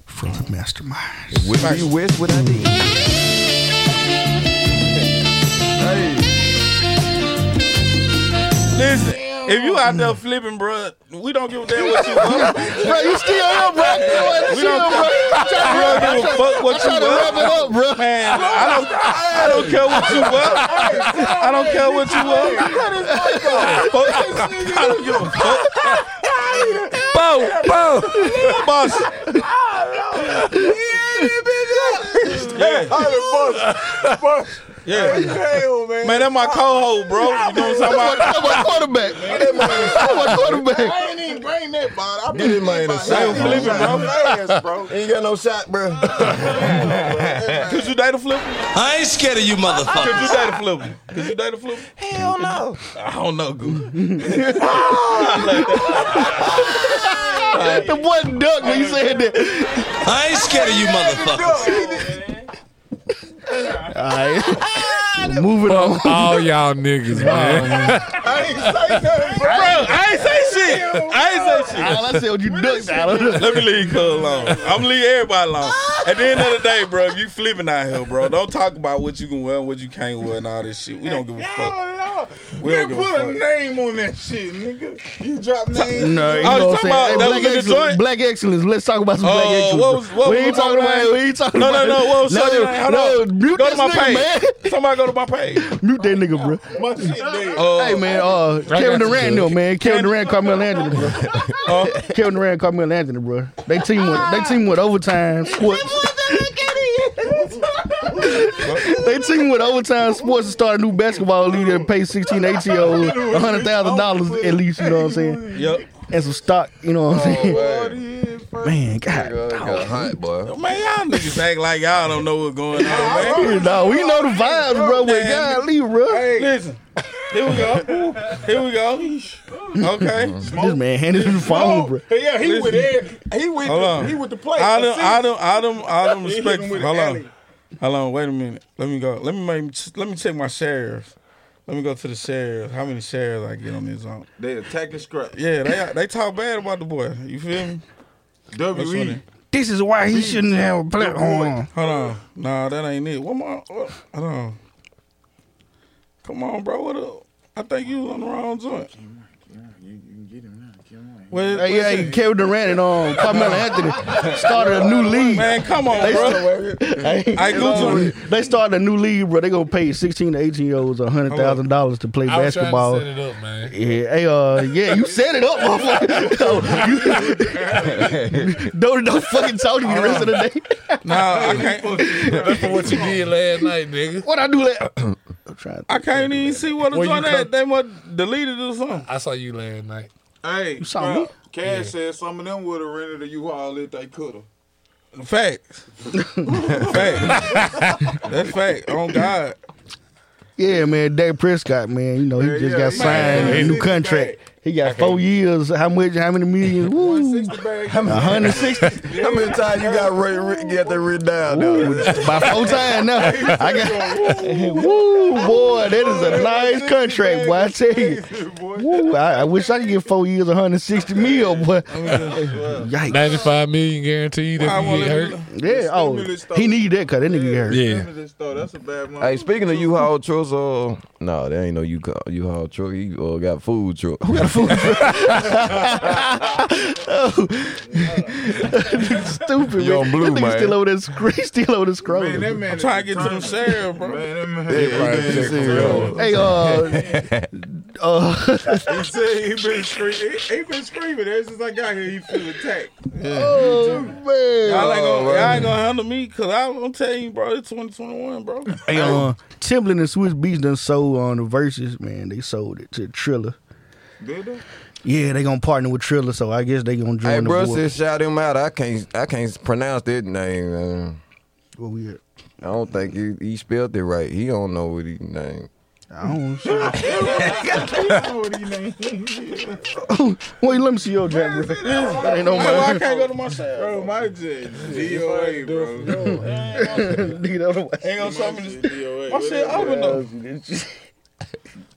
S1: from the mastermind.
S12: Would you wish what I did? Hey,
S5: Listen, if you out there flipping, bro, we don't give a damn what you want.
S1: bro, you still up, bro? You know what?
S5: We
S1: Chill,
S5: don't-
S1: bro.
S5: We
S1: Try
S5: don't give a fuck what
S1: to try
S5: you
S1: to
S5: want.
S1: wrap it up, bro.
S5: Man, I don't, I don't care what you want. I don't care what you want. Fuck, I don't give a fuck. Bo, bo, boss. Yeah,
S12: the boss.
S5: yeah.
S12: Hell, man.
S5: Man, that's my co-host, bro. You know what I'm talking about?
S1: That's my quarterback. That's my quarterback.
S12: I ain't even bring that bottle. I
S3: Get his man a shot,
S5: bro.
S12: Fast, bro.
S3: Ain't got no shot, bro.
S5: Could you date a flipper?
S11: I ain't scared of you,
S5: Could
S11: motherfucker.
S5: you date a flipper? Could you date a flipper?
S3: Hell no.
S5: I don't know, good.
S1: The boy duck when you said that.
S11: I ain't scared of you, motherfucker.
S1: All right. Moving on.
S4: All y'all niggas, man.
S5: Bro, I ain't say shit. I ain't say shit.
S1: All I said was you ducked out of this.
S5: Let me leave Cuz alone. I'm gonna leave everybody alone. At the end of the day, bro, if you flipping out here, bro, don't talk about what you can wear and what you can't wear and all this shit. We don't give a fuck.
S12: Hell, no.
S5: We
S12: Man,
S5: don't give
S12: put a
S5: a fuck.
S12: name on that shit, nigga. You drop names.
S1: No, you
S5: I was
S1: know what I'm saying.
S5: Oh, talking about
S1: Hey, black,
S5: that was in
S1: excellence,
S5: Detroit.
S1: black excellence. Let's talk about some black
S5: Uh,
S1: excellence.
S5: what
S1: bro.
S5: was- what
S1: we
S5: was
S1: ain't
S5: my
S1: talking about.
S5: name?
S1: We ain't talking
S5: No,
S1: about.
S5: no, no. What was
S1: no,
S5: something?
S1: no,
S5: Hold
S1: no,
S5: on.
S1: Mute
S5: Go
S1: this
S5: to my
S1: nigga, man.
S5: page. Somebody go to my page.
S1: Mute that nigga, bro.
S12: My shit dead.
S5: Uh,
S1: Hey man, uh, Kevin
S4: got you,
S1: Durant,
S4: Doug.
S1: though, man. Kevin Durant, Carmelo Anthony, bro.
S5: uh,
S1: Kevin Durant, Carmelo Anthony, bro. They team went. They team went overtime sports. they team with overtime sports to start a new basketball league that pays 16, 18 year olds hundred thousand dollars at least. You know what I'm saying?
S5: Yep.
S1: And some stock. You know what I'm
S8: Oh,
S1: saying? Man,
S12: I
S1: God.
S12: got hot, boy.
S5: Man, y'all niggas act like y'all don't know what's going on, man.
S1: No, we know the vibes, bro. But
S5: Damn.
S1: God, leave, bro.
S5: Listen. Here we go. Here we go. Okay.
S1: This man handed him the phone, bro.
S12: Yeah, he with
S5: Listen.
S12: Ed. He with
S5: Hold
S12: the,
S5: on.
S12: he with the play.
S5: I don't,
S12: Assist.
S5: I don't, I don't, I don't
S12: He hit him
S5: respect.
S12: with
S5: Hold
S12: an alley.
S5: on. Hold on, wait a minute. Let me go. Let me make, let me check my shares. Let me go to the shares. How many shares I get on this zone?
S12: They attacking scrap.
S5: Yeah, they they talk bad about the boy. You feel me? That's what
S12: WE.
S5: it-
S1: This is why he shouldn't have a platform.
S5: Hold on. Nah, that ain't it. What my what, hold on. Come on, bro. What up? I think you was on the wrong joint. Well,
S1: Hey, hey, Kevin Durant and um, Carmelo Anthony started a new league.
S5: Man, come on, bro. I Gucci.
S1: They started a new league, bro. They gonna pay sixteen to eighteen year olds hundred thousand dollars to play
S4: I was trying to
S1: basketball.
S4: set it up, man.
S1: Yeah, hey, uh, yeah, you set it up, motherfucker. You- don't don't fucking talk to me the rest of the day.
S5: Nah, I can't.
S4: That's for what you did last night, nigga.
S1: What I do that?
S5: I can't even see what the
S4: Where you
S5: joint
S4: come-
S5: at. They must deleted it or something.
S4: I saw you last night.
S12: Hey,
S4: You saw
S12: bruh,
S4: me?
S12: Cash said some of them would have rented a U-Haul if they could have.
S5: Facts. Facts. That's fact. On God.
S1: Yeah, man, Dak Prescott, man, you know he just got signed a new contract. He got four years. How much? How many millions? Woo, hundred sixty.
S13: How many times you got re- re- get that written down?
S1: Ooh, by four times now. I got woo boy, that is a nice contract, boy. I tell you, woo, I, I wish I could get four years, 160 mil, boy. Yikes.
S4: 95 million guaranteed if you get hurt.
S1: Yeah, oh, he need that cause that nigga get hurt.
S3: Yeah. Hey, speaking of U-Haul trucks, uh, no, there ain't no U- U-Haul truck. You uh, got food truck. Who got a food
S1: Stupid.
S3: You on
S1: man.
S3: blue,
S1: that nigga
S3: man.
S1: still over there. sc- He still over there scrolling.
S5: I'm trying to get to them shares, bro. Man,
S3: Yeah, you been serious.
S1: Hey, uh, uh,
S12: He said he been screaming. He, he been screaming ever since I got here. He feel attacked.
S1: oh man,
S5: Y'all ain't, gonna, y'all ain't gonna handle me because I'm gonna tell you, bro, it's 2021, bro.
S1: Hey, uh, Timbaland and Swiss Beats done sold on the verses, man. They sold it to Triller.
S12: Did they?
S1: Yeah, they gonna partner with Triller, so I guess they gonna join
S3: Hey,
S1: the
S3: bro,
S1: board.
S3: said shout him out. I can't, I can't pronounce that name. Man.
S1: What we at?
S3: I don't think he, he spelled it right. He don't know what he name.
S1: I don't know. Wait, let me see your jacket. bro. That ain't no
S5: Hey, why I
S1: mine.
S5: can't go to my cell?
S12: Bro, my jet. DOA, bro.
S1: Nigga, that was-
S5: Ain't gonna show me
S12: DOA.
S5: this. My shit open though.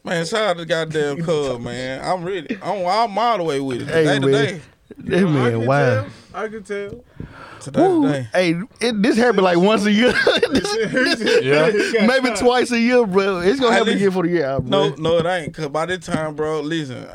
S5: Man, shout out to goddamn cub, man. I'm ready. I'm, I'm all the way with it.
S1: Hey,
S5: Today, today.
S1: man. That man, wow.
S12: I can tell.
S1: Woo. Hey, it, this happen like once a year.
S5: Yeah.
S1: Maybe twice a year, bro. It's gonna
S5: I
S1: happen
S5: listen-
S1: again for the year,
S5: No,
S1: bro.
S5: no, it ain't. Cause by this time, bro, listen,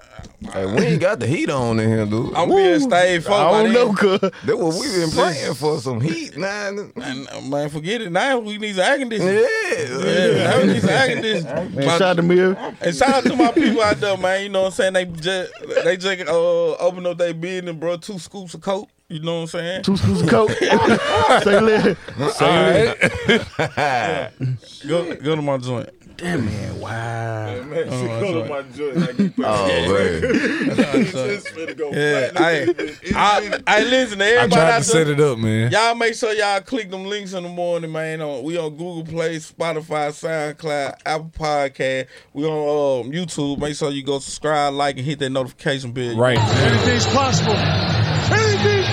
S3: Hey, we ain't got the heat on in here, dude.
S5: I'm being stayed for.
S3: I don't know,
S1: cuz.
S3: That what we been praying for some heat.
S5: Man, uh, man, forget it. Now we need some air conditioning.
S3: Yeah.
S5: now we need some air conditioning.
S1: Man, shout out to Mill.
S5: And shout out to my people out there, man. You know what I'm saying? They just they just uh opened up their business, bro. Two scoops of coke. You know what I'm saying?
S1: Two scoops of coke. Say less. Say less.
S5: go, go to my joint.
S1: Damn man, wow.
S12: Man, she
S5: Oh,
S12: go to
S5: that's
S12: my joint like you put
S3: Oh,
S12: He just finna go
S5: Yeah,
S12: flat.
S5: I, I, I listen to everybody.
S4: tried to
S5: out there.
S4: set it up, man.
S5: Y'all make sure y'all click them links in the morning, man. On we on Google Play, Spotify, SoundCloud, Apple Podcast. We on um, YouTube. Make sure you go subscribe, like, and hit that notification bell.
S4: Right.
S5: Anything's possible. Anything's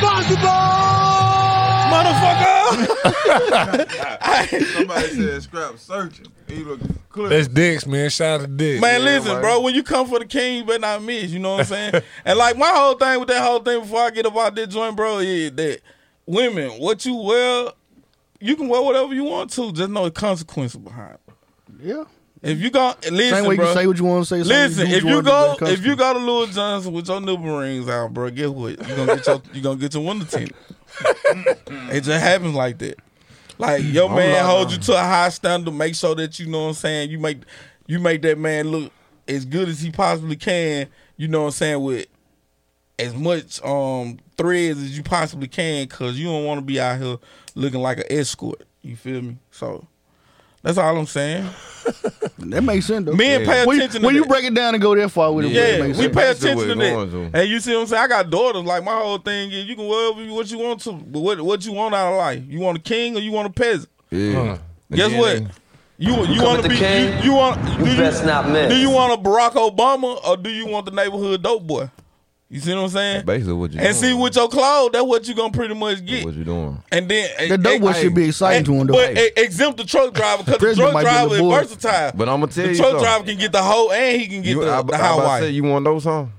S5: possible, motherfucker.
S12: Somebody said scrap searching. He look clear.
S4: That's Dix, man. Shout out to Dix.
S5: Man, listen, bro. When you come for the king, you better not miss. You know what I'm saying? and like my whole thing with that whole thing before I get about this joint, bro, is that women, what you wear, you can wear whatever you want to. Just know the consequences behind. It.
S1: Yeah.
S5: If you go, listen,
S1: way you
S5: bro.
S1: say what you wanna say, same way you
S5: Listen,
S1: do what
S5: if
S1: you
S5: you
S1: wanna do,
S5: go,
S1: that's
S5: if you go to Louis Johnson with your nipple rings out, bro, guess what? You gonna get your, you gonna get your window tinted. it just happens like that. Like your
S12: I'm
S5: man
S12: lying.
S5: holds you to a high standard. Make sure that you know what I'm saying. You make you make that man look as good as he possibly can. You know what I'm saying with as much um threads as you possibly can, cause you don't want to be out here looking like an escort. You feel me? So that's all I'm saying.
S1: That makes sense though.
S5: Men pay
S1: When you-
S5: attention to
S1: When you
S5: that.
S1: break it down and go that far with it, it
S5: Yeah,
S1: makes
S5: we
S1: sense.
S5: pay attention to
S3: going
S5: that. And you see what I'm saying? I got daughters. Like my whole thing is you can wear whatever you- what you want to, but what what you want out of life? You want a king or you want a peasant?
S3: Yeah.
S5: Guess what? You you
S7: Come
S5: want
S7: with
S5: to
S7: the
S5: be you,
S7: king,
S5: you want
S7: you
S5: do you,
S7: best not miss.
S5: Do you want a Barack Obama or do you want the neighborhood dope boy? You see what I'm saying?
S3: Basically, what you
S5: and
S3: doing.
S5: see with your clothes, that's what you gonna pretty much get.
S3: what you doing.
S5: And then eh,
S1: The dope one should be exciting to him, though.
S5: But e- exempt the truck driver because the
S1: President
S5: truck
S1: might be on
S5: driver
S1: the
S5: is
S1: board.
S5: versatile.
S3: But I'ma tell
S5: the
S3: you
S5: truck
S3: something.
S5: driver can get the hoe and he can get
S3: You,
S5: the,
S3: I,
S5: the
S3: I
S5: high
S3: about to
S5: wife.
S3: say, you want those on?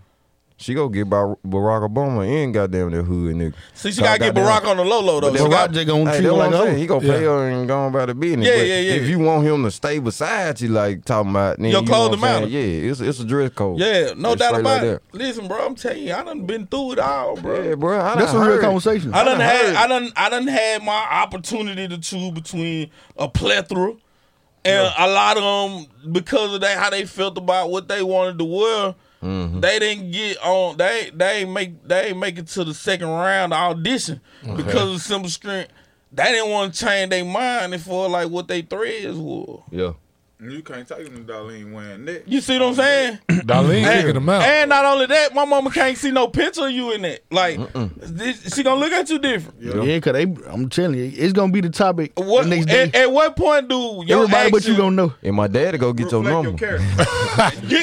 S3: She gonna get by Barack Obama and goddamn that hood nigga.
S5: See, she gotta get Barack on the low low though.
S3: But
S5: She
S3: Barack
S5: got-
S3: just gonna treat her like
S1: oh,
S3: that. He gonna pay
S5: oh. Yeah.
S3: her and go on about the business.
S5: Yeah,
S3: But
S5: yeah, yeah.
S3: If you want him to stay beside you, like talking about, then
S5: Your
S3: you
S5: clothes
S3: know
S5: to
S3: what I'm
S5: matter.
S3: saying? Yeah, it's it's a dress code.
S5: Yeah, no
S3: It's
S5: doubt
S3: straight
S5: about
S3: like
S5: it. Listen, bro, I'm telling you, I done been through it all, bro.
S3: Yeah, bro, I
S1: That's
S3: done
S1: a real
S3: heard.
S1: conversation.
S5: I done had I done I done had my opportunity to choose between a plethora and a lot of them because of that how they felt about what they wanted to wear.
S3: Mm-hmm.
S5: They didn't get on. They they ain't make they ain't make it to the second round audition
S12: Okay.
S5: because of simple strength. They didn't want to change their mind for like what they threads were.
S3: Yeah.
S8: You can't take him to Darlene wearing that.
S5: You see what I'm saying?
S4: Darlene kicking him out.
S5: And not only that, my mama can't see no picture of you in it. Like this, she gonna look at you different.
S1: Yeah, because I'm telling you, it's gonna be the topic
S5: What,
S1: the next day.
S5: at, at what point do your
S1: Everybody, but you
S5: action-
S1: gonna know.
S3: And my daddy go get your number.
S5: get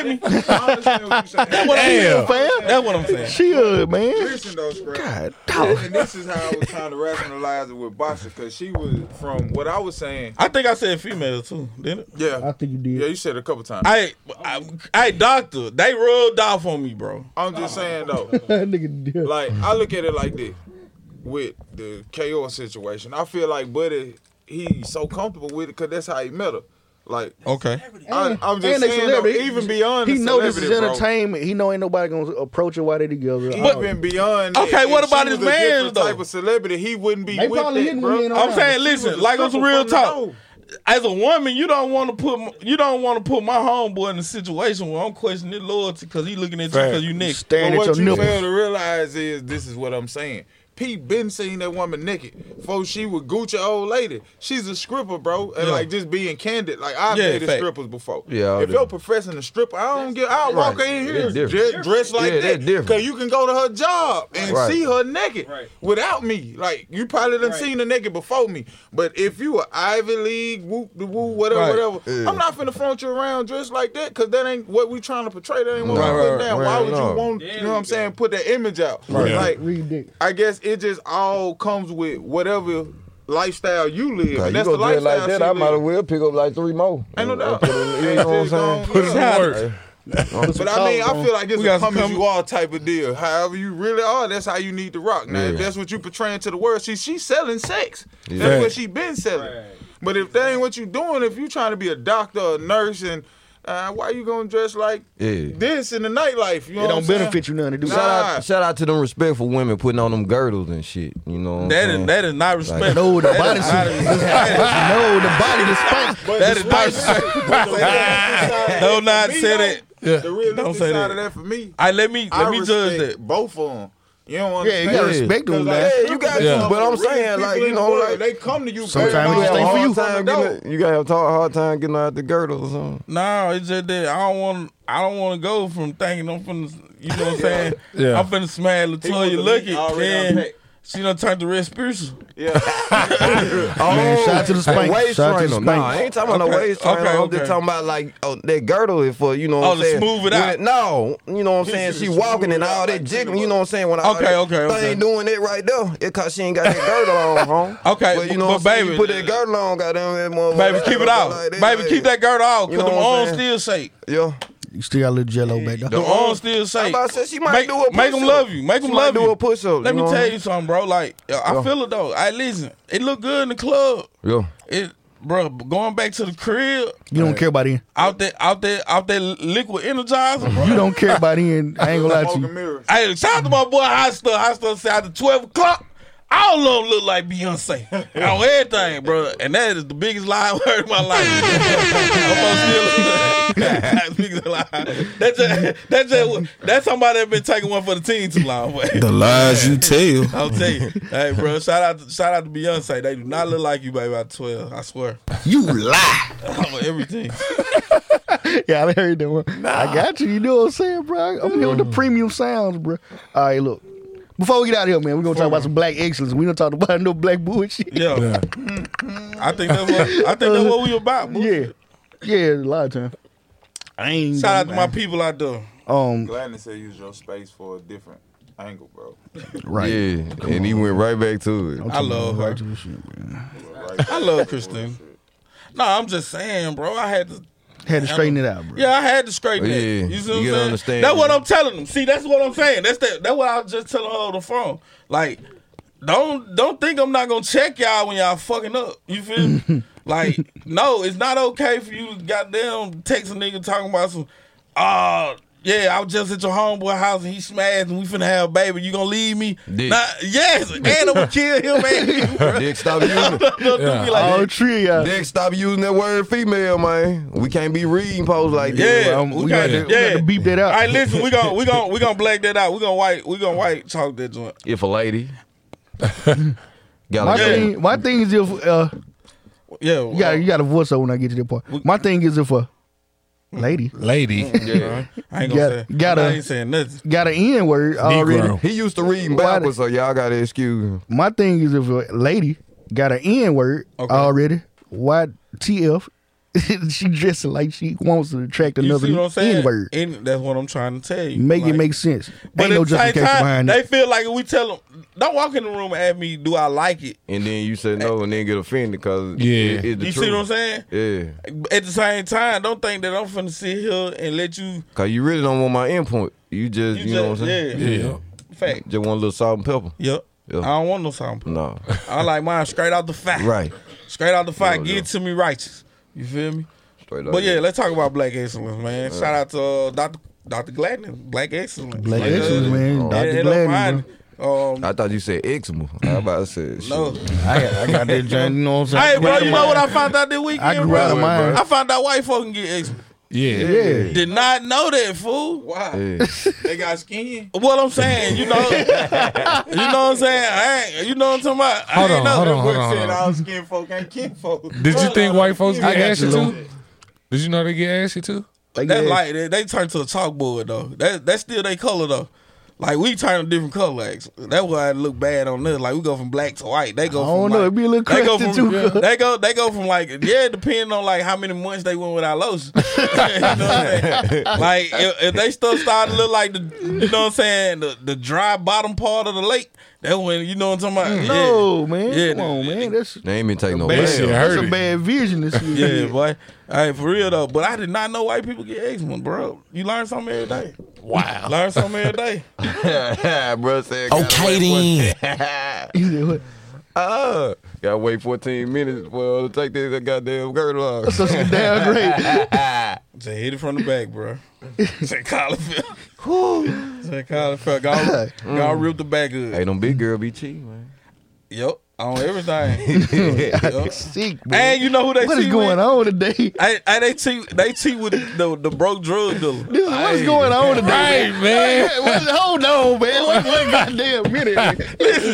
S5: me? That's what I'm saying. That's what I'm saying.
S1: Chill, man.
S8: Listen though, Scrap. And this is how I was trying to rationalize it with Boxer because she was from what I was saying.
S5: I think I said female too, didn't it?
S8: Yeah, I
S1: think you did.
S8: Yeah, you said a couple times.
S5: Hey, I, hey, doctor, they rubbed off on me, bro.
S8: I'm just saying though,
S1: Nigga, yeah.
S8: like
S5: Mm.
S8: I look at it like this with the KO situation. I feel like Buddy, he's so comfortable with it because that's how he met her. Like
S5: okay,
S8: I, I'm
S1: And
S8: just
S1: they
S8: saying though,
S1: celebrity.
S8: even beyond
S1: he
S8: the
S1: know this is
S8: celebrity, bro.
S1: entertainment. He know ain't nobody gonna approach it while they together.
S8: But been beyond. that.
S5: Okay, what
S8: If she
S5: about
S8: was
S5: his
S8: a different
S5: mans, though?
S8: Type of celebrity, he wouldn't be
S1: They
S8: with
S1: probably
S8: that,
S1: hitting
S8: bro.
S1: when he ain't
S5: I'm saying,
S8: She was
S5: listen,
S8: a
S5: like on some
S8: stripper
S5: real
S8: from the
S5: talk. As a woman, you don't want to put m- you don't want to put my homeboy in a situation where I'm questioning his loyalty because he looking at you because you naked.
S8: But what you fail to realize is this is what I'm saying. Pete been seen that woman naked before she was Gucci old lady. She's a stripper, bro, and
S5: Yeah.
S8: like just being candid. Like I've
S5: Yeah,
S8: dated
S5: fact.
S8: strippers before.
S3: Yeah, I
S8: if
S3: do.
S8: you're professing a stripper, I don't get. I'll walk
S3: Right.
S8: in
S3: That's
S8: here
S3: different.
S8: dressed, dressed like
S3: Yeah, that's
S8: that
S3: different.
S8: because you can go to her job and
S3: Right.
S8: see her naked without me. Like you probably done seen her naked before me. But if you a Ivy League, whoop the woo, whatever,
S5: Right.
S8: whatever,
S5: Yeah.
S8: I'm not finna front you around dressed like that because that ain't what we trying to portray. That ain't what
S5: Right,
S8: we
S5: right,
S8: putting down.
S5: right,
S8: Why
S5: right,
S8: would
S5: no.
S8: you want? You know what I'm saying? Put that image out. Like I guess it just all comes with whatever lifestyle you live.
S3: Nah,
S8: and
S3: you
S8: that's
S3: go
S8: the
S3: dress
S8: lifestyle
S3: like that,
S8: she
S3: I might
S8: live.
S3: as well pick up like three more.
S8: Ain't no doubt.
S3: You know what I'm saying?
S8: Put it to work.
S3: But
S8: But I mean, I feel like it's
S5: We got
S8: a
S5: some
S8: come as
S5: com-
S8: you are type of deal. However you really are, that's how you need to rock. Now, if
S3: Yeah.
S8: that's what you portraying to the world, see, she's selling sex.
S3: Yeah.
S8: That's
S3: Right.
S8: what she been selling. But if that ain't what you doing, if you trying to be a doctor, or a nurse, and uh, why you gonna dress like
S3: Yeah.
S8: this in the nightlife? You know
S1: It
S8: what
S1: don't
S8: I'm saying?
S1: benefit you none to do.
S8: Nah.
S3: Shout out, shout out to them respectful women putting on them girdles and shit. You know what I'm
S5: That
S3: saying?
S5: is that is not respect.
S1: No, the
S5: That
S1: body
S5: is not
S1: suit.
S5: respect.
S1: no, the body despite.
S5: That is not Don't not
S8: Me,
S5: say
S8: though,
S5: that.
S8: The
S5: Don't
S8: realistic
S5: say
S8: side
S5: that.
S8: of that for me.
S5: I let me let
S8: I
S5: me judge
S8: respect
S5: that.
S8: Both of them. You don't
S1: Yeah,
S8: understand.
S1: you gotta respect them,
S8: 'Cause, like,
S1: man.
S8: you got
S3: Yeah.
S8: some
S3: But I'm
S8: really
S3: saying,
S8: people
S3: like,
S8: in
S3: you
S8: the
S3: know,
S8: world,
S3: like-
S8: they come to you.
S1: Sometimes
S8: baby,
S1: it just
S8: I'm
S1: ain't for
S8: all
S1: you.
S8: time
S3: Time
S8: ago.
S3: getting a- you gotta have a hard time getting out the girdle or something.
S5: No, it's just that I don't want I don't want to go from thinking I'm finna, you know what I'm saying?
S3: Yeah.
S5: I'm finna smash
S8: wants
S5: Latoya
S8: to
S5: Lucky
S8: be already
S5: and
S8: unpacked.
S5: she done turned to red spiritual.
S1: Man, shout out to the spank.
S3: Oh, Waist
S1: Shout out to the
S3: trainer. Nah, I
S1: spank.
S3: ain't talking about
S5: Okay,
S3: no waist trainer.
S5: okay,
S3: I'm
S5: okay.
S3: just talking about like oh, that girdle is for you know
S5: Oh,
S3: what I'm
S5: to
S3: saying.
S5: smooth it out.
S3: When- No, you know what I'm saying. She walking and all that jiggling. You know what I'm saying. When I
S5: Okay, okay, okay.
S3: ain't doing it right there. It cause she ain't got that girdle on, home.
S5: Okay,
S3: but you know
S5: but
S3: what I'm saying?
S5: baby-
S3: you put that girdle on, goddamn that motherfucker.
S5: Baby, keep it out.
S3: Like that,
S5: baby,
S3: like-
S5: keep that girdle off.
S3: You
S5: Cause
S3: know
S5: them
S3: what I'm
S5: arms
S3: saying?
S5: still shake.
S3: Yeah.
S1: You still got a little jello back there.
S5: Them arms still shake.
S3: I'm about to say she might
S5: make,
S3: do a
S5: Make them
S3: push-up.
S5: love you. Make them
S3: She might
S5: love
S3: do
S5: you.
S3: a push-up,
S5: Let
S3: you
S5: me
S3: know what
S5: tell
S3: I
S5: you
S3: mean?
S5: something, bro. Like, I
S3: Yeah.
S5: feel it though. I listen. It look good in the club.
S3: Yeah.
S5: It, bro, going back to the crib,
S1: You don't care about him.
S5: out there, out there, out there, liquid energizer, bro.
S1: You don't care about him. I ain't gonna lie to you.
S5: Hey, shout out to my boy Hostel. Hostel said after 12 o'clock, all of them look like Beyonce. On everything, bro. And that is the biggest lie I've heard in my life. I'm still biggest lie. That's, a, that's, a, that's somebody that been taking one for the team too long.
S10: The lies you tell.
S5: I'll tell you. Hey, bro, shout out to, shout out to Beyonce. They do not look like you, baby, at 12. I swear.
S1: You lie.
S5: Over everything.
S1: yeah, I heard that one. I got you. You know what I'm saying, bro? I'm here with the
S5: Mm.
S1: premium sounds, bro. All right, look. Before we get out of here, man, we're gonna talk about some black excellence. We don't talk about no black bullshit.
S5: Yeah. I think that's what, I think that's what we about, bro.
S1: Yeah. Yeah, a lot of time.
S5: Shout out to my people out there.
S1: Um,
S8: Gladness said use your space for a different angle, bro.
S1: Right.
S3: Yeah,
S1: Come
S3: and he
S1: on,
S3: went right back to it.
S5: I love her. I love Christine. No, I'm just saying, bro. I had to
S1: Had to straighten it out, bro.
S5: Yeah, I had to straighten
S1: Yeah,
S5: it. You see
S1: you
S5: what I'm
S1: gotta
S5: saying?
S1: understand,
S5: That's what I'm telling them. See, that's what I'm saying. That's that. That's what I was just telling her on the phone. Like, don't don't think I'm not gonna check y'all when y'all fucking up. You feel? me? like, no, it's not okay for you. to Goddamn, text a nigga talking about some. Uh yeah, I was just at your homeboy house and he smashed and we finna have a baby. You gonna leave me?
S3: Dick.
S5: Nah, yes, and I'm gonna kill him, man.
S3: Dick, stop using it.
S5: Be like,
S1: All three of y'all.
S3: Dick, stop using that word female, man. We can't be reading posts like that.
S5: Yeah,
S3: Um,
S5: we
S3: we
S5: got
S3: gotta-
S5: it. Yeah.
S1: beep that
S5: All right, listen, we gonna we gonna we gonna black that out. We gonna white we gonna white chalk that joint.
S3: If a lady. Gotta
S1: my
S3: go.
S1: thing, my thing is if uh,
S5: yeah,
S1: you got you got a voiceover when I get to that part. My thing is if a lady,
S4: lady,
S3: Yeah.
S5: I ain't
S1: got,
S5: gonna say.
S1: got
S5: I
S1: a
S5: ain't saying nothing.
S1: got an N word already.
S3: He used to reading
S1: Why
S3: backwards, so y'all gotta excuse him.
S1: My thing is if a lady got an N word already, why TF? she dressing like she wants to attract
S5: You
S1: another
S5: see what I'm saying?
S1: N word.
S5: And that's what I'm trying to tell you.
S1: Make
S5: Like,
S1: it make sense.
S5: But
S1: Ain't
S5: at
S1: no
S5: the same
S1: justification
S5: time,
S1: behind
S5: they
S1: it.
S5: feel like if we tell them, don't walk in the room and ask me, do I like it?
S3: And then you say no, and then get offended because
S4: Yeah.
S3: it's the
S5: You see
S3: truth.
S5: what I'm saying?
S3: Yeah,
S5: At the same time, don't think that I'm finna sit here and let you.
S3: cause you really don't want my input. You just,
S5: You
S3: you, know
S5: just-
S3: what I'm saying?
S5: yeah. Fact.
S3: Just want a little salt and pepper.
S5: Yep.
S3: Yeah.
S5: I don't want no sound.
S3: No.
S5: I like mine straight out the fact.
S3: Right.
S5: Straight out the fact.
S3: Yeah,
S5: Get
S3: yeah.
S5: it to me righteous. You feel me?
S3: Straight out
S5: But yeah,
S3: here.
S5: let's talk about black excellence, man. Shout out to uh, Dr. Dr. Gladney, Black Excellence.
S1: Black
S5: Like, uh,
S1: excellence, man.
S5: and-
S1: Dr.
S5: and I'm
S1: Gladney.
S5: fine. Um,
S3: I thought you said eczema. I about to say shit.
S5: No.
S13: I got, I got that joint. You know what I'm saying?
S5: Hey, bro, you know what I found out this weekend?
S13: I grew
S5: bro?
S13: out of mine.
S5: I found out white folk can get eczema.
S4: Yeah.
S1: Yeah.
S5: Did not know that, fool.
S12: Why? They got skin.
S5: What I'm saying, you know, you know what I'm saying. I ain't, you know what I'm talking about.
S4: Hold
S5: I
S4: on,
S5: ain't know.
S4: hold on,
S5: That
S4: hold
S5: boy
S4: on,
S5: said
S4: hold
S5: I
S4: on.
S5: was-
S12: Those skin folk ain't kin folk.
S4: Did you think white folks
S12: I
S4: get
S12: got
S4: ashy
S12: you,
S4: too? Did you know they get ashy too?
S5: That's like they, they turn to a chalkboard though. That that's still they color though. Like we turn a different color. actually. That's why it look bad on us. Like we go from black to white. They go.
S1: I
S5: from,
S1: don't know.
S5: like-
S1: It be a little
S5: they go
S1: crusty,
S5: from-
S1: too, cuz.
S5: They go. They go from like yeah, depending on like how many months they went without lotion. you know what I'm saying? Like if, if they still start to look like the you know what I'm saying the, the dry bottom part of the lake. That when you know what I'm talking about.
S1: Mm. No, man.
S5: Yeah,
S1: Come on, man. That's
S3: They ain't been taking no
S1: bad.
S3: bath.
S1: That's a bad vision this
S5: Yeah,
S1: year.
S5: boy. All right, for real though. But I did not know white people get eczema, bro. You learn something every day.
S3: Wow.
S5: Learn something every day.
S3: bro said. gotta
S13: Okay,
S3: wait for-
S1: Yeah.
S3: Ah, gotta wait 14 minutes for her to take this goddamn girdle off.
S1: So she downgrade.
S5: Just hit it from the back, bro. Say Colifield. Say Colifield. Go, go
S1: Mm.
S5: rip the back good.
S3: hey, them big girl be cheating, man.
S5: Yep. On everything. Yup.
S1: Sick, man.
S5: And you know who they
S1: What
S5: cheat
S1: is going
S5: with?
S1: on today?
S5: Hey, hey, they cheat. They cheat with the, the broke drug dealer.
S1: This is what's going on today.
S4: Right, man.
S1: Hey, what- hold on, man. What, what goddamn minute?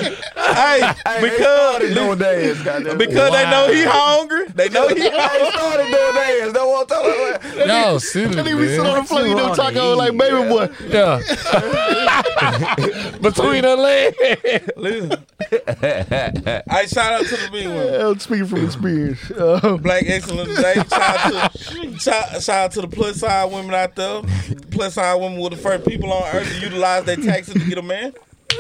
S5: Hey,
S3: They
S5: because
S3: doing dance, goddamn.
S5: because they know he hungry. They know he.
S3: They started doing dance. That's what I'm talking about.
S4: Y'all silly,
S1: That nigga be sitting on the
S4: man.
S1: floor, you know, talking on like baby boy.
S4: Yeah. Between her legs.
S5: Listen. I shout out to the big one.
S1: I'm speaking from experience. Uh,
S5: Black Excellence Day. Shout out, to, shout, shout out to the plus side women out there. Plus side women were the first people on earth to utilize their taxes to get a man.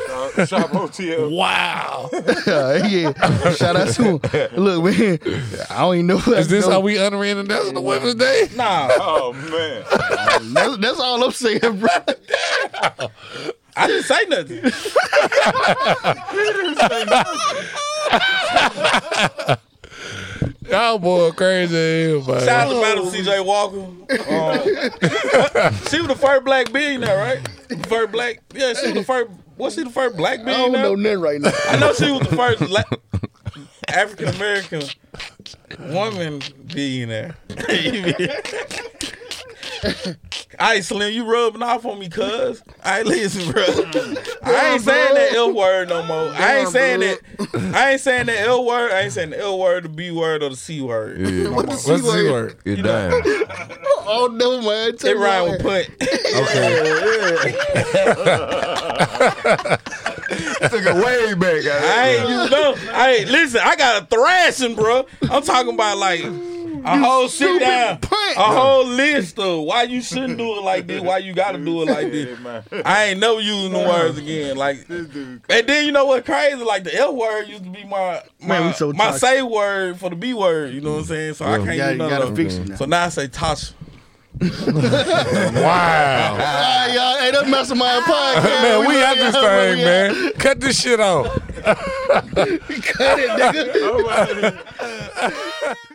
S8: Uh, shop hotel.
S4: Wow.
S1: yeah, shout out to him. Look, man, I don't even know. what
S4: Is this
S1: I
S4: how
S1: know.
S4: we unran and that's the women's day?
S5: Nah,
S8: Oh man.
S1: That's, that's all I'm saying, bro.
S5: I didn't say nothing.
S4: Y'all boy crazy as hell, man.
S5: Shout out to Madam CJ Walker. Um, she was the first black billionaire, right? First black. Yeah, she was the first. Was she the first black
S1: I don't
S5: billionaire?
S1: know nothing right now.
S5: I know she was the first la- African American woman billionaire. All right, Slim, you rubbing off on me, cuz. I listen, bro. I ain't saying that L word no more. I ain't saying that. I ain't saying that L word. I ain't saying the L word, the B word, or the C word.
S3: Yeah.
S1: What the
S4: What's the C word?
S3: It's down.
S1: Oh no, man. Tell
S5: It
S1: me
S5: rhyme with
S1: why.
S5: put.
S3: Took it way back.
S5: I ain't you know. Hey, listen, I got a thrashing, bro. I'm talking about like A whole sit
S12: stupid
S5: down,
S12: punk.
S5: a whole list of why you shouldn't do it like this, why you gotta do it like this. I ain't never using the words again. Like, and then you know what crazy? Like the L word used to be my my,
S1: Man, we so
S5: my
S1: toxic.
S5: say word for the B word. You know what I'm saying? So I
S1: Yeah.
S5: can't
S1: You gotta-
S5: use none
S1: you gotta
S5: of
S1: fix
S5: them.
S1: it now.
S5: So now I say Tasha.
S1: Wow. Hey, y'all, hey, that's messing my podcast.
S4: man, we at this
S1: where
S4: thing,
S1: we at?
S4: man. Cut this shit off.
S1: Cut it, nigga.